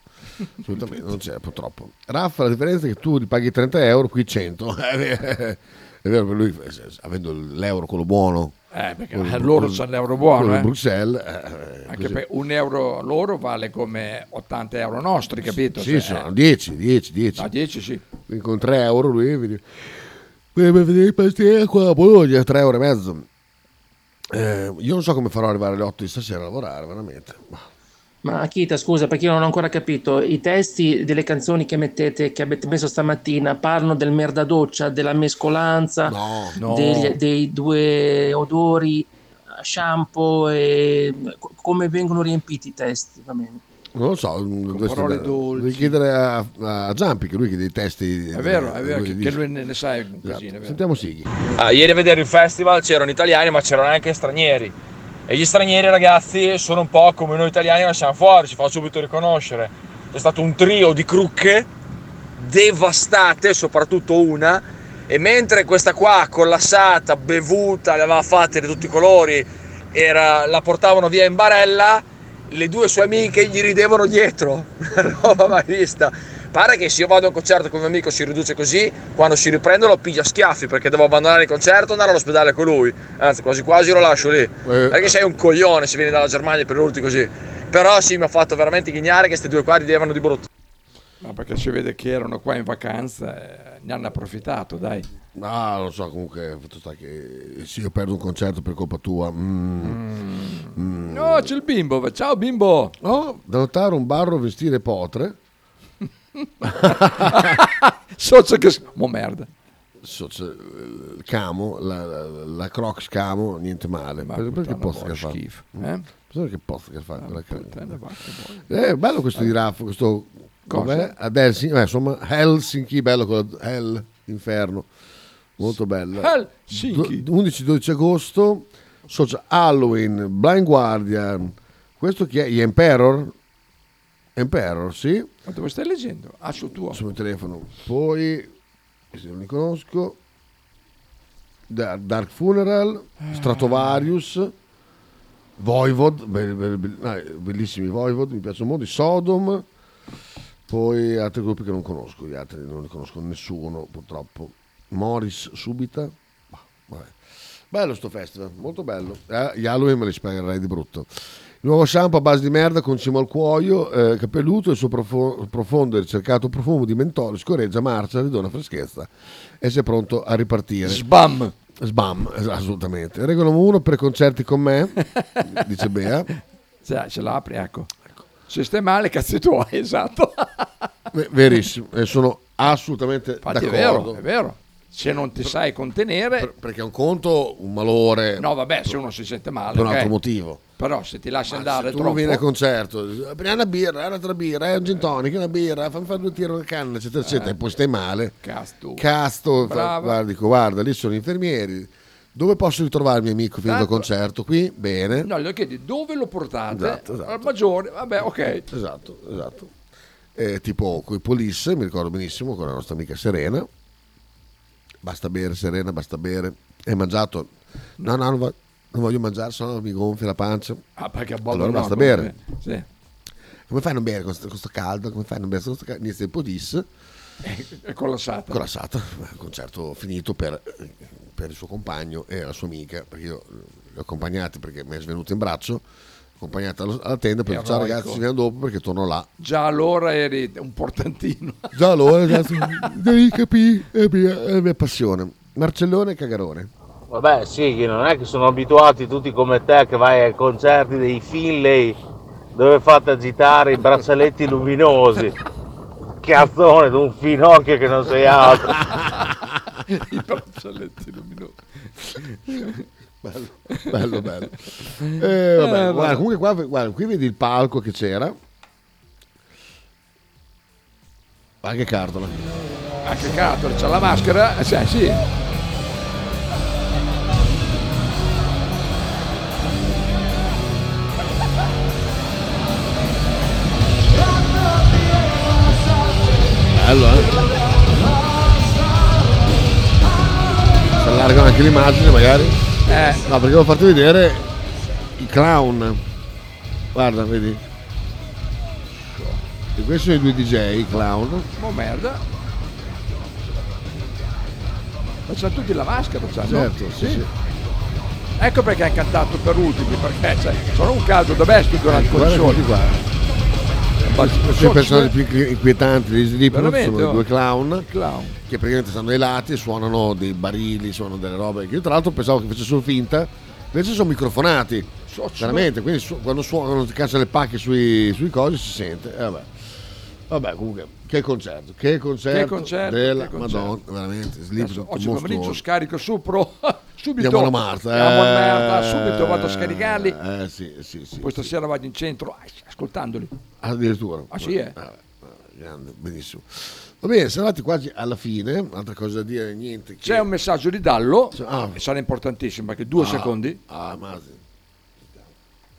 [SPEAKER 11] Assolutamente, non c'era purtroppo. Raffa, la differenza è che tu li paghi 30 euro, qui 100. È vero, per lui, eh, avendo l'euro quello buono.
[SPEAKER 14] Eh, perché
[SPEAKER 11] quello-
[SPEAKER 14] loro
[SPEAKER 11] quello-
[SPEAKER 14] c'hanno l'euro buono,
[SPEAKER 11] quello di
[SPEAKER 14] eh.
[SPEAKER 11] Bruxelles. eh,
[SPEAKER 14] Anche
[SPEAKER 11] così.
[SPEAKER 14] per un euro loro vale come 80 euro nostri, capito? Cioè,
[SPEAKER 11] Sì, sono 10, 10, 10.
[SPEAKER 14] a 10 sì.
[SPEAKER 11] Quindi con 3 euro lui mi dice, "Vogliamo vedere il pastiere qua a Bologna, 3 euro e mezzo. Eh, io non so come farò arrivare alle 8 di stasera a lavorare, veramente. Ma-
[SPEAKER 18] Ma Akita, scusa, perché io non ho ancora capito, i testi delle canzoni che mettete, che avete messo stamattina, parlano del merdadoccia, della mescolanza,
[SPEAKER 11] no.
[SPEAKER 18] degli- dei due odori, eh, shampoo e co- come vengono riempiti i testi, va bene.
[SPEAKER 11] Non lo so, dovresti
[SPEAKER 18] parole
[SPEAKER 11] andare-
[SPEAKER 18] dolci.
[SPEAKER 11] devi chiedere a, a Giampi, che lui che dei testi.
[SPEAKER 14] È vero, è vero,
[SPEAKER 11] lui
[SPEAKER 14] che, che
[SPEAKER 11] dice. Esatto.
[SPEAKER 14] lui ne, ne sa un casino, è vero.
[SPEAKER 11] Sentiamo Sighi.
[SPEAKER 15] Ah, ieri a vedere il festival c'erano italiani ma c'erano anche stranieri e gli stranieri ragazzi sono un po' come noi italiani ma siamo fuori, ci fa subito riconoscere. C'è stato un trio di crucche devastate, soprattutto una, e mentre questa qua collassata, bevuta, le aveva fatte di tutti i colori, era- la portavano via in barella, le due sue amiche gli ridevano dietro, una roba mai vista. Pare che se io vado a un concerto con un mio amico si riduce così, quando si riprende lo piglia a schiaffi perché devo abbandonare il concerto e andare all'ospedale con lui. Anzi, quasi quasi lo lascio
[SPEAKER 14] Eh.
[SPEAKER 15] lì. Non è che sei un coglione se vieni dalla Germania per l'ultimo così. Però sì, mi ha fatto veramente ghignare che queste due qua ridevano di brutto.
[SPEAKER 14] Ma Ah, perché si vede che erano qua in vacanza, eh, ne hanno approfittato, dai.
[SPEAKER 11] No, non so, comunque, il fatto sta che se Eh, io perdo un concerto per colpa tua. mm, mm.
[SPEAKER 14] No, c'è il bimbo, va- ciao bimbo.
[SPEAKER 11] No, da notare un barro vestire potre.
[SPEAKER 14] Socio che... Mo merda.
[SPEAKER 11] Socio, eh, il camo, la, la, la Crocs camo, niente male. Ma perché posto che fa?
[SPEAKER 14] eh?
[SPEAKER 11] Mm. Pensate che posto che fa
[SPEAKER 14] Ah,
[SPEAKER 11] quella cam- Eh, bello questo di Raff, questo
[SPEAKER 14] Cosa?
[SPEAKER 11] com'è? ad Helsinki, eh, insomma, Helsinki, bello con la Hell, inferno, molto bello.
[SPEAKER 14] Helsinki.
[SPEAKER 11] Do- 11-12 agosto, socia Halloween, Blind Guardian, questo chi è? Gli Emperor? Emperor, sì.
[SPEAKER 14] Ma dove stai leggendo? Ah, sul tuo.
[SPEAKER 11] Sul mio telefono. Poi, se non li conosco, Da- Dark Funeral,
[SPEAKER 14] Ah.
[SPEAKER 11] Stratovarius, Voivod, be- be- be- ah, bellissimi Voivod, mi piacciono molto, i Sodom, poi altri gruppi che non conosco, gli altri non li conosco nessuno purtroppo. Morris Subita, bah, vabbè. bello sto festival, molto bello. Eh, gli Halloween me li spiegherai di brutto. Il nuovo shampoo a base di merda con cimo al cuoio, eh, capelluto, il suo profo- profondo e ricercato profumo di mentolo scorreggia, marcia, ridona freschezza e sei pronto a ripartire.
[SPEAKER 14] Sbam!
[SPEAKER 11] Sbam, es- assolutamente. Regola 1 per concerti con me, dice Bea.
[SPEAKER 14] Cioè, ce l'apri, ecco. Se stai male, cazzi tuoi, esatto.
[SPEAKER 11] Ve- Verissimo, e sono assolutamente
[SPEAKER 14] Infatti è
[SPEAKER 11] d'accordo.
[SPEAKER 14] vero, è vero. Se non ti sai contenere...
[SPEAKER 11] perché è un conto, un malore,
[SPEAKER 14] No, vabbè, se uno si sente male...
[SPEAKER 11] per un
[SPEAKER 14] ok.
[SPEAKER 11] altro motivo.
[SPEAKER 14] Però se ti lasci
[SPEAKER 11] Se
[SPEAKER 14] andare
[SPEAKER 11] tu
[SPEAKER 14] eh, troppo...
[SPEAKER 11] vieni al concerto, dici, "Prendi una birra, un'altra birra, eh, un gin tonic, una birra, fammi fare due tiri una canna, eccetera, eccetera, e poi stai male.
[SPEAKER 14] Eh, Casto.
[SPEAKER 11] Casto, fa-
[SPEAKER 14] Brava.
[SPEAKER 11] guarda, dico, guarda, lì sono gli infermieri. Dove posso ritrovarmi, amico, finito il
[SPEAKER 14] Tanto-
[SPEAKER 11] concerto? Qui? Bene.
[SPEAKER 14] No, gli chiedi dove lo portate?
[SPEAKER 11] Esatto, esatto.
[SPEAKER 14] Al maggiore, vabbè, ok.
[SPEAKER 11] Esatto, esatto. Eh, tipo coi Polisse, mi ricordo benissimo, con la nostra amica Serena. Basta bere, Serena, basta bere. Hai mangiato? No, no, non, va- non voglio mangiare, sennò mi gonfia la pancia.
[SPEAKER 14] Ah, perché a Bologna
[SPEAKER 11] allora
[SPEAKER 14] no,
[SPEAKER 11] basta
[SPEAKER 14] come-
[SPEAKER 11] bere.
[SPEAKER 14] Sì.
[SPEAKER 11] Come fai a non bere con questo caldo? Come fai a non bere con questo caldo? Inizia il Polisse.
[SPEAKER 14] È collassata.
[SPEAKER 11] Collassata, concerto finito per, per il suo compagno e la sua amica, perché io li ho accompagnati perché mi è svenuto in braccio, accompagnata alla alla tenda, per dire, ciao
[SPEAKER 14] Eroico.
[SPEAKER 11] ragazzi, ci vediamo dopo perché torno là.
[SPEAKER 14] Già allora eri un portantino.
[SPEAKER 11] Già allora, ragazzi, devi capire, è mia- è eh, la mia passione. Marcellone e Cagarone.
[SPEAKER 9] Vabbè, sì, che non è che sono abituati tutti come te che vai ai concerti dei Finlay dove fate agitare i braccialetti luminosi. Cazzone, tu un finocchio che non sei altro.
[SPEAKER 14] I braccialetti luminosi.
[SPEAKER 11] Bello, bello, bello. Eh, vabbè,
[SPEAKER 14] Eh,
[SPEAKER 11] guarda,
[SPEAKER 14] vabbè.
[SPEAKER 11] comunque qua, guarda, qui vedi il palco che c'era. Anche Cartola.
[SPEAKER 14] Anche Cator c'ha la maschera. eh, Cioè, sì.
[SPEAKER 11] Bello, eh? Si allargano anche l'immagine magari.
[SPEAKER 14] Eh.
[SPEAKER 11] No, perché devo farti vedere i clown. Guarda, vedi. E questi sono i due DJ, i clown.
[SPEAKER 14] Oh merda. Ma c'ha tutti la maschera, c'ha, no?
[SPEAKER 11] Certo, sì, sì.
[SPEAKER 14] Ecco perché ha cantato per ultimi, perché cioè, sono un caldo da bestia durante il
[SPEAKER 11] Guarda
[SPEAKER 14] console.
[SPEAKER 11] tutti qua. Questi sono i personaggi più inqui- inquietanti degli Slipknot
[SPEAKER 14] Veramente,
[SPEAKER 11] sono
[SPEAKER 14] oh.
[SPEAKER 11] i due clown,
[SPEAKER 14] Clown.
[SPEAKER 11] che praticamente stanno ai lati, suonano dei barili, suonano delle robe che io tra l'altro pensavo che facessero finta, invece sono microfonati.
[SPEAKER 14] Socio.
[SPEAKER 11] Veramente, quindi su- quando suonano ti cacciano le pacche sui, sui cosi si sente. E vabbè. Vabbè, comunque, che concerto, che concerto,
[SPEAKER 14] Che concerto,
[SPEAKER 11] della
[SPEAKER 14] che concerto.
[SPEAKER 11] Madonna, veramente,
[SPEAKER 14] Adesso,
[SPEAKER 11] Slipknot
[SPEAKER 14] oggi pomeriggio
[SPEAKER 11] mostruosi.
[SPEAKER 14] scarico Supro subito.
[SPEAKER 11] Andiamo alla Marta,
[SPEAKER 14] Andiamo alla
[SPEAKER 11] eh.
[SPEAKER 14] Marta, subito vado a scaricarli.
[SPEAKER 11] Eh, sì, sì, sì.
[SPEAKER 14] Poi stasera vado in centro ah, ascoltandoli.
[SPEAKER 11] Addirittura.
[SPEAKER 14] Ah, sì, eh?
[SPEAKER 11] Vabbè, grande, benissimo. Va bene, siamo arrivati quasi alla fine, altra cosa da dire, niente. Che...
[SPEAKER 14] C'è un messaggio di Dallo,
[SPEAKER 11] ah.
[SPEAKER 14] che sarà importantissimo perché due
[SPEAKER 11] Ah,
[SPEAKER 14] secondi.
[SPEAKER 11] Ah, ma...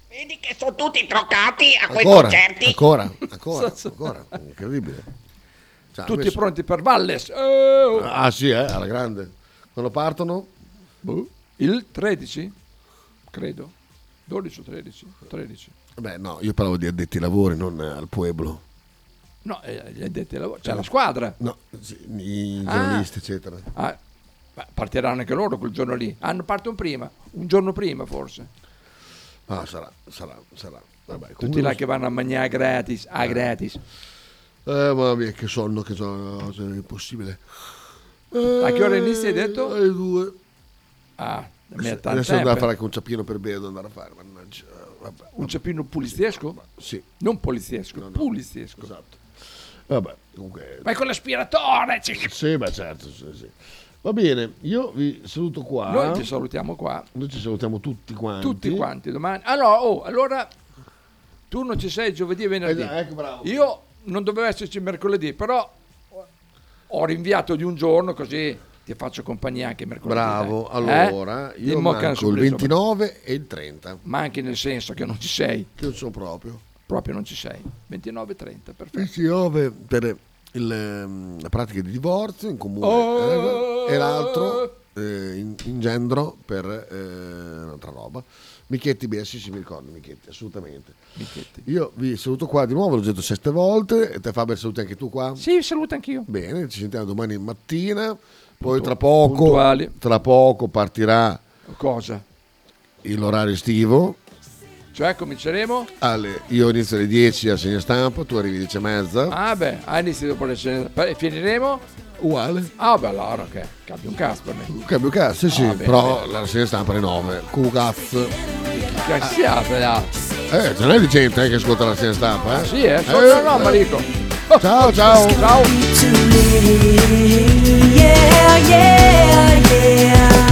[SPEAKER 12] Vedi che sono tutti troccati a quei
[SPEAKER 11] Ancora,
[SPEAKER 12] concerti.
[SPEAKER 11] ancora, ancora, ancora, incredibile. Cioè,
[SPEAKER 14] Tutti
[SPEAKER 11] adesso-
[SPEAKER 14] pronti per Valles. Eh, oh.
[SPEAKER 11] Ah sì, eh, alla grande. Quando partono?
[SPEAKER 14] Boh. Il 13? Credo. 12 o 13? 13.
[SPEAKER 11] Beh, no, io parlavo di addetti ai lavori, non eh, al pueblo.
[SPEAKER 14] No, eh, gli addetti ai lavori. C'è la squadra.
[SPEAKER 11] No, sì, i
[SPEAKER 14] Ah.
[SPEAKER 11] giornalisti, eccetera.
[SPEAKER 14] Ah, ma partiranno anche loro quel giorno lì. Hanno partono prima, un giorno prima forse.
[SPEAKER 11] Ah, sarà, sarà, sarà. Vabbè,
[SPEAKER 14] Tutti
[SPEAKER 11] comunque-
[SPEAKER 14] là che vanno a mangiare gratis, a gratis.
[SPEAKER 11] Eh, mamma mia, che sonno, che sonno, se è impossibile.
[SPEAKER 14] A che ora inizi hai detto?
[SPEAKER 11] Alle due.
[SPEAKER 14] Ah, mi è
[SPEAKER 11] Adesso
[SPEAKER 14] tanto
[SPEAKER 11] adesso andare a
[SPEAKER 14] tempo.
[SPEAKER 11] fare anche un ciappino per bere, devo andare a fare, mannaggia. Vabbè.
[SPEAKER 14] Un cepino puliziesco?
[SPEAKER 11] Sì.
[SPEAKER 14] Non poliziesco, puliziesco.
[SPEAKER 11] Esatto. Vabbè, comunque...
[SPEAKER 14] Vai con l'aspiratore! ci-
[SPEAKER 11] Sì, ma certo, sì, sì. Va bene, io vi saluto qua.
[SPEAKER 14] Noi ti salutiamo qua.
[SPEAKER 11] Ah, Noi ci salutiamo tutti quanti.
[SPEAKER 14] Tutti quanti domani. Allora, oh, allora tu non ci sei giovedì e venerdì.
[SPEAKER 11] Esatto, ecco, bravo.
[SPEAKER 14] Io non dovevo esserci mercoledì, però ho rinviato di un giorno così ti faccio compagnia anche mercoledì.
[SPEAKER 11] Bravo,
[SPEAKER 14] dai. Eh?
[SPEAKER 11] allora, io
[SPEAKER 14] Dimmo che è un
[SPEAKER 11] manco il
[SPEAKER 14] supplizio.
[SPEAKER 11] 29 e il 30.
[SPEAKER 14] Ma anche nel senso che non ci sei.
[SPEAKER 11] Che non sono proprio.
[SPEAKER 14] proprio non ci sei. 29.30, perfetto.
[SPEAKER 11] PCOV per il, ehm, la pratica di divorzio in comune
[SPEAKER 14] Oh.
[SPEAKER 11] eh, e l'altro eh, in, ingendro per eh, un'altra roba. Michetti BS, sì, sì, mi ricordo Michetti, assolutamente. Io vi saluto qua di nuovo, l'ho detto sette volte, e te Faber saluti anche tu qua?
[SPEAKER 14] Sì, saluto anch'io.
[SPEAKER 11] Bene, ci sentiamo domani mattina, poi
[SPEAKER 14] Puntu-
[SPEAKER 11] tra poco,
[SPEAKER 14] puntuali.
[SPEAKER 11] tra poco partirà
[SPEAKER 14] Cosa?
[SPEAKER 11] l'orario estivo,
[SPEAKER 14] Cioè cominceremo?
[SPEAKER 11] alle- io inizio alle 10 a segna stampa, tu arrivi alle 10 e mezza.
[SPEAKER 14] Ah beh, a inizio dopo le scene. Poi Finiremo?
[SPEAKER 11] Uguale.
[SPEAKER 14] Ah beh, allora ok. Cambia un cazzo per me.
[SPEAKER 11] Cambio cazzo, sì, sì,
[SPEAKER 14] Ah, bene,
[SPEAKER 11] però la rassegna stampa alle 9. Cugazzo.
[SPEAKER 14] Che siate là.
[SPEAKER 11] Eh, ce n'è di gente eh, che ascolta la rassegna stampa, eh?
[SPEAKER 14] Sì, eh.
[SPEAKER 11] Eh,
[SPEAKER 14] No, no,
[SPEAKER 11] eh.
[SPEAKER 14] ma dico.
[SPEAKER 11] Ciao, ciao.
[SPEAKER 14] Ciao.
[SPEAKER 10] yeah, yeah, yeah.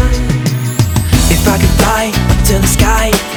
[SPEAKER 10] If I could fly up to the sky